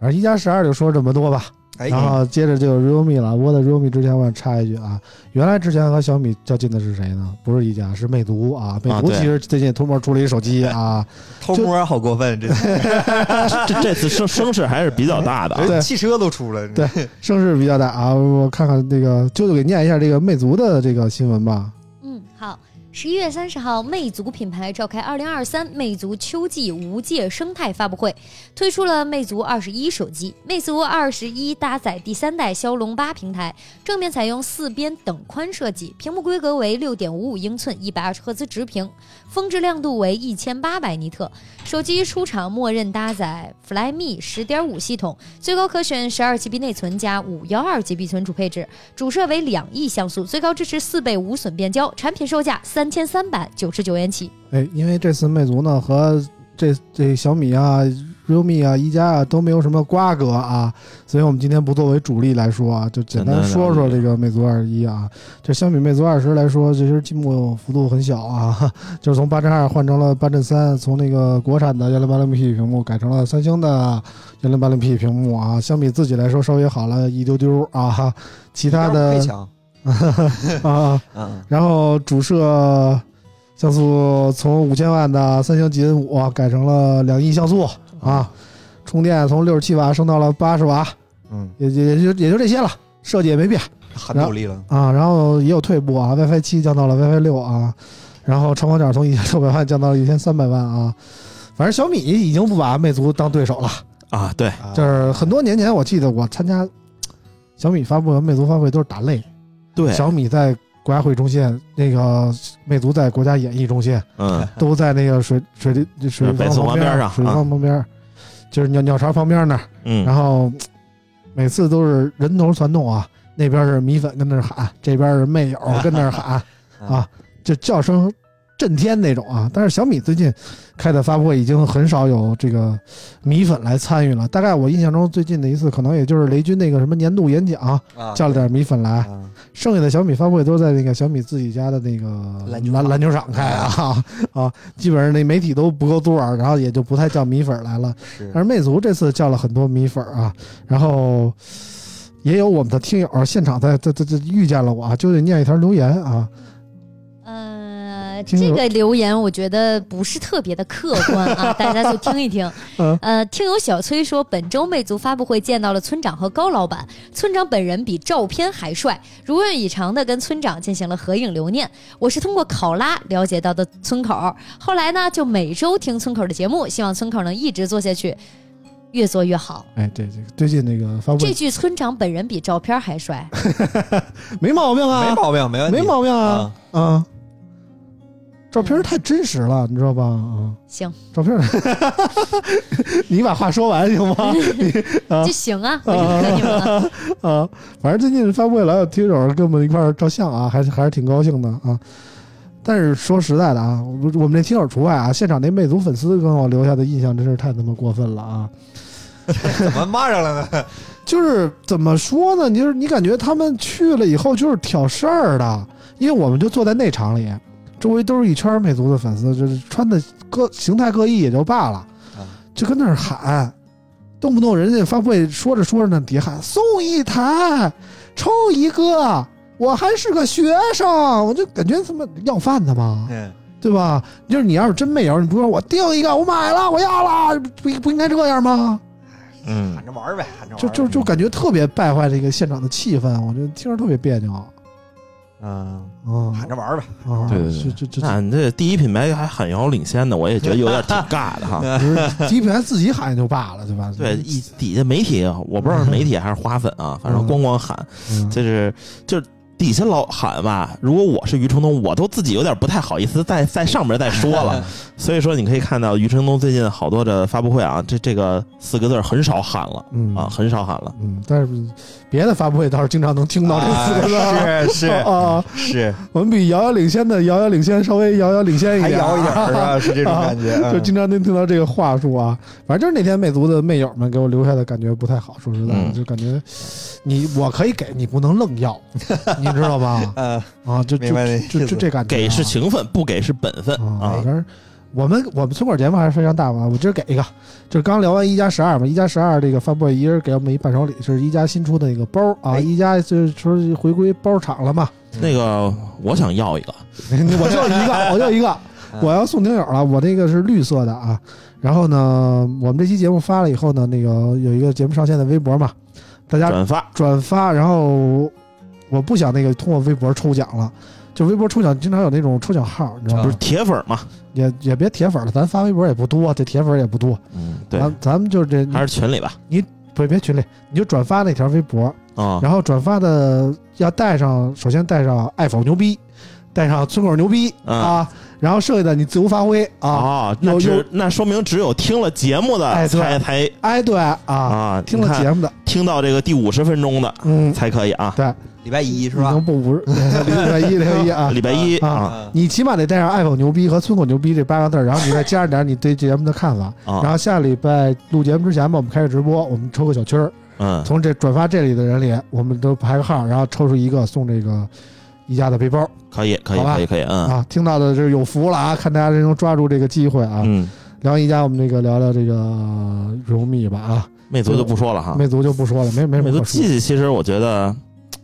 [SPEAKER 3] 反正一加十二就说这么多吧。
[SPEAKER 5] 哎，
[SPEAKER 3] 然后接着就 realme 了。我在 realme 之前，我想插一句啊，原来之前和小米较劲的是谁呢？不是一加，是魅族啊。魅
[SPEAKER 4] 啊
[SPEAKER 3] 族
[SPEAKER 4] 对
[SPEAKER 3] 其实最近偷摸出了一手机啊，
[SPEAKER 5] 偷摸好过分，这
[SPEAKER 4] 这这这次声声势还是比较大的啊。
[SPEAKER 3] 对
[SPEAKER 5] 人汽车都出了。
[SPEAKER 3] 对声势比较大啊。我看看这个，舅舅给念一下这个魅族的这个新闻吧。
[SPEAKER 2] 嗯，好。十一月三十号，魅族品牌召开二零二三魅族秋季无界生态发布会，推出了魅族二十一手机。魅族二十一搭载第三代骁龙八平台，正面采用四边等宽设计，屏幕规格为六点五五英寸，一百二十赫兹直屏，峰值亮度为一千八百尼特。手机出厂默认搭载 Flyme 十点五系统，最高可选十二 GB 内存加五幺二 GB 存储配置。主摄为两亿像素，最高支持四倍无损变焦，产品售价三千三百九十九元起。
[SPEAKER 3] 哎，因为这次魅族呢和这这小米啊、realme 啊、一加啊都没有什么瓜葛啊，所以我们今天不作为主力来说啊，就简单说说这个魅族二一啊。这相比魅族二十来说，其实进步幅度很小啊， 就是从八阵二换成了八阵三，从那个国产的幺零八零 P 屏幕改成了三星的幺零八零 P 屏幕啊。相比自己来说稍微好了一丢丢啊，其他的
[SPEAKER 5] 配强，
[SPEAKER 3] 啊。
[SPEAKER 5] 嗯，
[SPEAKER 3] 然后主摄像素从五千万的三星 G N 五改成了两亿像素啊，充电从六十七瓦升到了八十瓦，
[SPEAKER 5] 嗯，
[SPEAKER 3] 也也也就也就这些了，设计也没变
[SPEAKER 5] 很努力了。
[SPEAKER 3] 啊。然后也有退步啊，WiFi 七降到了 WiFi 六啊，然后超广角从一千六百万降到了一千三百万啊。反正小米已经不把魅族当对手了，
[SPEAKER 4] 啊，对，
[SPEAKER 5] 啊
[SPEAKER 3] 就是很多年前我记得我参加小米发布和魅族发布会都是打擂，
[SPEAKER 4] 对，
[SPEAKER 3] 小米在国家会中心，那个魅族在国家演艺中心，
[SPEAKER 4] 嗯，
[SPEAKER 3] 都在那个水水利水立
[SPEAKER 4] 北
[SPEAKER 3] 方
[SPEAKER 4] 宋
[SPEAKER 3] 旁
[SPEAKER 4] 王边上
[SPEAKER 3] 水立方旁边儿，就是鸟鸟巢旁边那儿。然
[SPEAKER 4] 嗯，
[SPEAKER 3] 后每次都是人头攒动啊，那边是米粉跟那儿喊，这边是魅友跟那儿 喊
[SPEAKER 4] 嗯
[SPEAKER 3] 啊，就叫声震天那种啊。但是小米最近开的发布会已经很少有这个米粉来参与了，大概我印象中最近的一次可能也就是雷军那个什么年度演讲
[SPEAKER 5] 啊
[SPEAKER 3] 叫了点米粉来。
[SPEAKER 5] 啊
[SPEAKER 3] 剩下的小米发布会都在那个小米自己家的那个
[SPEAKER 5] 篮球场
[SPEAKER 3] 篮篮球场开啊啊，基本上那媒体都不够座儿，然后也就不太叫米粉儿来了。
[SPEAKER 5] 是
[SPEAKER 3] 但是魅族这次叫了很多米粉儿啊，然后也有我们的听友现场在在在在遇见了我啊，就得念一条留言啊，
[SPEAKER 2] 呃，呃，
[SPEAKER 3] 听
[SPEAKER 2] 这
[SPEAKER 3] 友
[SPEAKER 2] 个留言我觉得不是特别的客观 啊，大家就听一听。
[SPEAKER 3] 嗯
[SPEAKER 2] 呃，听友小崔说，本周魅族发布会见到了村长和高老板，村长本人比照片还帅，如愿以偿的跟村长进行了合影留念。我是通过考拉了解到的村口，后来呢就每周听村口的节目，希望村口能一直做下去，越做越好。
[SPEAKER 3] 哎，对对，最近那个发布
[SPEAKER 2] 这
[SPEAKER 3] 会
[SPEAKER 2] 句村长本人比照片还帅，
[SPEAKER 3] 没毛病啊，
[SPEAKER 5] 没毛病，没问题，
[SPEAKER 3] 没毛病啊
[SPEAKER 5] 啊，
[SPEAKER 3] 啊！照片太真实了，你知道吧？啊，
[SPEAKER 2] 行，
[SPEAKER 3] 照片儿， 你把话说完行吗？啊
[SPEAKER 2] 就行啊，我认可你们了。
[SPEAKER 3] 啊，反正最近发布会老有听友跟我们一块儿照相啊，还是还是挺高兴的啊。但是说实在的啊，我我们那听友除外啊，现场那魅族粉丝给我留下的印象真是太他妈过分了啊！
[SPEAKER 5] 怎么骂上 了呢？
[SPEAKER 3] 就是怎么说呢？你就是你感觉他们去了以后就是挑事儿的，因为我们就坐在内场里，周围都是一圈魅族的粉丝，就是穿的各形态各异也就罢了
[SPEAKER 5] 啊，
[SPEAKER 3] 就跟那儿喊，动不动人家发布会说着说着呢，底下喊送一台，抽一个，我还是个学生，我就感觉他妈要饭的嘛，
[SPEAKER 5] 嗯，
[SPEAKER 3] 对吧？就是你要是真没有，你不说我订一个，我买了，我要了，不不应该这样吗？
[SPEAKER 4] 嗯
[SPEAKER 5] 喊，着玩儿呗，喊着玩
[SPEAKER 3] 就
[SPEAKER 5] 儿呗
[SPEAKER 3] 就就感觉特别败坏这个现场的气氛，我觉得听着特别别扭啊
[SPEAKER 5] 嗯，
[SPEAKER 3] 啊
[SPEAKER 5] 喊着玩儿呗，！
[SPEAKER 4] 对对对
[SPEAKER 3] 这这这
[SPEAKER 4] 那你这第一品牌还很遥遥领先呢，我也觉得有点 挺尬的哈。
[SPEAKER 3] 不是极品还自己喊也就罢了，对吧？
[SPEAKER 4] 对，一底下媒体，我不知道是媒体还是花粉啊，反正咣咣喊，
[SPEAKER 3] 嗯
[SPEAKER 4] 就是就是底下老喊吧。如果我是余承东，我都自己有点不太好意思在在上面再说了。所以说，你可以看到余承东最近好多的发布会啊，这这个四个字儿很少喊了
[SPEAKER 3] 嗯
[SPEAKER 4] 啊，很少喊了。
[SPEAKER 3] 嗯，但是别的发布会倒是经常能听到这四个字儿。
[SPEAKER 5] 啊 是
[SPEAKER 3] 啊啊，
[SPEAKER 5] 是是，
[SPEAKER 3] 我们比遥遥领先的遥遥领先稍微遥遥领先一
[SPEAKER 5] 还
[SPEAKER 3] 点，
[SPEAKER 5] 摇一 点儿是吧？是这种感觉，
[SPEAKER 3] 哎啊就
[SPEAKER 5] 嗯
[SPEAKER 3] 经常能听到这个话术啊。反正就是那天魅族的魅友们给我留下的感觉不太好，说实在的，
[SPEAKER 4] 嗯
[SPEAKER 3] 就感觉你我可以给你，不能愣 要，你知道吧？
[SPEAKER 5] 呃，
[SPEAKER 3] 啊，就就
[SPEAKER 5] 明白那
[SPEAKER 3] 就
[SPEAKER 5] 意
[SPEAKER 3] 就
[SPEAKER 5] 思
[SPEAKER 3] 这感觉啊，
[SPEAKER 4] 给是情分，不给是本分
[SPEAKER 3] 啊
[SPEAKER 4] 啊，
[SPEAKER 3] 反。正我们我们村口节目还是非常大方的，我今儿给一个，就是刚聊完一加十二嘛，一加十二这个发布会一人给我们一伴手礼，就是一加新出的那个包啊，
[SPEAKER 5] 哎
[SPEAKER 3] 一加就是说回归包厂了嘛，
[SPEAKER 4] 那个我想要一个，
[SPEAKER 3] 我就一个，我就一个，我要送听友了，我这个是绿色的啊。然后呢，我们这期节目发了以后呢，那个有一个节目上线的微博嘛，大家
[SPEAKER 4] 转发
[SPEAKER 3] 转发，然后我不想那个通过微博抽奖了。就微博抽奖经常有那种抽奖号，你知道吗？
[SPEAKER 4] 不是铁粉嘛？
[SPEAKER 3] 也也别铁粉了，咱发微博也不多，这铁粉也不多。
[SPEAKER 4] 嗯，对，
[SPEAKER 3] 咱咱们就是这，你
[SPEAKER 4] 还是群里吧
[SPEAKER 3] 别别群里，你就转发那条微博，
[SPEAKER 4] 啊。
[SPEAKER 3] 然后转发的要带上，首先带上爱否牛逼，带上村口牛逼、
[SPEAKER 4] 嗯
[SPEAKER 3] 啊，然后剩下的你自由发挥啊，
[SPEAKER 4] 哦，那
[SPEAKER 3] 有有
[SPEAKER 4] 只那说明只有听了节目
[SPEAKER 3] 哎
[SPEAKER 4] 的
[SPEAKER 3] 对
[SPEAKER 4] 才才
[SPEAKER 3] 哎对啊，
[SPEAKER 4] 啊，
[SPEAKER 3] 听
[SPEAKER 4] 你
[SPEAKER 3] 了
[SPEAKER 4] 看
[SPEAKER 3] 节目的，
[SPEAKER 4] 听到这个第五十分钟的
[SPEAKER 3] 嗯，
[SPEAKER 4] 才可以啊，
[SPEAKER 3] 对，
[SPEAKER 5] 礼拜一是
[SPEAKER 3] 你
[SPEAKER 5] 吧
[SPEAKER 3] 能？不五十 零零一零一啊？
[SPEAKER 4] 礼拜一
[SPEAKER 3] 啊
[SPEAKER 4] 啊
[SPEAKER 5] 嗯
[SPEAKER 3] 你起码得带上“爱否牛逼”和“村口牛逼”这八个字儿，然后你再加上点你对节目的看法。然
[SPEAKER 4] 啊，
[SPEAKER 3] 后下礼拜录节目之前吧，我们开个直播，我们抽个小曲儿，
[SPEAKER 4] 嗯，
[SPEAKER 3] 从这转发这里的人里，我们都排个号，然后抽出一个送这个宜家的背包
[SPEAKER 4] 可以，可以，
[SPEAKER 3] 好吧
[SPEAKER 4] 可以，可以，嗯
[SPEAKER 3] 啊！听到的就是有福了啊！看大家能抓住这个机会啊！
[SPEAKER 4] 嗯，
[SPEAKER 3] 聊完宜家，我们这个聊聊这个荣蜜吧啊！
[SPEAKER 4] 魅族就不说了哈，
[SPEAKER 3] 魅族就不说了，没没什
[SPEAKER 4] 魅
[SPEAKER 3] 么
[SPEAKER 4] 族
[SPEAKER 3] 可说
[SPEAKER 4] 记。忆其实我觉得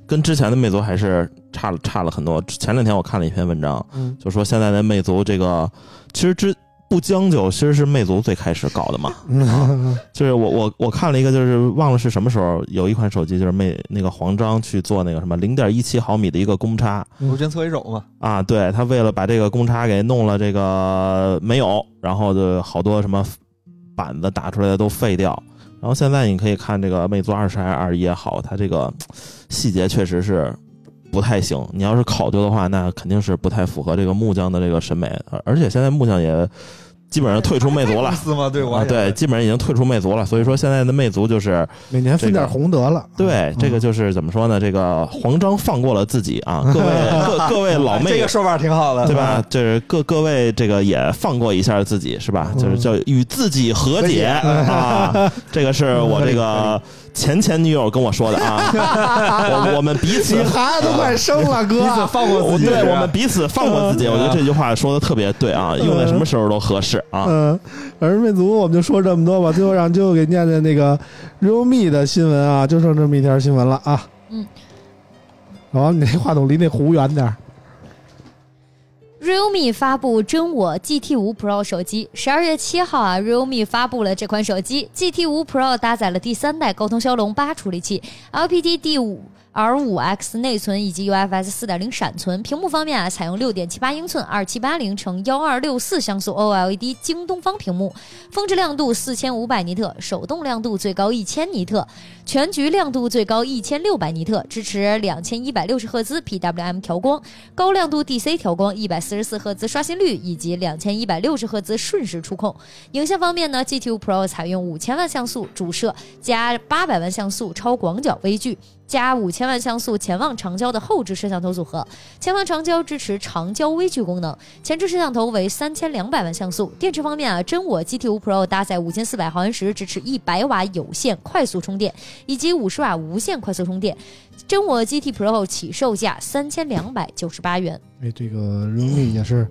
[SPEAKER 4] 跟之前的魅族还是差了差了很多。前两天我看了一篇文章，
[SPEAKER 3] 嗯，
[SPEAKER 4] 就说现在的魅族这个其实之不将就，其实是魅族最开始搞 的嘛。
[SPEAKER 3] 嗯
[SPEAKER 4] 就是我我我看了一个，就是忘了是什么时候有一款手机，就是魅那个黄章去做那个什么零点一七毫米的一个公差，
[SPEAKER 5] 无针搓一手嘛，
[SPEAKER 4] 啊，对他为了把这个公差给弄了，这个没有，然后就好多什么板子打出来的都废掉。然后现在你可以看这个魅族二十还是二一也好，它这个细节确实是不太行。你要是考究的话，那肯定是不太符合这个木匠的这个审美。而而且现在木匠也基本上退出魅族了
[SPEAKER 5] 公。司嘛， 对我
[SPEAKER 4] 啊，
[SPEAKER 5] 还
[SPEAKER 4] 对，基本上已经退出魅族了，所以说现在的魅族就是
[SPEAKER 5] 嗯
[SPEAKER 3] 每年分点红得了。
[SPEAKER 4] 对
[SPEAKER 3] 嗯
[SPEAKER 4] 这个就是怎么说呢？这个黄章放过了自己啊，各位各各位 老
[SPEAKER 5] 哎
[SPEAKER 4] 妹
[SPEAKER 5] 这个说法挺好的，嗯
[SPEAKER 4] 对
[SPEAKER 3] 嗯
[SPEAKER 4] 吧？？就是各各位这个也放过一下自己，是吧？
[SPEAKER 3] 嗯
[SPEAKER 4] 就是叫与自己和解啊，这个是我这个前前女友跟我说的啊， 我我们彼此
[SPEAKER 3] 你。孩子都快生
[SPEAKER 4] 啊
[SPEAKER 3] 了，
[SPEAKER 5] 你怎么
[SPEAKER 3] 哥，啊
[SPEAKER 5] 放过
[SPEAKER 4] 我
[SPEAKER 5] 自己？
[SPEAKER 4] 对
[SPEAKER 5] 是吧
[SPEAKER 4] 我们彼此放过自己，我觉得这句话说的特别对啊，用在什么时候都合适啊。
[SPEAKER 3] 嗯，而魅族我们就说这么多吧，最后让就给念念那个 realme 的新闻啊，就剩这么一条新闻了啊。
[SPEAKER 2] 嗯，
[SPEAKER 3] 老王，你那话筒离那壶远点儿。
[SPEAKER 2] realme 发布真我 GT 五 Pro 手机，十二月七号啊，realme 发布了这款手机 GT 五 Pro，搭载了第三代高通骁龙八处理器，LPD D 五 R 五 X 内存以及 UFS 四点零闪存。屏幕方面啊，采用六点七八英寸二七八零乘幺二六四像素 OLED 京东方屏幕，峰值亮度四千五百尼特，手动亮度最高一千尼特，全局亮度最高一千六百尼特，支持两千一百六十赫兹 PWM 调光。高亮度 DC 调光，一百四十四赫兹刷新率以及两千一百六十赫兹瞬时触控。影像方面呢，GT5 Pro 采用五千万像素主摄加八百万像素超广角微距。加五千万像素潜望长焦的后置摄像头组合，潜望长焦支持长焦微距功能，前置摄像头为三千两百万像素。电池方面啊，真我 GT5 Pro 搭载五千四百毫安时，支持一百瓦有线快速充电以及五十瓦无线快速充电。真我 GT Pro 起售价三千两百九十八元。
[SPEAKER 3] 哎，这个 realme 也是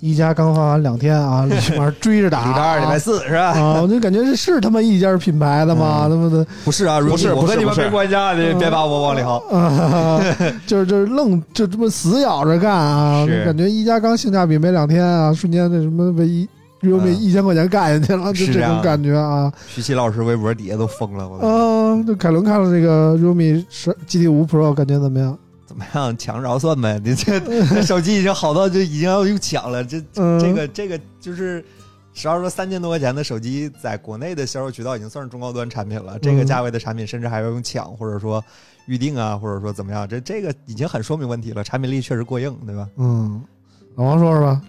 [SPEAKER 3] 一加刚发完两天啊，立马追着打，
[SPEAKER 5] 礼拜二、礼拜四是吧？
[SPEAKER 3] 啊，我就感觉这是他妈一家品牌的吗？他妈的，
[SPEAKER 5] 不是啊，
[SPEAKER 4] 不是
[SPEAKER 5] Realme，
[SPEAKER 4] 不是
[SPEAKER 5] 我跟你们
[SPEAKER 4] 不是
[SPEAKER 5] 没关系啊，你别把我往里薅。
[SPEAKER 3] 啊，就是就是愣就这么死咬着干啊！
[SPEAKER 5] 是
[SPEAKER 3] 感觉一加刚性价比没两天啊，瞬间那什么被一 realme
[SPEAKER 5] 嗯
[SPEAKER 3] 一千块钱干下去了，就是这种
[SPEAKER 5] 啊
[SPEAKER 3] 感觉啊。
[SPEAKER 5] 徐奇老师微博底下都疯了，我操
[SPEAKER 3] 啊，就凯伦看了这个 realme 十 GT 五 Pro，感觉怎么样？
[SPEAKER 5] 怎么样？ 抢着算呗，你 这这手机已经好到就已经要用抢了，这
[SPEAKER 3] 嗯，
[SPEAKER 5] 这个这个就是，实话说，三千多块钱的手机，在国内的销售渠道已经算是中高端产品
[SPEAKER 4] 嗯
[SPEAKER 5] 了。这个价位的产品，甚至还要用抢，或者说预定啊，或者说怎么样，这这个已经很说明问题了。产品力确实过硬，对吧？
[SPEAKER 3] 嗯，老王说说吧。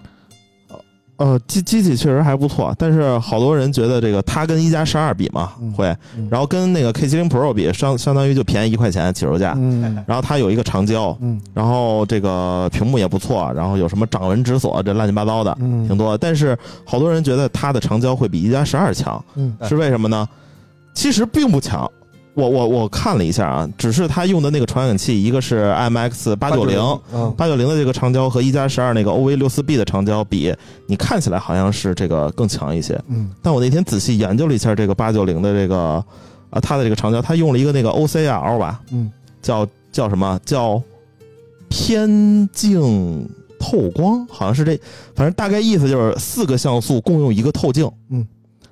[SPEAKER 4] 呃，机机器确实还不错，但是好多人觉得这个它跟一加十二比嘛
[SPEAKER 3] 嗯
[SPEAKER 4] 会
[SPEAKER 3] 嗯，
[SPEAKER 4] 然后跟那个 K 七零 Pro 比，相相当于就便宜一块钱起售价。
[SPEAKER 3] 嗯
[SPEAKER 4] 然后它有一个长焦，
[SPEAKER 3] 嗯
[SPEAKER 4] 然后这个屏幕也不错，然后有什么掌纹解锁这乱七八糟的
[SPEAKER 3] 嗯，
[SPEAKER 4] 挺多。但是好多人觉得它的长焦会比一加十二强，
[SPEAKER 3] 嗯
[SPEAKER 4] 是为什么呢？其实并不强。我我我看了一下啊，只是它用的那个传感器，一个是 IMX 八九零，啊
[SPEAKER 5] 嗯，
[SPEAKER 4] 八九零的这个长焦和一加十二那个 OV 六四 B 的长焦比，你看起来好像是这个更强一些。
[SPEAKER 3] 嗯
[SPEAKER 4] 但我那天仔细研究了一下这个八九零的这个啊，它的这个长焦，它用了一个那个 OCL 吧，
[SPEAKER 3] 嗯，
[SPEAKER 4] 叫叫什么叫偏镜透光，好像是这，反正大概意思就是四个像素共用一个透镜。
[SPEAKER 3] 嗯，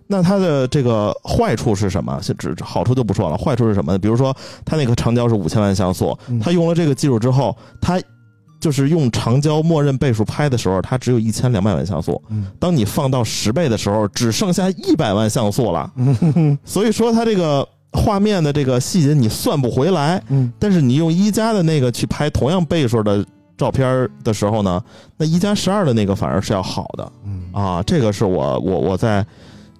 [SPEAKER 4] 那它的这个坏处是什么？是只好处就不说了，坏处是什么呢？比如说它那个长焦是五千万像素
[SPEAKER 3] 嗯，
[SPEAKER 4] 它用了这个技术之后，它就是用长焦默认倍数拍的时候，它只有一千两百万像素。
[SPEAKER 3] 嗯
[SPEAKER 4] 当你放到十倍的时候，只剩下一百万像素了。
[SPEAKER 3] 嗯
[SPEAKER 4] 所以说它这个画面的这个细节你算不回来，
[SPEAKER 3] 嗯
[SPEAKER 4] 但是你用一加的那个去拍同样倍数的照片的时候呢，那一加十二的那个反而是要好的
[SPEAKER 3] 嗯
[SPEAKER 4] 啊。这个是我我我在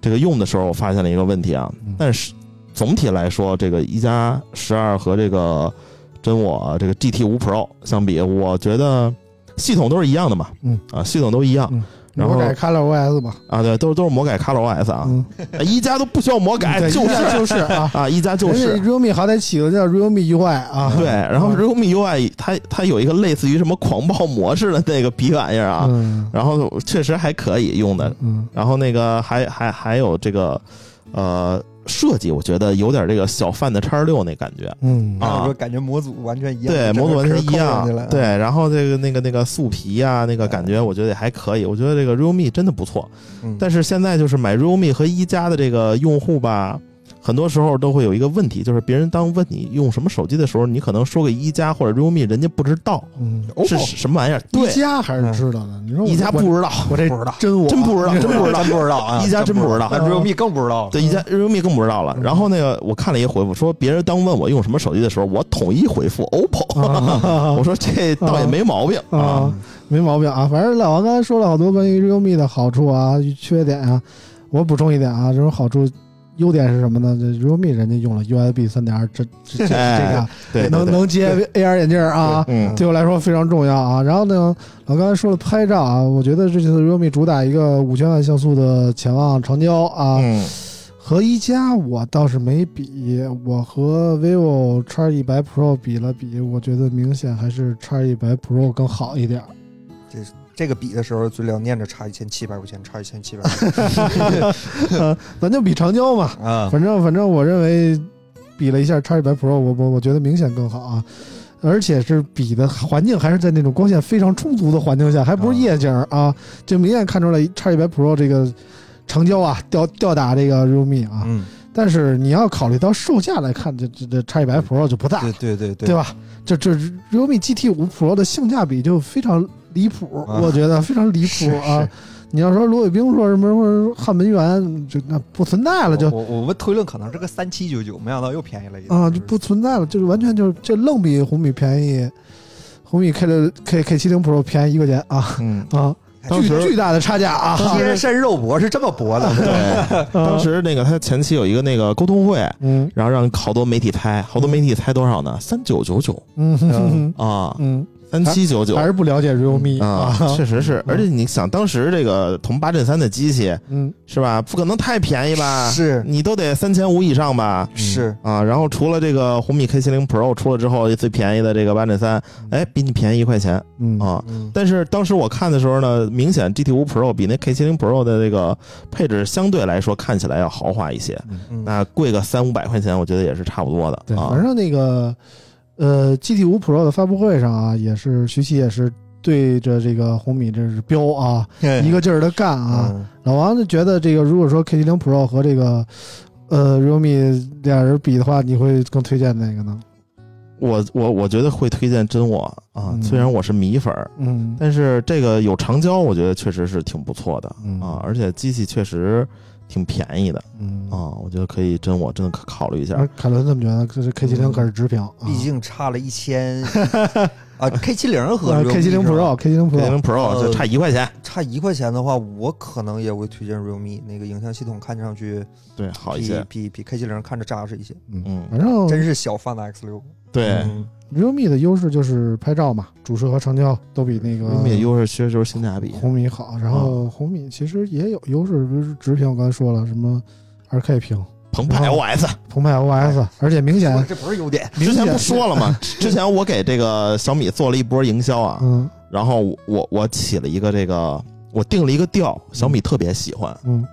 [SPEAKER 4] 这个用的时候我发现了一个问题啊
[SPEAKER 3] 嗯，
[SPEAKER 4] 但是总体来说，这个一加十二和这个真我这个 GT 五 Pro 相比，我觉得系统都是一样的嘛，
[SPEAKER 3] 嗯
[SPEAKER 4] 啊，系统都一样。
[SPEAKER 3] 嗯
[SPEAKER 4] 然后
[SPEAKER 3] 我改 Color OS 吧。
[SPEAKER 4] 啊，对，都是都是魔改 ColorOS 啊，
[SPEAKER 3] 嗯，
[SPEAKER 4] 一加都不需要魔改，
[SPEAKER 3] 对
[SPEAKER 4] 就是
[SPEAKER 3] 一加就是啊，
[SPEAKER 4] 啊，一加 就是
[SPEAKER 3] 人家 realme 好歹起个叫 realme UI 啊，
[SPEAKER 4] 对，然后
[SPEAKER 3] 嗯
[SPEAKER 4] Realme UI 它它有一个类似于什么狂暴模式的那个逼玩意儿啊，
[SPEAKER 3] 嗯
[SPEAKER 4] 然后确实还可以用的。
[SPEAKER 3] 嗯
[SPEAKER 4] 然后那个还还还有这个呃设计，我觉得有点这个小范的叉六那感觉，
[SPEAKER 3] 嗯
[SPEAKER 4] 啊
[SPEAKER 5] 我说感觉模组完全一样，
[SPEAKER 4] 对，
[SPEAKER 5] 整个
[SPEAKER 4] 模组完全一
[SPEAKER 5] 壳扣上去
[SPEAKER 4] 样
[SPEAKER 5] 了，嗯
[SPEAKER 4] 对。，然后这个那个那个素皮啊，那个感觉我觉得也还可以，我觉得这个 Realme 真的不错。
[SPEAKER 5] 嗯
[SPEAKER 4] 但是现在就是买 Realme 和一加的这个用户吧，很多时候都会有一个问题，就是别人当问你用什么手机的时候，你可能说个一加或者 Realme，人家不知道
[SPEAKER 3] 嗯，
[SPEAKER 4] 是什么玩意儿。
[SPEAKER 3] 一
[SPEAKER 4] 对，
[SPEAKER 3] 家还是知道的，你说我
[SPEAKER 4] 一加
[SPEAKER 3] 我
[SPEAKER 4] 不知道，
[SPEAKER 3] 我这
[SPEAKER 5] 不知道
[SPEAKER 3] 真我
[SPEAKER 4] 真不 知道，真不知道。
[SPEAKER 5] 真不知道啊，
[SPEAKER 4] 一加真不知道
[SPEAKER 5] 那 realme 更不知道了。
[SPEAKER 4] 对，一加
[SPEAKER 3] 嗯
[SPEAKER 4] realme 更不知道了。然后那个我看了一回复，说别人当问我用什么手机的时候，我统一回复 OPPO。
[SPEAKER 3] 啊
[SPEAKER 4] 我说这倒也没毛病啊
[SPEAKER 3] 啊，没毛病啊。反正老王刚才说了好多关于 realme 的好处啊、缺点啊，我补充一点啊，这种好处。优点是什么呢？这 realme 人家用了 USB 三点二，这这这这个
[SPEAKER 4] 哎对，
[SPEAKER 3] 能
[SPEAKER 4] 对对
[SPEAKER 3] 能接 AR 眼镜儿啊，
[SPEAKER 4] 嗯
[SPEAKER 3] 对我来说非常重要啊。然后呢，老刚才说了拍照啊，我觉得这次 realme 主打一个五千万像素的潜望长焦啊，
[SPEAKER 4] 嗯
[SPEAKER 3] 和一加我倒是没比，我和 vivo X 一百 Pro 比了比，我觉得明显还是 X 一百 Pro 更好一点儿。
[SPEAKER 5] 嗯这个比的时候，嘴里要念着差一千七百块钱，差一千七百
[SPEAKER 3] 咱就比长焦嘛，
[SPEAKER 5] 啊，
[SPEAKER 3] 反正反正我认为比了一下 X 一百 Pro，我我我觉得明显更好啊。而且是比的环境还是在那种光线非常充足的环境下，还不是夜景儿啊，就明显看出来叉一百 Pro 这个长焦啊吊吊打这个 realme 啊。
[SPEAKER 5] 嗯，
[SPEAKER 3] 但是你要考虑到售价来看，这这这叉一百 Pro 就不大，
[SPEAKER 5] 对对对对
[SPEAKER 3] 对吧？这这 realme GT 五 Pro 的性价比就非常离谱，
[SPEAKER 5] 啊
[SPEAKER 3] 我觉得非常离谱啊！你要说罗伟冰说什么说汉文园，就那不存在了，就
[SPEAKER 5] 我我我们推论可能是个三七九九，没想到又便宜了一点
[SPEAKER 3] 啊，
[SPEAKER 5] 就
[SPEAKER 3] 就不存在了，就是完全就是这愣比红米便宜，红米 K 六 K K 七零 Pro 便宜一块钱啊
[SPEAKER 5] 嗯，
[SPEAKER 3] 啊，
[SPEAKER 4] 当
[SPEAKER 3] 巨
[SPEAKER 4] 时
[SPEAKER 3] 巨大的差价啊！
[SPEAKER 5] 贴身肉搏是这么搏的，
[SPEAKER 4] 对，当时那个他前期有一个那个沟通会，
[SPEAKER 3] 嗯
[SPEAKER 4] 然后让好多媒体猜，好多媒体猜多少呢？三九九九
[SPEAKER 3] 嗯哼哼
[SPEAKER 4] 啊，
[SPEAKER 3] 嗯，
[SPEAKER 4] 三七九九
[SPEAKER 3] 还是不了解 realme
[SPEAKER 4] 啊，
[SPEAKER 3] 啊，
[SPEAKER 4] 确实是。而且你想，当时这个同八阵三的机器
[SPEAKER 3] 嗯
[SPEAKER 4] 是吧，不可能太便宜吧？
[SPEAKER 5] 是
[SPEAKER 4] 你都得三千五以上吧？
[SPEAKER 3] 嗯
[SPEAKER 5] 是，
[SPEAKER 4] 啊，然后除了这个红米 K 7 0 Pro 出了之后，最便宜的这个八点三，哎，比你便宜一块钱
[SPEAKER 3] 嗯
[SPEAKER 4] 啊。
[SPEAKER 5] 嗯
[SPEAKER 4] 但是当时我看的时候呢，明显 GT 5 Pro 比那 K 7 0 Pro 的这个配置相对来说看起来要豪华一些，
[SPEAKER 5] 嗯
[SPEAKER 4] 那贵个三五百块钱，我觉得也是差不多
[SPEAKER 3] 对，
[SPEAKER 4] 的啊
[SPEAKER 3] 反。正那个呃 GT 五 Pro 的发布会上啊，也是徐熙也是对着这个红米这是飙啊，一个劲儿的干啊。
[SPEAKER 5] 嗯
[SPEAKER 3] 老王就觉得这个，如果说 K 7 0 Pro 和这个呃 realme 俩人比的话，你会更推荐哪个呢？
[SPEAKER 4] 我我我觉得会推荐真我啊
[SPEAKER 3] 嗯，
[SPEAKER 4] 虽然我是米粉儿，
[SPEAKER 3] 嗯
[SPEAKER 4] 但是这个有长焦，我觉得确实是挺不错的
[SPEAKER 3] 嗯
[SPEAKER 4] 啊，而且机器确实挺便宜的
[SPEAKER 3] 嗯
[SPEAKER 4] 啊，我觉得可以真我真的可考虑一下
[SPEAKER 3] 反。正凯伦怎么觉得？这 K
[SPEAKER 4] 嗯
[SPEAKER 3] 7 0可是直屏，啊
[SPEAKER 5] 毕竟差了一千 啊，K 七零和
[SPEAKER 3] 呃 K 7 0 Pro K 7 0
[SPEAKER 4] K
[SPEAKER 3] Pro，
[SPEAKER 4] 0 Pro 就差一块钱，
[SPEAKER 5] 差一块钱的话，我可能也会推荐 realme 那个影像系统，看上去
[SPEAKER 4] 对，好一
[SPEAKER 5] 比
[SPEAKER 4] 些。
[SPEAKER 5] 比比 K 七零看着扎实一些，
[SPEAKER 4] 嗯，
[SPEAKER 3] 反正
[SPEAKER 5] 真是小 Find X 六。
[SPEAKER 4] 对
[SPEAKER 5] 嗯
[SPEAKER 3] realme 的优势就是拍照嘛，主摄和长焦都比那个
[SPEAKER 4] ，realme 的优势啊其实就是性价比。
[SPEAKER 3] 红米好，然后红米其实也有优势，比如说直屏，我刚才说了，什么 2K 屏、
[SPEAKER 4] 澎湃
[SPEAKER 3] 然后
[SPEAKER 4] OS
[SPEAKER 3] 澎湃
[SPEAKER 4] 哎
[SPEAKER 3] OS，而且明显，
[SPEAKER 5] 这不是优点，
[SPEAKER 3] 嗯明
[SPEAKER 4] 之前不
[SPEAKER 3] 显，
[SPEAKER 4] 说了吗？之前我给这个小米做了一波营销啊，
[SPEAKER 3] 嗯
[SPEAKER 4] 然后我我我起了一个这个，我定了一个调，小米特别喜欢，
[SPEAKER 3] 嗯，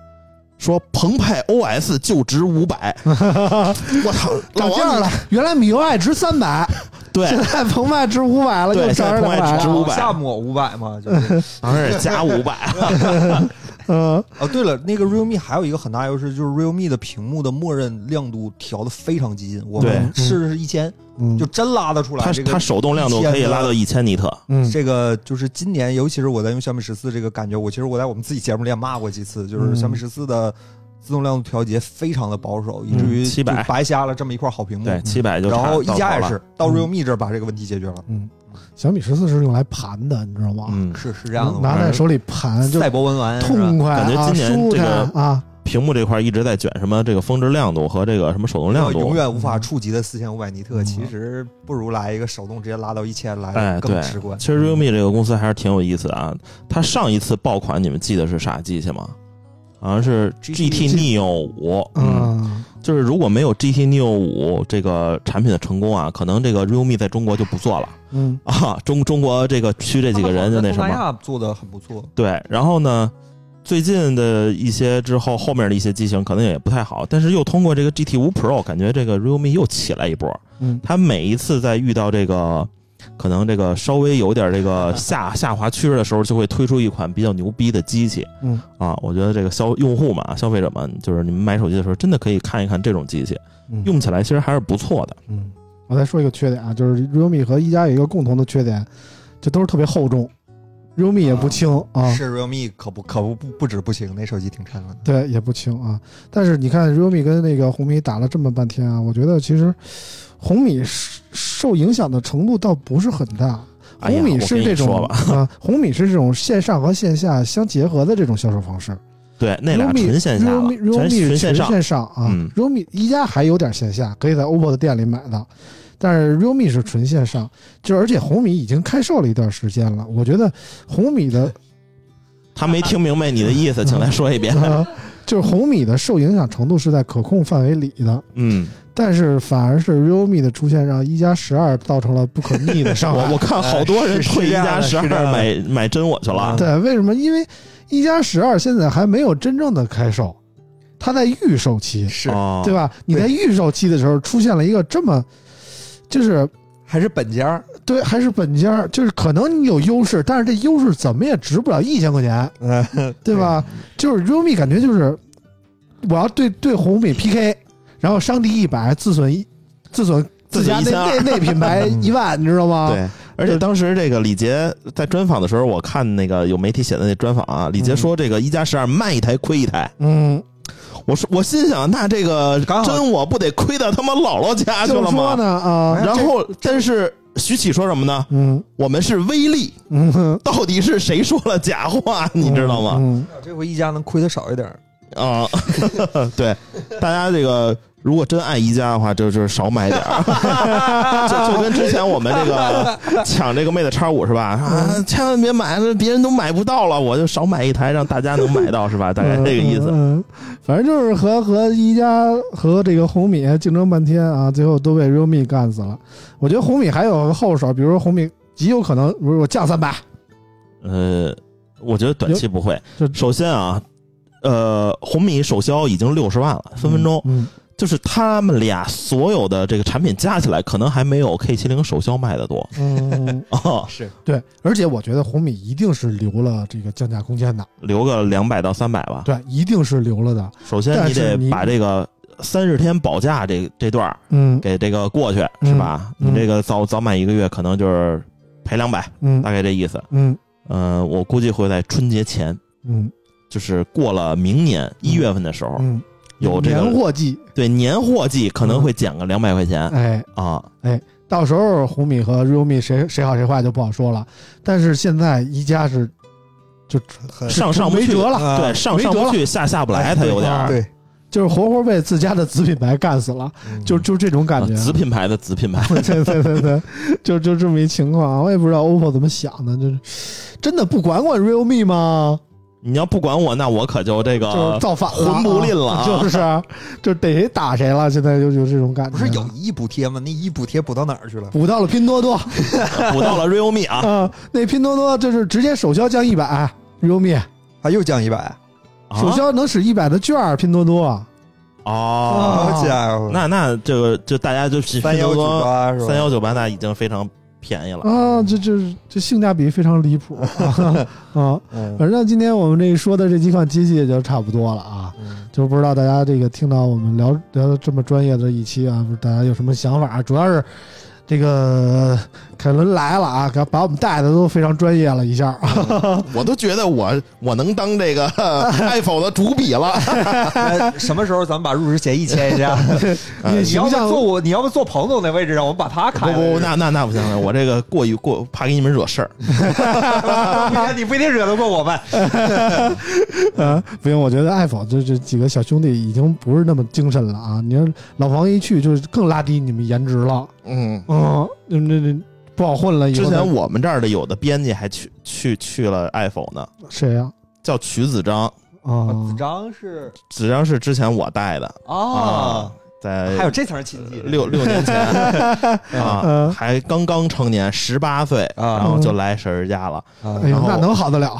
[SPEAKER 4] 说澎湃 OS 就值五百。我操，老
[SPEAKER 3] 涨价
[SPEAKER 4] 王
[SPEAKER 3] 了，原来米 UI 值三百，
[SPEAKER 4] 对
[SPEAKER 3] 现在澎湃值五百了，
[SPEAKER 4] 对
[SPEAKER 3] 又涨了两
[SPEAKER 4] 现在澎湃
[SPEAKER 3] 百
[SPEAKER 4] 值，500
[SPEAKER 5] 往下抹五百嘛，就是。
[SPEAKER 4] 当然是加五百了。
[SPEAKER 3] 嗯
[SPEAKER 5] 哦，对了，那个 realme 还有一个很大优势就是 realme 的屏幕的默认亮度调的非常激进，我们
[SPEAKER 3] 对
[SPEAKER 5] 试试是一千，
[SPEAKER 3] 嗯，
[SPEAKER 5] 就真拉得出来
[SPEAKER 4] 它
[SPEAKER 5] 这
[SPEAKER 4] 它
[SPEAKER 5] 个。
[SPEAKER 4] 手动亮度可以拉到一千尼特，
[SPEAKER 3] 嗯
[SPEAKER 5] 这个就是今年，尤其是我在用小米十四这个感觉，我其实我在我们自己节目里也骂过几次，
[SPEAKER 4] 嗯
[SPEAKER 5] 就是小米十四的自动亮度调节非常的保守，以至于就
[SPEAKER 4] 700
[SPEAKER 5] 白瞎了这么一块好屏幕。
[SPEAKER 4] 嗯对，七百就
[SPEAKER 5] 嗯
[SPEAKER 4] 差
[SPEAKER 5] 然后一
[SPEAKER 4] 到
[SPEAKER 5] 加
[SPEAKER 4] 头
[SPEAKER 5] 也
[SPEAKER 4] 了
[SPEAKER 5] 是到
[SPEAKER 3] 嗯
[SPEAKER 5] realme 这儿把这个问题解决了，
[SPEAKER 3] 嗯，小米十四是用来盘的，你知道吗？
[SPEAKER 4] 嗯，
[SPEAKER 5] 是是这样的
[SPEAKER 3] 拿
[SPEAKER 5] 吗，
[SPEAKER 3] 在手里盘就
[SPEAKER 5] 赛博文玩是吧
[SPEAKER 3] 痛快
[SPEAKER 4] 感觉
[SPEAKER 3] 啊，
[SPEAKER 4] 今年
[SPEAKER 3] 舒
[SPEAKER 4] 这
[SPEAKER 3] 坦
[SPEAKER 4] 个
[SPEAKER 3] 啊，
[SPEAKER 4] 屏幕这块一直在卷什么这个峰值亮度和这个什么手动亮度，
[SPEAKER 5] 永远无法触及的四千五百尼特，
[SPEAKER 3] 嗯
[SPEAKER 5] 其实不如来一个手动直接拉到一千来
[SPEAKER 4] 哎，
[SPEAKER 5] 更
[SPEAKER 4] 对
[SPEAKER 5] 直观。
[SPEAKER 4] 其实 realme 这个公司还是挺有意思的啊。它上一次爆款，你们记得是啥机器吗？好像是
[SPEAKER 5] GT
[SPEAKER 4] GT Neo 五，，
[SPEAKER 3] 嗯，
[SPEAKER 4] 就是如果没有 GT Neo 五这个产品的成功啊，可能这个 realme 在中国就不做了
[SPEAKER 3] 嗯
[SPEAKER 4] 啊。中中国这个区这几个人就那什
[SPEAKER 5] 东南
[SPEAKER 4] 么，
[SPEAKER 5] 亚啊做的很不错，
[SPEAKER 4] 对。然后呢，最近的一些之后，后面的一些机型可能也不太好，但是又通过这个 GT 五 Pro，感觉这个 realme 又起来一波。
[SPEAKER 3] 嗯
[SPEAKER 4] 它每一次在遇到这个可能这个稍微有点这个下下滑趋势的时候，就会推出一款比较牛逼的机器
[SPEAKER 3] 嗯
[SPEAKER 4] 啊。我觉得这个消用户嘛，消费者们，就是你们买手机的时候，真的可以看一看这种机器，
[SPEAKER 3] 嗯，
[SPEAKER 4] 用起来其实还是不错的。
[SPEAKER 3] 嗯，我再说一个缺点啊，就是 realme 和一加有一个共同的缺点，这都是特别厚重，realme 也不轻啊，
[SPEAKER 5] 是 realme 可不可不不不止不行，那手机挺沉
[SPEAKER 4] 哦
[SPEAKER 5] 稳的。
[SPEAKER 3] 对，也不轻啊。但是你看 realme 跟那个红米打了这么半天啊，我觉得其实红米受受影响的程度倒不是很大。
[SPEAKER 4] 哎呀
[SPEAKER 3] 红米是这
[SPEAKER 4] 我
[SPEAKER 3] 种
[SPEAKER 4] 跟你
[SPEAKER 3] 啊，红米是这种线上和线下相结合的这种销售方式。
[SPEAKER 4] 对，那俩
[SPEAKER 3] realme
[SPEAKER 4] 纯线下了
[SPEAKER 3] realme，
[SPEAKER 4] 全
[SPEAKER 3] realme
[SPEAKER 4] 纯
[SPEAKER 3] 线
[SPEAKER 4] 线上。
[SPEAKER 3] 啊、
[SPEAKER 4] 嗯
[SPEAKER 3] r e a l m e 一加还有点线下，可以在 OPPO 的店里买到，但是 realme 是纯线上，就而且红米已经开售了一段时间了，我觉得红米 的
[SPEAKER 4] 他没听明白你的 意思，请再说一遍。
[SPEAKER 3] 呃，就是红米的受影响程度是在可控范围里的，
[SPEAKER 4] 嗯，
[SPEAKER 3] 但是反而是 realme 的出现让一加十二造成了不可逆的伤害。
[SPEAKER 4] 我 我看好多人
[SPEAKER 5] 哎是是
[SPEAKER 4] 退一
[SPEAKER 5] 这样
[SPEAKER 4] 加
[SPEAKER 5] 的
[SPEAKER 4] 十
[SPEAKER 5] 是
[SPEAKER 4] 二
[SPEAKER 5] 这样的
[SPEAKER 4] 买买真我去了。
[SPEAKER 3] 对，为什么？因为一加十二现在还没有真正的开售，它在预售期。
[SPEAKER 5] 是
[SPEAKER 4] 哦
[SPEAKER 3] 对吧？你在预售期的时候出现了一个这么，就是
[SPEAKER 5] 还是本家儿，
[SPEAKER 3] 对，还是本家，就是可能你有优势，但是这优势怎么也值不了一千块 钱，
[SPEAKER 5] 嗯，
[SPEAKER 3] 对吧？就是 realme 感觉就是我要对对红米 PK，然后伤敌一百，自损一自损自家
[SPEAKER 4] 自
[SPEAKER 3] 那
[SPEAKER 4] 损
[SPEAKER 3] 那那品 牌一万，你知道吗？
[SPEAKER 4] 对，而且当时这个李杰在专访的时候，我看那个有媒体写的那专访啊，李杰说这个一加十二卖一台亏一台，
[SPEAKER 3] 嗯，
[SPEAKER 4] 我说我心想，那这个
[SPEAKER 5] 刚好
[SPEAKER 4] 真我不得亏到他妈姥姥家去
[SPEAKER 3] 就
[SPEAKER 4] 了
[SPEAKER 3] 是说
[SPEAKER 4] 吗？
[SPEAKER 3] 呢啊，
[SPEAKER 4] 然后，但是徐启说什么呢？
[SPEAKER 3] 嗯
[SPEAKER 4] 我们是威力，
[SPEAKER 3] 嗯哼，
[SPEAKER 4] 到底是谁说了假话？你知道吗？
[SPEAKER 3] 嗯，
[SPEAKER 5] 啊这回一家能亏的少一点儿，
[SPEAKER 4] 啊， 对，大家这个如果真爱宜家的话，就就是少买点儿， 就就跟之前我们这个抢这个 Mate 叉五是吧？啊，千万别买了，别人都买不到了，我就少买一台，让大家能买到是吧？大概这个意思。
[SPEAKER 3] 嗯，嗯嗯反正就是和和一加和这个红米竞争半天啊，最后都被 realme 干死了。我觉得红米还有个后手，比如说红米极有可能，比如我降三百，
[SPEAKER 4] 呃，我觉得短期不会
[SPEAKER 3] 嗯有。
[SPEAKER 4] 首先啊，呃，红米首销已经六十万了，分分钟。
[SPEAKER 3] 嗯，
[SPEAKER 4] 就是他们俩所有的这个产品加起来，可能还没有 K 7 0首销卖的多
[SPEAKER 3] 嗯嗯，嗯
[SPEAKER 4] 啊、
[SPEAKER 5] 是
[SPEAKER 3] 对，而且我觉得红米一定是留了这个降价空间的，
[SPEAKER 4] 留个两百到三百吧。
[SPEAKER 3] 对，一定是留了的，
[SPEAKER 4] 首先
[SPEAKER 3] 但
[SPEAKER 4] 你得
[SPEAKER 3] 是你
[SPEAKER 4] 把这个三十天保价这这段儿
[SPEAKER 3] 嗯
[SPEAKER 4] 给这个过去，是吧？
[SPEAKER 3] 嗯
[SPEAKER 4] 你这个早早满一个月，可能就是赔两百，
[SPEAKER 3] 嗯
[SPEAKER 4] 大概这意思。
[SPEAKER 3] 嗯
[SPEAKER 4] 嗯，我估计会在春节前，
[SPEAKER 3] 嗯
[SPEAKER 4] 就是过了明年一月份的时候，
[SPEAKER 3] 嗯，
[SPEAKER 4] 有这
[SPEAKER 3] 年
[SPEAKER 4] 个
[SPEAKER 3] 货季，
[SPEAKER 4] 对年货季可能会减个两百块钱
[SPEAKER 3] 哎，
[SPEAKER 4] 啊。
[SPEAKER 3] 到时候红米和 realme 谁谁好谁坏就不好说了，但是现在一加是
[SPEAKER 5] 很
[SPEAKER 4] 上上不
[SPEAKER 3] 嗯没
[SPEAKER 4] 去
[SPEAKER 3] 辙了，
[SPEAKER 5] 啊
[SPEAKER 4] 对，上
[SPEAKER 3] 没辙
[SPEAKER 4] 上不
[SPEAKER 3] 了
[SPEAKER 4] 去，下下不来，
[SPEAKER 3] 哎
[SPEAKER 4] 它
[SPEAKER 3] 对
[SPEAKER 4] 有点儿。啊
[SPEAKER 5] 对，
[SPEAKER 3] 就是活活被自家的子品牌干死了，
[SPEAKER 5] 嗯
[SPEAKER 3] 就就这种感
[SPEAKER 4] 啊
[SPEAKER 3] 觉。，
[SPEAKER 4] 子品牌的子品牌
[SPEAKER 3] 对对对对，就就这么一情况啊，我也不知道 OPPO 怎么想的，就是真的不管管 realme 吗？
[SPEAKER 4] 你要不管我，那我可就这
[SPEAKER 3] 就是
[SPEAKER 4] 个
[SPEAKER 3] 造反了啊，
[SPEAKER 4] 魂不吝了 啊
[SPEAKER 3] 就是啊就逮谁打谁了，现在就就这种感觉。
[SPEAKER 5] 不是有一亿补贴吗？那一亿补贴补到哪儿去了？
[SPEAKER 3] 补到了拼多多啊、
[SPEAKER 4] 补到了 realme 啊
[SPEAKER 3] 那拼多多就是直接首销降一百，realme
[SPEAKER 5] 他又降一百，
[SPEAKER 3] 首销能使一百的券儿，拼多多
[SPEAKER 4] 啊
[SPEAKER 3] 啊
[SPEAKER 4] 哦，
[SPEAKER 5] 好家伙，
[SPEAKER 4] 那那这个就大家就是
[SPEAKER 5] 三幺九八是吧？
[SPEAKER 4] 三幺九八，那已经非常便
[SPEAKER 5] 哦
[SPEAKER 4] 宜了。
[SPEAKER 3] 啊，这这这性价比非常离 谱啊啊！
[SPEAKER 5] 嗯，
[SPEAKER 3] 反正今天我们这说的这几款机器也就差不多了啊。
[SPEAKER 5] 嗯
[SPEAKER 3] 就不知道大家这个听到我们聊聊的这么专业的一期啊，不知大家有什么想法？啊主要是这个凯伦来了啊，给把我们带的都非常专业了一下。
[SPEAKER 4] 我都觉得我我能当这 个 iPhone 的主笔了。
[SPEAKER 5] 那什么时候咱们把入职协议签一下？
[SPEAKER 3] 你的
[SPEAKER 5] 哎你要
[SPEAKER 3] 形
[SPEAKER 5] 不
[SPEAKER 3] 象
[SPEAKER 5] 坐我，你要不坐彭总那位置，让我们把他
[SPEAKER 4] 不
[SPEAKER 5] 砍了。
[SPEAKER 4] 不，那那那不行，我这个过于过，怕给你们惹事儿。
[SPEAKER 5] 不行， 你不一定惹得过我们。
[SPEAKER 3] 呃，不行，我觉得爱否这这几个小兄弟已经不是那么精神了啊！你看老王一去，就是更拉低你们颜值了，
[SPEAKER 4] 嗯，
[SPEAKER 3] 嗯，那那那不好混了。以
[SPEAKER 4] 之
[SPEAKER 3] 后再
[SPEAKER 4] 前我们这儿的有的编辑还去去去了 iPhone 呢，
[SPEAKER 3] 谁呀？
[SPEAKER 4] 叫曲子章，
[SPEAKER 3] 啊，
[SPEAKER 5] 子章是
[SPEAKER 4] 子章是之前我带的
[SPEAKER 5] 啊，，
[SPEAKER 4] 在
[SPEAKER 5] 还有这层亲戚，
[SPEAKER 4] 哎六六 年前啊，
[SPEAKER 3] 嗯
[SPEAKER 4] 还刚刚成年，十八岁，
[SPEAKER 5] 啊
[SPEAKER 4] 然后就来婶儿家了。
[SPEAKER 5] 啊
[SPEAKER 3] 哎呦，
[SPEAKER 4] 然后
[SPEAKER 3] 那能好得了？，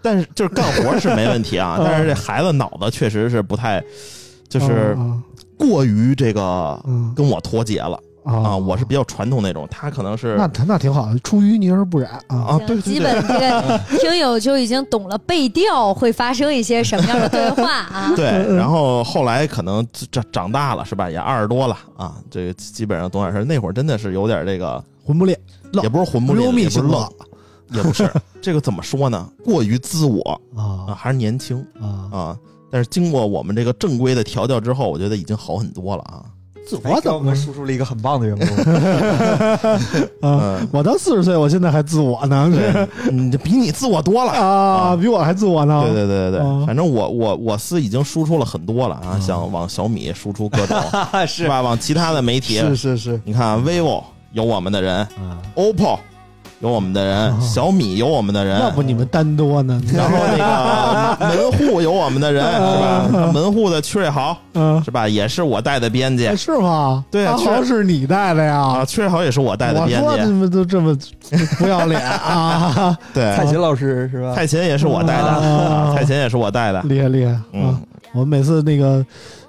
[SPEAKER 4] 但是就是干活是没问题啊 但是这孩子脑子确实是不太，就
[SPEAKER 3] 就是
[SPEAKER 5] 哦
[SPEAKER 4] 过于这个
[SPEAKER 3] 嗯
[SPEAKER 4] 跟我脱节了啊。
[SPEAKER 3] 啊
[SPEAKER 4] 我是比较传统那种，他可能是
[SPEAKER 3] 那那挺好，出淤泥而不染啊。
[SPEAKER 4] 啊，对对
[SPEAKER 2] 基
[SPEAKER 4] 对，。
[SPEAKER 2] 本这个听友就已经懂了背调会发生一些什么样的对话啊
[SPEAKER 4] 对。
[SPEAKER 3] 嗯
[SPEAKER 4] 然后后来可能长长大了是吧，也二十多了啊，这个基本上懂点事儿。那会儿真的是有点这个，
[SPEAKER 3] 魂不吝，愣
[SPEAKER 4] 也不是混不吝，
[SPEAKER 3] 幽
[SPEAKER 4] 也
[SPEAKER 3] 密
[SPEAKER 4] 不是
[SPEAKER 3] 型
[SPEAKER 4] 愣
[SPEAKER 3] 了，
[SPEAKER 4] 也 不是这个怎么说呢？过于自我啊，
[SPEAKER 3] 啊
[SPEAKER 4] 还是年轻
[SPEAKER 3] 啊！
[SPEAKER 4] 啊。但是经过我们这个正规的调教之后，我觉得已经好很多了啊。
[SPEAKER 3] 自
[SPEAKER 5] 我
[SPEAKER 3] 我
[SPEAKER 5] 怎
[SPEAKER 3] 怎
[SPEAKER 5] 哎么我
[SPEAKER 3] 么
[SPEAKER 5] 们输出了一个很棒的员工？
[SPEAKER 3] 啊？
[SPEAKER 4] 嗯，
[SPEAKER 3] 我到四十岁，我现在还自我呢，是
[SPEAKER 4] 你嗯这比你自我多了。
[SPEAKER 3] 啊，
[SPEAKER 4] 啊
[SPEAKER 3] 比我还自我呢。
[SPEAKER 4] 对对对对
[SPEAKER 3] 哦
[SPEAKER 4] 对，反正我我我司已经输出了很多了啊，想往小米输出各种，是吧？往其他的媒体，
[SPEAKER 5] 是是是，
[SPEAKER 4] 你看 vivo 有我们的人
[SPEAKER 5] 啊
[SPEAKER 4] ，OPPO 有我们的人，小米有我们的人
[SPEAKER 3] 要，不你们单多呢？
[SPEAKER 4] 然后那个门户有我们的人，是吧？门户的曲瑞豪
[SPEAKER 3] 嗯，
[SPEAKER 4] 是吧？也是我带的编辑
[SPEAKER 3] 哎是吗？
[SPEAKER 4] 对啊
[SPEAKER 3] 啊，
[SPEAKER 4] 确
[SPEAKER 3] 好是你带的
[SPEAKER 4] 啊，
[SPEAKER 3] 呀。
[SPEAKER 4] 曲瑞豪也是我带的
[SPEAKER 3] 我
[SPEAKER 4] 编
[SPEAKER 3] 说你
[SPEAKER 4] 辑，
[SPEAKER 3] 们都这么不要脸啊！
[SPEAKER 4] 对
[SPEAKER 5] 蔡，琴老师是吧？
[SPEAKER 4] 蔡琴也是我带的，
[SPEAKER 3] 啊嗯
[SPEAKER 4] 啊蔡琴也是我带的，
[SPEAKER 3] 厉害厉害啊
[SPEAKER 4] 嗯！
[SPEAKER 3] 我们每次那个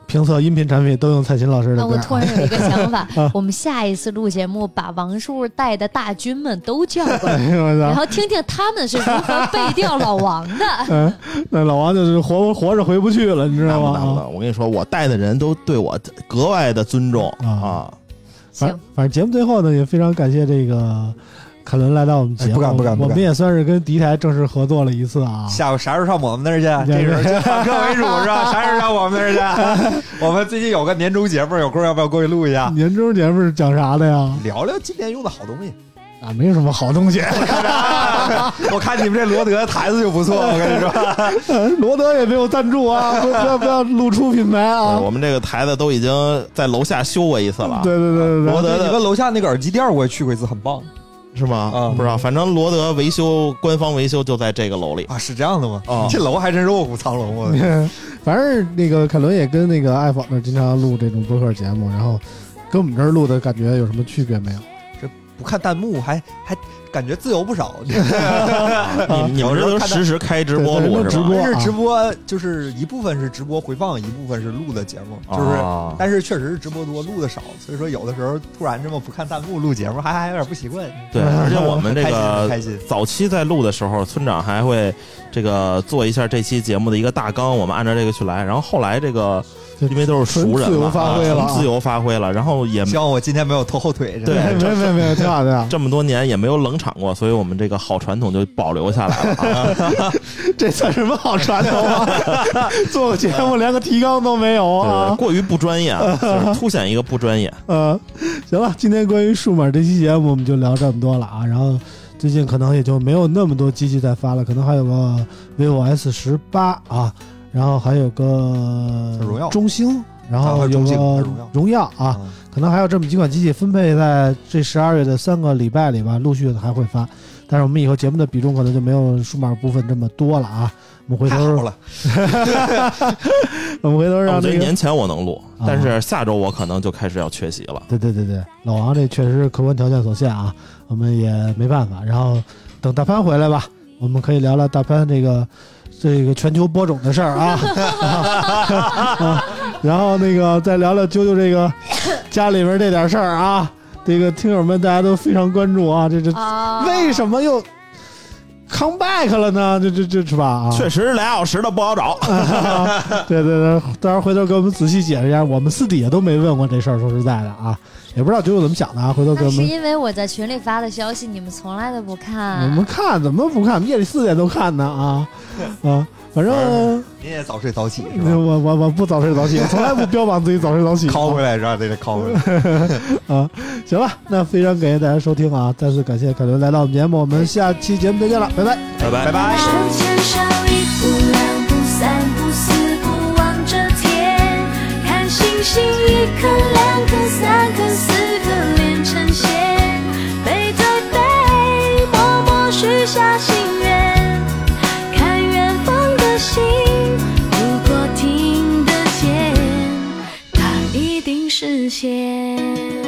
[SPEAKER 3] 评测音频产品都用蔡琴老师的
[SPEAKER 2] 那
[SPEAKER 3] 歌
[SPEAKER 2] 我
[SPEAKER 3] 儿
[SPEAKER 2] 突
[SPEAKER 3] 啊。
[SPEAKER 2] 然有一个 想法，我们下一次录节目，把王叔带的大军们都叫过来，
[SPEAKER 3] 哎呦我
[SPEAKER 2] 然
[SPEAKER 3] 操！
[SPEAKER 2] 后听听他们是如何背调老王 的。
[SPEAKER 3] 嗯，那老王就是活活着回不去了，你知道
[SPEAKER 4] 当当
[SPEAKER 3] 吗？啊
[SPEAKER 4] 当，我跟你说，我带的人都对我格外的尊重
[SPEAKER 3] 啊
[SPEAKER 4] 啊！
[SPEAKER 3] 反
[SPEAKER 2] 行
[SPEAKER 3] 正，反正节目最后呢，也非常感谢这个凯伦来到我们节目，
[SPEAKER 5] 哎不敢不敢不
[SPEAKER 3] 我
[SPEAKER 5] 敢
[SPEAKER 3] 们也算是跟第一台正式合作了一次啊。
[SPEAKER 5] 下午啥时候上我们那儿去？啊这时候就反客为主是 吧？啥时候上我们那儿去？啊 我们最近有个年终节目，有空要不要过去录一下？
[SPEAKER 3] 年终节目是讲啥的呀？
[SPEAKER 5] 聊聊今年用的好东西。
[SPEAKER 3] 啊，没有什么好东西。
[SPEAKER 5] 我看你们这罗德台子就不错，我跟你说，
[SPEAKER 3] 罗德也没有赞助啊，不不要不要露出品牌
[SPEAKER 4] 对
[SPEAKER 3] 啊。
[SPEAKER 4] 我们这个台子都已经在楼下修过一次了，
[SPEAKER 3] 对对对对
[SPEAKER 4] 罗德
[SPEAKER 5] 对你
[SPEAKER 4] 的
[SPEAKER 5] 们楼下那个耳机店我也去过一次，很棒
[SPEAKER 4] 是吗
[SPEAKER 5] 嗯？
[SPEAKER 4] 不知道，反正罗德维修官方维修就在这个楼里。
[SPEAKER 5] 啊！嗯是这样的吗？
[SPEAKER 4] 哦
[SPEAKER 5] 这楼还真是卧虎藏龙，我的
[SPEAKER 3] 对，反正那个凯伦也跟那个爱宝那儿经常录这种播客节目，然后跟我们这儿录的感觉有什么区别没有？
[SPEAKER 5] 不看弹幕还还感觉自由不 少。
[SPEAKER 4] 你你们这都
[SPEAKER 5] 看到
[SPEAKER 4] 实时开直播
[SPEAKER 3] 对对
[SPEAKER 4] 录
[SPEAKER 3] 那
[SPEAKER 4] 是
[SPEAKER 3] 直
[SPEAKER 4] 吧？
[SPEAKER 3] 播
[SPEAKER 5] 但是
[SPEAKER 3] 啊
[SPEAKER 5] 直播就是一部分是直播回放，一部分是录的节目，就是。
[SPEAKER 4] 啊
[SPEAKER 5] 但是确实是直播多，录的少，所以说有的时候突然这么不看弹幕录节目，还还有点不习惯。
[SPEAKER 4] 对，而且我们这
[SPEAKER 5] 开
[SPEAKER 4] 个
[SPEAKER 5] 心开心
[SPEAKER 4] 早期在录的时候，村长还会这个做一下这期节目的一个大纲，我们按照这个去来。然后后来这个
[SPEAKER 3] 就
[SPEAKER 4] 因为都是熟人
[SPEAKER 3] 纯自
[SPEAKER 4] 嘛
[SPEAKER 3] 由发挥
[SPEAKER 4] 啊
[SPEAKER 3] 了啊
[SPEAKER 4] 纯自由发挥了，然后也
[SPEAKER 5] 希望我今天没有拖后腿。真的
[SPEAKER 4] 对
[SPEAKER 3] 没没没没有，挺好的。
[SPEAKER 4] 这么多年也没有冷场过，所以我们这个好传统就保留下来了啊。
[SPEAKER 3] 这算什么好传统啊？ 做个节目连个提纲都没有
[SPEAKER 4] 对
[SPEAKER 3] 啊！
[SPEAKER 4] 过于不专业，啊，就是凸显一个不专业。
[SPEAKER 3] 呃，行了，今天关于数码这期节目我们就聊这么多了啊。然后最近可能也就没有那么多机器在发了，可能还有个 vivo S 十八啊，然后还有个
[SPEAKER 5] 荣耀
[SPEAKER 3] 中兴，然
[SPEAKER 5] 啊还
[SPEAKER 3] 后
[SPEAKER 5] 有
[SPEAKER 3] 有
[SPEAKER 5] 中兴还
[SPEAKER 3] 个
[SPEAKER 5] 有荣耀
[SPEAKER 3] 荣耀啊，
[SPEAKER 5] 嗯
[SPEAKER 3] 可能还有这么几款机器分配在这十二月的三个礼拜里吧，陆续的还会发。但是我们以后节目的比重可能就没有数码部分这么多了啊。我们回
[SPEAKER 5] 太嗯好
[SPEAKER 3] 头，
[SPEAKER 5] 了，
[SPEAKER 3] 我们回头
[SPEAKER 4] 我
[SPEAKER 3] 让
[SPEAKER 4] 觉
[SPEAKER 3] 啊那
[SPEAKER 4] 得
[SPEAKER 3] 个
[SPEAKER 4] 哦年前我能录
[SPEAKER 3] 啊，
[SPEAKER 4] 但是下周我可能就开始要缺席了。
[SPEAKER 3] 对对对对，老王这确实是客观条件所限啊，我们也没办法。然后等大潘回来吧，我们可以聊聊大潘这个这个全球播种的事儿啊啊然后那个再聊聊啾啾这个家里边这点事儿啊，这个听友们大家都非常关注啊，这这
[SPEAKER 2] 啊，
[SPEAKER 3] 为什么又 come back 了呢？这这这是吧啊？
[SPEAKER 4] 确实俩小时的不好找，
[SPEAKER 3] 对对对，到时候回头给我们仔细解释一下，我们私底下都没问过这事儿，说实在的啊，也不知道九九怎么想的啊，回头给
[SPEAKER 2] 那
[SPEAKER 3] 我
[SPEAKER 2] 是
[SPEAKER 3] 们。
[SPEAKER 2] 因为我在群里发的消息，你们从来都不
[SPEAKER 3] 我
[SPEAKER 2] 看
[SPEAKER 3] 们。看怎么不看？夜里四点都看呢啊啊！反正
[SPEAKER 5] 您也早睡早起是吧？
[SPEAKER 3] 我我我不早睡早 起，我从来不标榜自己早睡早起。
[SPEAKER 5] 拷回来是吧？得得拷回来。
[SPEAKER 3] 啊！行了，那非常感谢大家收听啊！再次感谢凯伦来到我们节目，我们下期节目再见了，拜拜。
[SPEAKER 4] 拜拜
[SPEAKER 5] 拜拜。
[SPEAKER 6] 手牵手，一步两步三步四步望着天，看星星，一颗两颗三颗四颗连成线，背对背默默许下心愿，看远方的星，如果听得见，它一定实现。